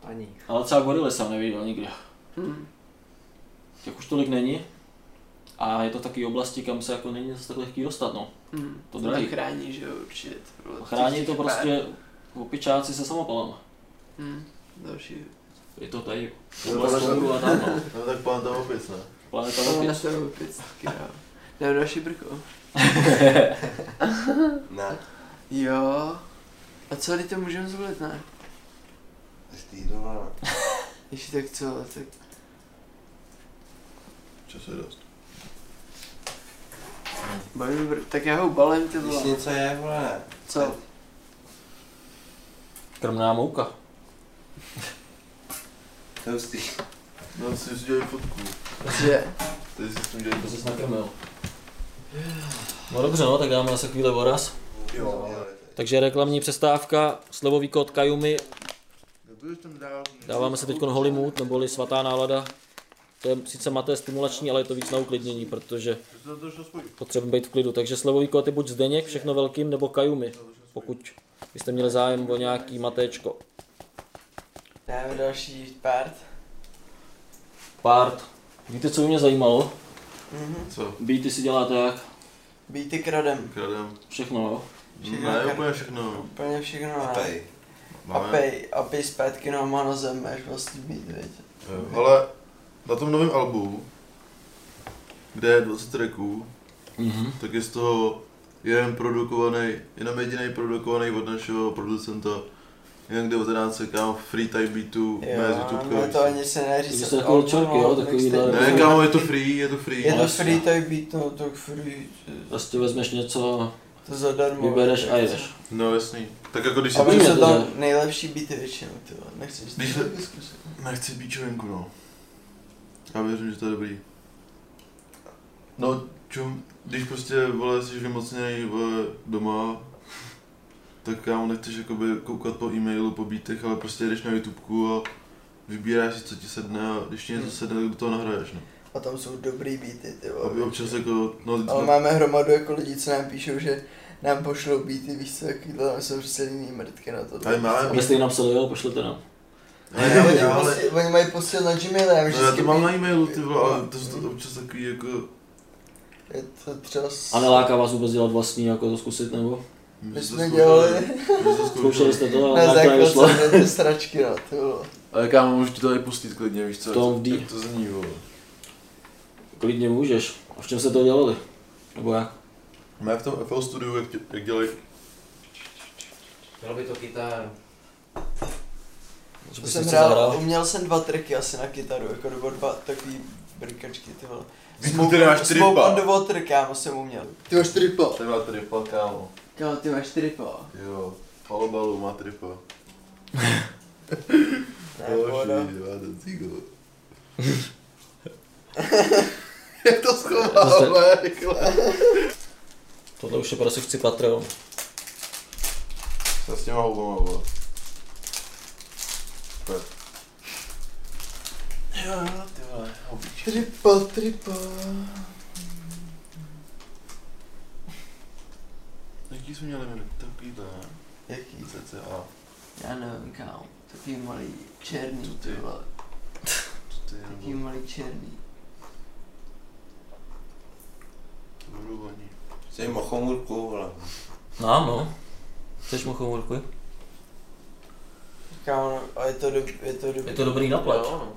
Speaker 6: Ani.
Speaker 1: Ale třeba gorily jsem neviděl nikdy.
Speaker 2: Hm.
Speaker 1: Těch už tolik není. A je to taky oblasti, kam se jako není zase tak lehký dostat, no.
Speaker 2: Hm.
Speaker 1: To
Speaker 2: To
Speaker 1: drahý.
Speaker 2: chrání, že jo, určitě. ty vole, těch-
Speaker 1: Chrání to
Speaker 2: těch pár-
Speaker 1: prostě opičáci se samopalem.
Speaker 2: Hm, další.
Speaker 1: Je to tady
Speaker 3: Jo,
Speaker 1: oblast
Speaker 3: takhle.
Speaker 1: Kongu a tam, no.
Speaker 3: No tak plán tam opic, ne?
Speaker 1: Planeta
Speaker 2: Ale na
Speaker 1: opic.
Speaker 2: sebe opic, ty krávo. Nebo no. další brko.
Speaker 4: Ne,
Speaker 2: Jo. A co, když to můžeme zvolit, ne?
Speaker 4: ty doma.
Speaker 2: Ještě tak co, tak
Speaker 3: Čas je dost.
Speaker 2: bavím, br- tak já ho balím, ty
Speaker 4: Když
Speaker 2: vole.
Speaker 4: něco je, vole, ne.
Speaker 2: Co?
Speaker 1: Krmná mouka.
Speaker 4: To je hustý.
Speaker 3: No, si si dělali fotku.
Speaker 2: Že?
Speaker 3: Ty jsi s tím dělali
Speaker 1: To
Speaker 3: fotku.
Speaker 1: se nakrmil. No dobře, no, tak dáme zase chvíli voraz. Takže reklamní přestávka, slevový kód Kajumi,
Speaker 3: No,
Speaker 1: dáváme se teď Holy Mood, neboli Svatá nálada. To je sice maté stimulační, ale je to víc na uklidnění, protože potřebujeme být v klidu. Takže slevový kód je buď Zdeněk, všechno velkým, nebo Kajumi, pokud byste měli zájem o nějaký matéčko.
Speaker 2: Dáme další part.
Speaker 1: Part. Víte, co by mě zajímalo?
Speaker 2: Mhm.
Speaker 3: Co?
Speaker 1: Beaty si děláte jak?
Speaker 2: Bíty kradem.
Speaker 3: Kradem.
Speaker 1: Všechno, jo?
Speaker 2: Všechno
Speaker 3: Ne,
Speaker 2: kradem.
Speaker 3: úplně všechno.
Speaker 2: Úplně všechno
Speaker 4: A
Speaker 2: na
Speaker 4: pej.
Speaker 2: A pej, a pej zpátky na má na zem, až vlastně být, viď.
Speaker 3: Jo, Ale na tom novém albu, kde je 20 tracků,
Speaker 1: Mhm.
Speaker 3: tak je z toho jeden produkovaný, jenom jediný produkovaný od našeho producenta, jenom 19 kam free type beatů, ne z YouTube.
Speaker 2: no to ani se neříct.
Speaker 1: Takže jste takový čorky, jo, takový
Speaker 2: Ne,
Speaker 1: dole.
Speaker 3: Ne, kámo, je to free, je to free.
Speaker 2: Je to
Speaker 1: Jasně.
Speaker 2: free type beat, no tak free, to-
Speaker 1: Prostě vezmeš něco,
Speaker 2: to zadarmo.
Speaker 1: vybereš
Speaker 2: tak
Speaker 1: a
Speaker 2: co.
Speaker 1: jdeš.
Speaker 3: No jasný. Tak jako když si...
Speaker 2: A
Speaker 1: Víme
Speaker 2: protože jsou
Speaker 1: to,
Speaker 2: tam nejlepší beaty většinou, ty vole, nechceš to
Speaker 3: Když-
Speaker 2: taky zkusit.
Speaker 3: Nechci bíčovenku, no. Já věřím, že to je dobrý. No, čum, když prostě, vole, jsi vymocněný vole, doma, tak já nechceš jakoby koukat po e-mailu, po bítech, ale prostě jdeš na YouTubeku a vybíráš si, co ti sedne a když ti něco sedne, tak do toho nahraješ, no.
Speaker 2: A tam jsou dobrý beaty, ty
Speaker 3: Aby
Speaker 2: vole.
Speaker 3: občas jako, no,
Speaker 2: Ale
Speaker 3: no
Speaker 2: máme hromadu jako lidí, co nám píšou, že nám pošlou beaty, víš co, jaký to tam jsou prostě jiný mrtky na to.
Speaker 3: Tady máme-
Speaker 1: Abyste ji napsali, jo, pošlete nám.
Speaker 3: Ne,
Speaker 2: Ne, oni,
Speaker 3: jo, ale-
Speaker 2: ale... oni mají posíl na Gmail, já
Speaker 3: No, já
Speaker 2: vždycky...
Speaker 3: to mám na e-mailu, ty vole, ale to jsou to občas takový jako...
Speaker 2: Je to třeba... s-
Speaker 1: A neláká vás vůbec dělat vlastní, jako to zkusit, nebo?
Speaker 2: My
Speaker 3: že to
Speaker 2: jsme
Speaker 3: zkoušeli-
Speaker 2: dělali
Speaker 3: že to
Speaker 1: Zkoušeli jste to, ale
Speaker 2: na
Speaker 1: vám to nevyšlo.
Speaker 2: základce ty sračky, no, ty vole.
Speaker 3: Ale kámo, můžu ti to i pustit klidně, víš co?
Speaker 1: To
Speaker 3: jak-
Speaker 1: ví.
Speaker 3: jak to zní, vole.
Speaker 1: Klidně můžeš. A v čem se to dělali? Nebo jak?
Speaker 3: Má v tom FL studiu, jak, dě- jak dělají...
Speaker 6: Bylo by to kytáru.
Speaker 1: Že
Speaker 2: To
Speaker 1: bys
Speaker 2: jsem
Speaker 1: něco
Speaker 2: hrál,
Speaker 1: zahrál?
Speaker 2: uměl jsem dva triky asi na kytaru, jako nebo dva takový brkačky, ty vole.
Speaker 3: Vy ty máš
Speaker 2: Smoke on the
Speaker 3: tripa.
Speaker 2: water, kámo, jsem uměl. Ty máš tripa.
Speaker 3: Ty má tripa, kámo.
Speaker 2: Kámo, ty máš tripa.
Speaker 3: Jo. Palobalu má tripa.
Speaker 2: Ne,
Speaker 3: Boží,
Speaker 2: voda.
Speaker 3: má ten cígl. jak to schoval,
Speaker 1: To jste-
Speaker 3: vole, rychle.
Speaker 1: Tohle už je prostě chci patrón.
Speaker 3: Co s těma houbama, vole? Tak. Jo, jo, ty vole, houbičky.
Speaker 2: Tripa, tripa.
Speaker 3: Jaký jsme měli minut? Takovýhle, ne?
Speaker 2: Jaký?
Speaker 3: CCA.
Speaker 2: Já nevím, kámo. Takový malý černý,
Speaker 3: ty
Speaker 2: ty vole.
Speaker 3: Co ty,
Speaker 2: Takový
Speaker 3: nebo
Speaker 2: malý černý.
Speaker 3: to budou oni.
Speaker 4: Jsi mochomůrku, vole.
Speaker 1: Nám, no. Chceš mu chomurku?
Speaker 2: Kámo, no, a je to, do, je to dobrý.
Speaker 1: Je to dobrý na pleť.
Speaker 2: no.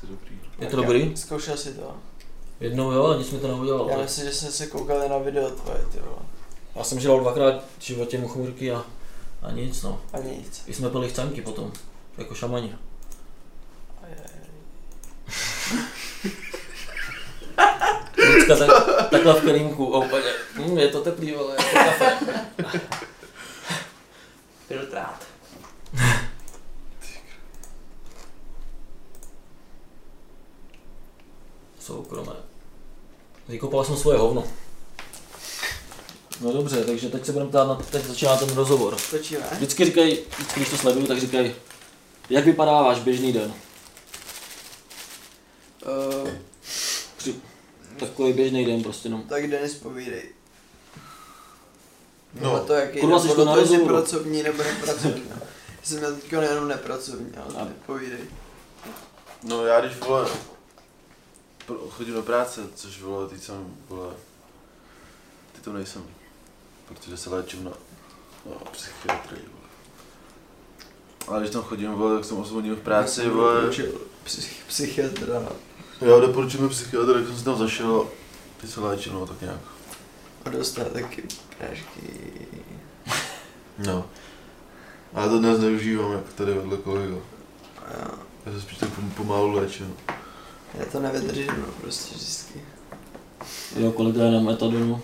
Speaker 3: To je dobrý.
Speaker 1: Je
Speaker 2: Tak
Speaker 1: to
Speaker 2: já-
Speaker 1: dobrý?
Speaker 2: Zkoušel si to.
Speaker 1: Jednou jo, ale nic mi to neudělalo.
Speaker 2: Já myslím, že jsme se koukali na video tvoje, ty vole.
Speaker 1: Já jsem žral dvakrát v životě mu chomurky a, a nic, no.
Speaker 2: A nic.
Speaker 1: I jsme pili chcanky potom, jako šamani. Vždycka tak, takhle v kelímku, a úplně, hm, je to teplý, ale je to kafe.
Speaker 6: Filtrát.
Speaker 1: Soukromé. Vykopal jsem svoje hovno. No dobře, takže teď se budeme ptát, na, teď začíná ten rozhovor.
Speaker 2: Počíme.
Speaker 1: Vždycky říkají, vždycky, když to sleduju, tak říkají, jak vypadá váš běžný den?
Speaker 2: Uh,
Speaker 1: Takový běžný den prostě, no.
Speaker 2: tak Denis povídej.
Speaker 3: No.
Speaker 2: No. to, jaký
Speaker 1: Kurva,
Speaker 2: Kurva,
Speaker 1: jsi
Speaker 2: podle
Speaker 1: to na
Speaker 2: toho, jestli
Speaker 1: rozhovoru.
Speaker 2: pracovní nebo nepracovní. no. Já jsem měl teďka jenom nepracovní, ale
Speaker 1: A-
Speaker 2: ty povídej.
Speaker 3: No já když vole, pr- chodím do práce, což vole, teď jsem vole, ty to nejsem, protože se léčím na, na psychiatrii vole. Ale když tam chodím vole, tak jsem 8 hodin v práci vole.
Speaker 2: Psych, psychiatra. no.
Speaker 3: Já doporučuji mi psychiatra, jak jsem si tam zašel, ty se léčím no tak nějak.
Speaker 2: A dostal taky prášky.
Speaker 3: No. A já to dnes neužívám, jako tady vedle kolega.
Speaker 2: A
Speaker 3: Já se spíš tak pom- pomalu léčím.
Speaker 2: já to nevydržím, no, prostě vždycky.
Speaker 1: Jo, kolega je na metadonu.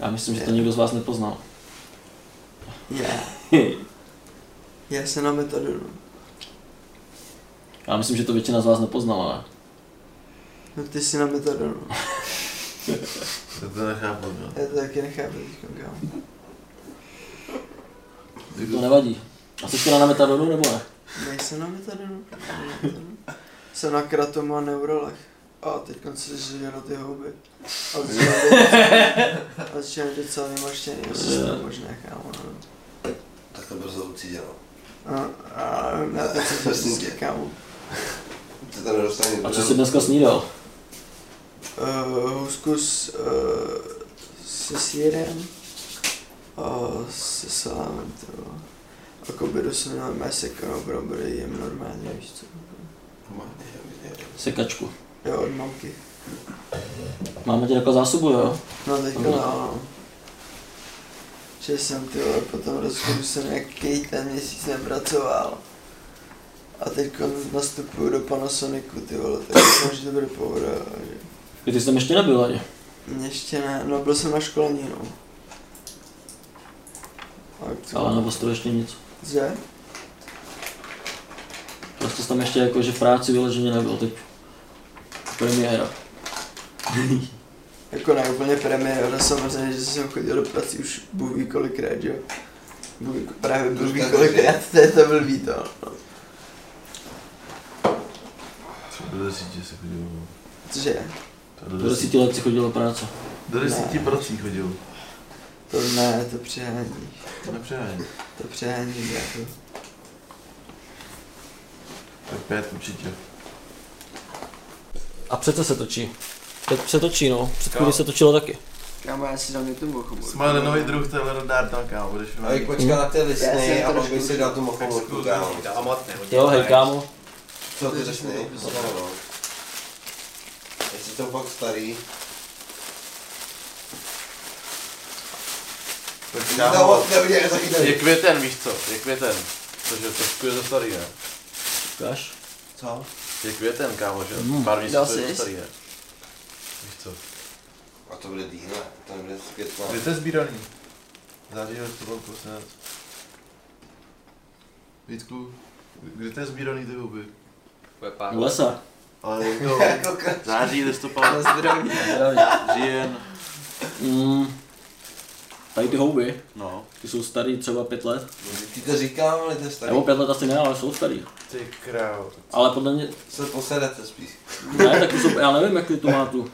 Speaker 1: Já myslím, že to nikdo z vás nepoznal.
Speaker 2: Já. Já se na metadonu.
Speaker 1: Já myslím, že to většina z vás nepoznala, ne?
Speaker 2: No ty jsi na metadonu.
Speaker 3: Já to nechápu, no.
Speaker 2: Já to taky nechápu teď, kámo.
Speaker 1: To nevadí. A jsi teda na metadonu nebo ne?
Speaker 2: Nejsem na metadonu. Jsem na metadonu. Jsem na kratomu a neurolech. A teď se žeru ty houby. A začínám být docela vymaštěný, jestli se to možné, kámo. no.
Speaker 4: Tak to brzo ucítělo.
Speaker 2: A, a na teď se to vždycky, kámo.
Speaker 4: To tady dostane.
Speaker 1: A co jsi dneska snídal?
Speaker 2: Uh, housku s, uh, se sírem a se salámem, Jako ty vole. A kobyru jsem měl mesek, no, brambory jem normálně, víš co.
Speaker 1: Sekačku.
Speaker 2: Jo, od mamky.
Speaker 1: Máme tě jako zásobu, jo?
Speaker 2: No teďka no. Že jsem ty vole, potom rozchodu jsem jaký ten měsíc nepracoval. A teď nastupuju do Panasonicu, ty vole, tak doufám, že to bude pohoda. že-
Speaker 1: Ty jsi tam ještě nebyl ani.
Speaker 2: Ještě ne, no byl jsem na školení, no. A co?
Speaker 1: Ale nebo jsi to ještě nic.
Speaker 2: Že?
Speaker 1: Prostě jsi tam ještě jako, že v práci vyloženě nebyl teď. Premiéra.
Speaker 2: Jako ne úplně premiéra, samozřejmě, že jsem chodil do prací už buví kolikrát, že jo. Buví, právě buví kolikrát, to je to blbý to.
Speaker 3: Do desíti se chodil.
Speaker 2: Cože?
Speaker 3: no.
Speaker 1: Do 10 let si chodil do práce.
Speaker 3: Do desíti prací chodil.
Speaker 2: To ne, to přehání.
Speaker 3: To nepřeji.
Speaker 2: To přehání, jako.
Speaker 3: Tak pět určitě.
Speaker 1: A přece se točí. Teď se točí, no. Před
Speaker 3: Jo.
Speaker 1: chvíli se točilo taky.
Speaker 2: Kámo, já si dám i tu mochomu.
Speaker 3: Smiley nový druh, to je Leonard tam kámo, když
Speaker 4: A No, jak počká na ty
Speaker 2: Já jsem
Speaker 4: lisny a pak
Speaker 2: trošku-
Speaker 4: by si dal tu mochomorku,
Speaker 3: jako
Speaker 4: kámo.
Speaker 1: Jo, hej kámo.
Speaker 4: Co ty lisny? No. Jestli to pak starý. Já to moc neviděl,
Speaker 3: Je
Speaker 4: zachytej.
Speaker 3: květen, víš co, je květen. Cože trošku je to starý, ne?
Speaker 1: Ukáž.
Speaker 4: Co?
Speaker 3: Je květen, kámo, že?
Speaker 1: Hmm.
Speaker 3: Pár
Speaker 2: dal
Speaker 3: měsíců je to
Speaker 2: sis?
Speaker 3: starý, ne? Víš co?
Speaker 4: A to bude dýna, to nebude zpětná.
Speaker 3: Kdy to je sbíraný? Září to byl prosinec. Vítku, kdy to je sbíraný ty huby?
Speaker 1: U lesa.
Speaker 3: Ale je to září, listopad,
Speaker 2: Na zdraví.
Speaker 3: říjen,
Speaker 1: Mm. Tady ty houby,
Speaker 3: no.
Speaker 1: ty jsou starý třeba pět let.
Speaker 4: Ty No, to říkám, ale to je starý.
Speaker 1: Nebo pět let asi ne, ale jsou starý.
Speaker 3: Ty král.
Speaker 1: Ale podle mě,
Speaker 4: Se posedete spíš.
Speaker 1: ne, tak jsou, já nevím, jaký to má tu.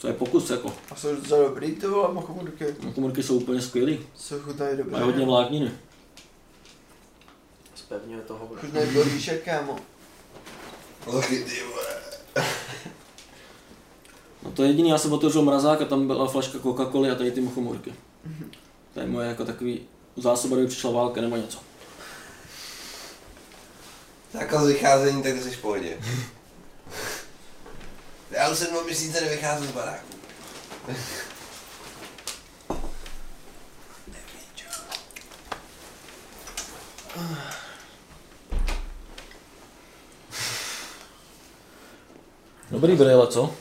Speaker 1: To je pokus, jako. No,
Speaker 2: A jsou docela dobrý to a mochomurky.
Speaker 1: Komorky jsou úplně skvělý.
Speaker 2: Jsou chutnají dobré.
Speaker 1: Mají hodně vlákniny.
Speaker 6: Zpevňuje toho.
Speaker 2: Chutnají bolíšek, kámo.
Speaker 4: Loky, ty vole.
Speaker 1: No to je jediný, já jsem otevřel mrazák a tam byla flaška coca coly a tady ty muchomurky. To je moje jako takový zásoba, kdyby přišla válka nebo něco.
Speaker 4: Zákaz vycházení, tak jsi v pohodě. Já už jsem dva měsíce nevycházím z baráku.
Speaker 1: Dobrý brýle, co?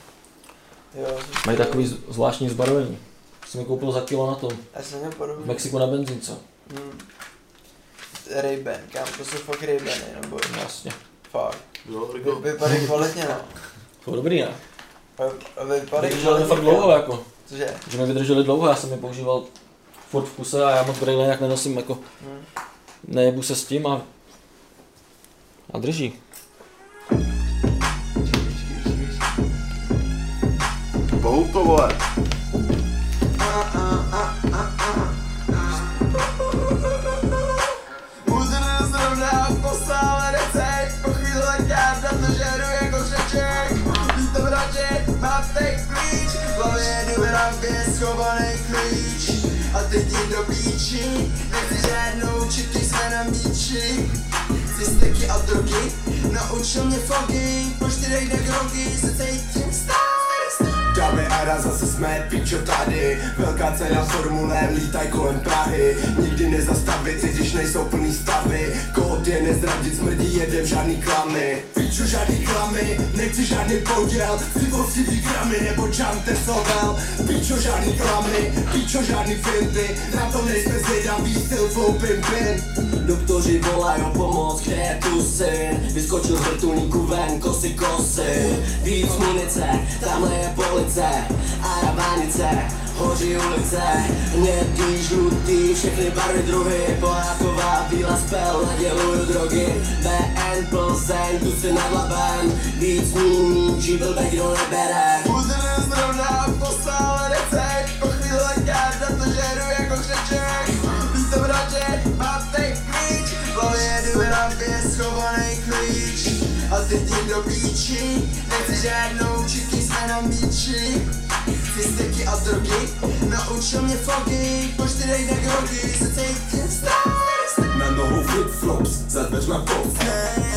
Speaker 2: Jo, jsou
Speaker 1: Mají takový z- zvláštní zbarvení. Jsem je koupil za kilo na tom.
Speaker 2: Já jsem měl
Speaker 1: V
Speaker 2: podobný.
Speaker 1: Mexiku na benzínce.
Speaker 2: Hmm. Ray-Ban, kámo, to jsou fakt Ray-Bany, nebo
Speaker 1: No, Jasně.
Speaker 2: fakt.
Speaker 3: Jo,
Speaker 2: Vy- Vypadají kvalitně, no.
Speaker 1: Jsou dobrý, ne?
Speaker 2: A- a
Speaker 1: Vydrželi
Speaker 2: Vypadají
Speaker 1: mi
Speaker 2: kvalitně,
Speaker 1: fakt dlouho, jako.
Speaker 2: kámo. Cože?
Speaker 1: Že mi vydrželi dlouho, já jsem je používal furt v kuse a já moc brýle nějak nenosím, jako
Speaker 2: Hmm.
Speaker 1: nejebu se s tím a, a drží.
Speaker 3: Bohu to vole.
Speaker 2: Budu zrovna v posále recept, po chvíli letám, na to žeru jako křeček. Jsi to vrače, mám teď klíč, v hlavě jedu hlavě schovaný klíč. A teď jdi do píči, nechci žádnou čipky, jsme na míči. Chci steky a drogy, naučil mě fogy, po čtyřech dnech roky se cítím star.
Speaker 5: Dámy a raz zase jsme pičo tady Velká cena formule, lítaj kolem Prahy Nikdy nezastavit, i když nejsou plný stavy Kód je nezradit, smrdí jedem žádný klamy Pičo žádný klamy, nechci žádný poděl Chci poctivý gramy, nebo čante sovel Pičo žádný klamy, pičo žádný finty Na to nejsme zvědaví, styl flow pimpin Doktoři volají o pomoc, kde je tu syn? Vyskočil z vrtulníku ven, kosy kosy Víc munice, tamhle je police Arabánice, hoří ulice Hnědý, žlutý, všechny barvy druhy Poháková, bílá spel, naděluju drogy BN, Plzeň, tu si nad labem Víc míní, žíbel kdo nebere Buzenem zrovna v postále recek Po chvíli letě, za to žeru jako křeček Víc to vrače, mám teď klíč V hlavě jedu hrám, je schovaný klíč A teď jdi do píči Nechci žádnou čiky, jsme na míči Chci steky a drogy Naučil mě fogy Po čtyřech dnech roky se cítím star Na nohu flip flops, za dveřma pop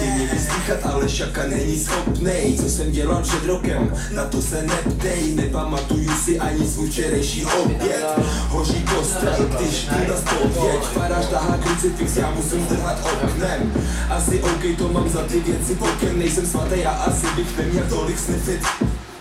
Speaker 5: Je mě vystýchat, ale šaka není schopnej Co jsem dělal před rokem, na to se neptej Nepamatuju si ani svůj včerejší oběd Hoří kostel, když jdu na spověď Farář tahá krucifix, já musím zdrhat oknem Asi OK, to mám za ty věci bokem Nejsem svatý a asi bych neměl tolik snifit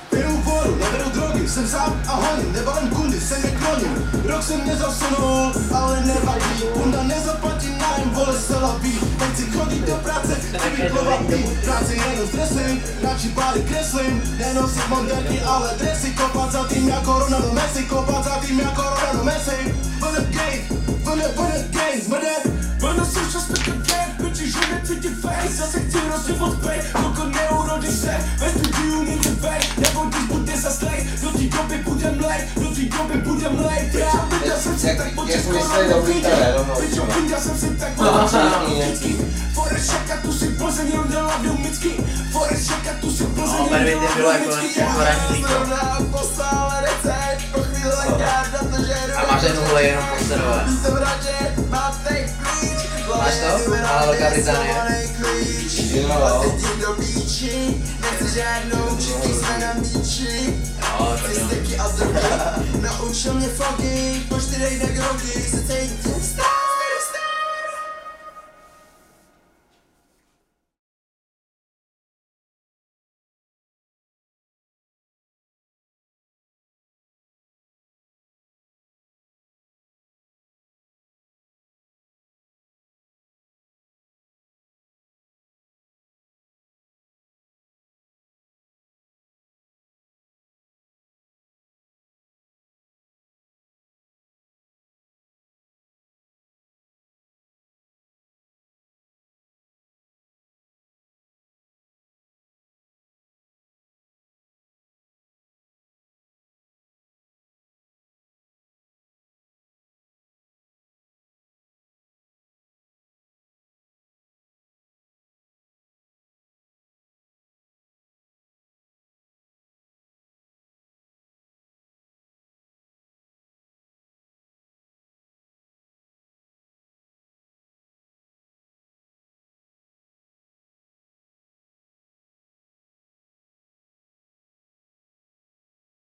Speaker 5: Piju vodu, neberu drogy, jsem sám a honím, nebalím kundy, jsem nekroním. Rok jsem nezasunul, ale nevadí, bunda nezaplatí nájem, vole se labí. Nechci chodit do práce, chci být chlovatý, práci jenom stresujem, radši pály kreslím. Nenosím monderky, ale dresy, kopat za tým jako Ronaldo Messi, kopat za tým jako Ronaldo Messi. Vlne gang, vlne, vlne gang, zmrde, vlne součas pěkně gang, bitches, že necítím face, zase chci rozjebat bej, pokud neurodíš se, ve studiu nikdy vej, nebo když bude zas lej, do té doby budem lej, do té doby budem lej, já viděl jsem si
Speaker 4: Jak-
Speaker 5: tak po
Speaker 4: jak
Speaker 5: českou
Speaker 4: myslej do
Speaker 5: rovnou
Speaker 4: Vitele,
Speaker 5: viděl,
Speaker 4: rovnou.
Speaker 5: viděl, viděl jsem si tak po
Speaker 4: No,
Speaker 5: českou
Speaker 4: přesně,
Speaker 5: rovnou
Speaker 4: jasný.
Speaker 5: viděl, Forešek a tu si po Plzeň rondela do myčky, Forest řeka tu se Plzeň
Speaker 6: No, barvy ty bylo jako jako ranní víno.
Speaker 5: poslal recept, po chvíli káda to žeru.
Speaker 6: A máš jednu vole jenom konzervové.
Speaker 5: Jsem rád, že máte klíč.
Speaker 6: Máš to? A Velká Británie.
Speaker 4: Jo.
Speaker 5: Jdi do míči, nechci žádnou, všichni jsme na míči.
Speaker 6: Jo, prdel.
Speaker 5: Ty steky a drogy, naučil mě fogy, po čtyřech na grogy se cítím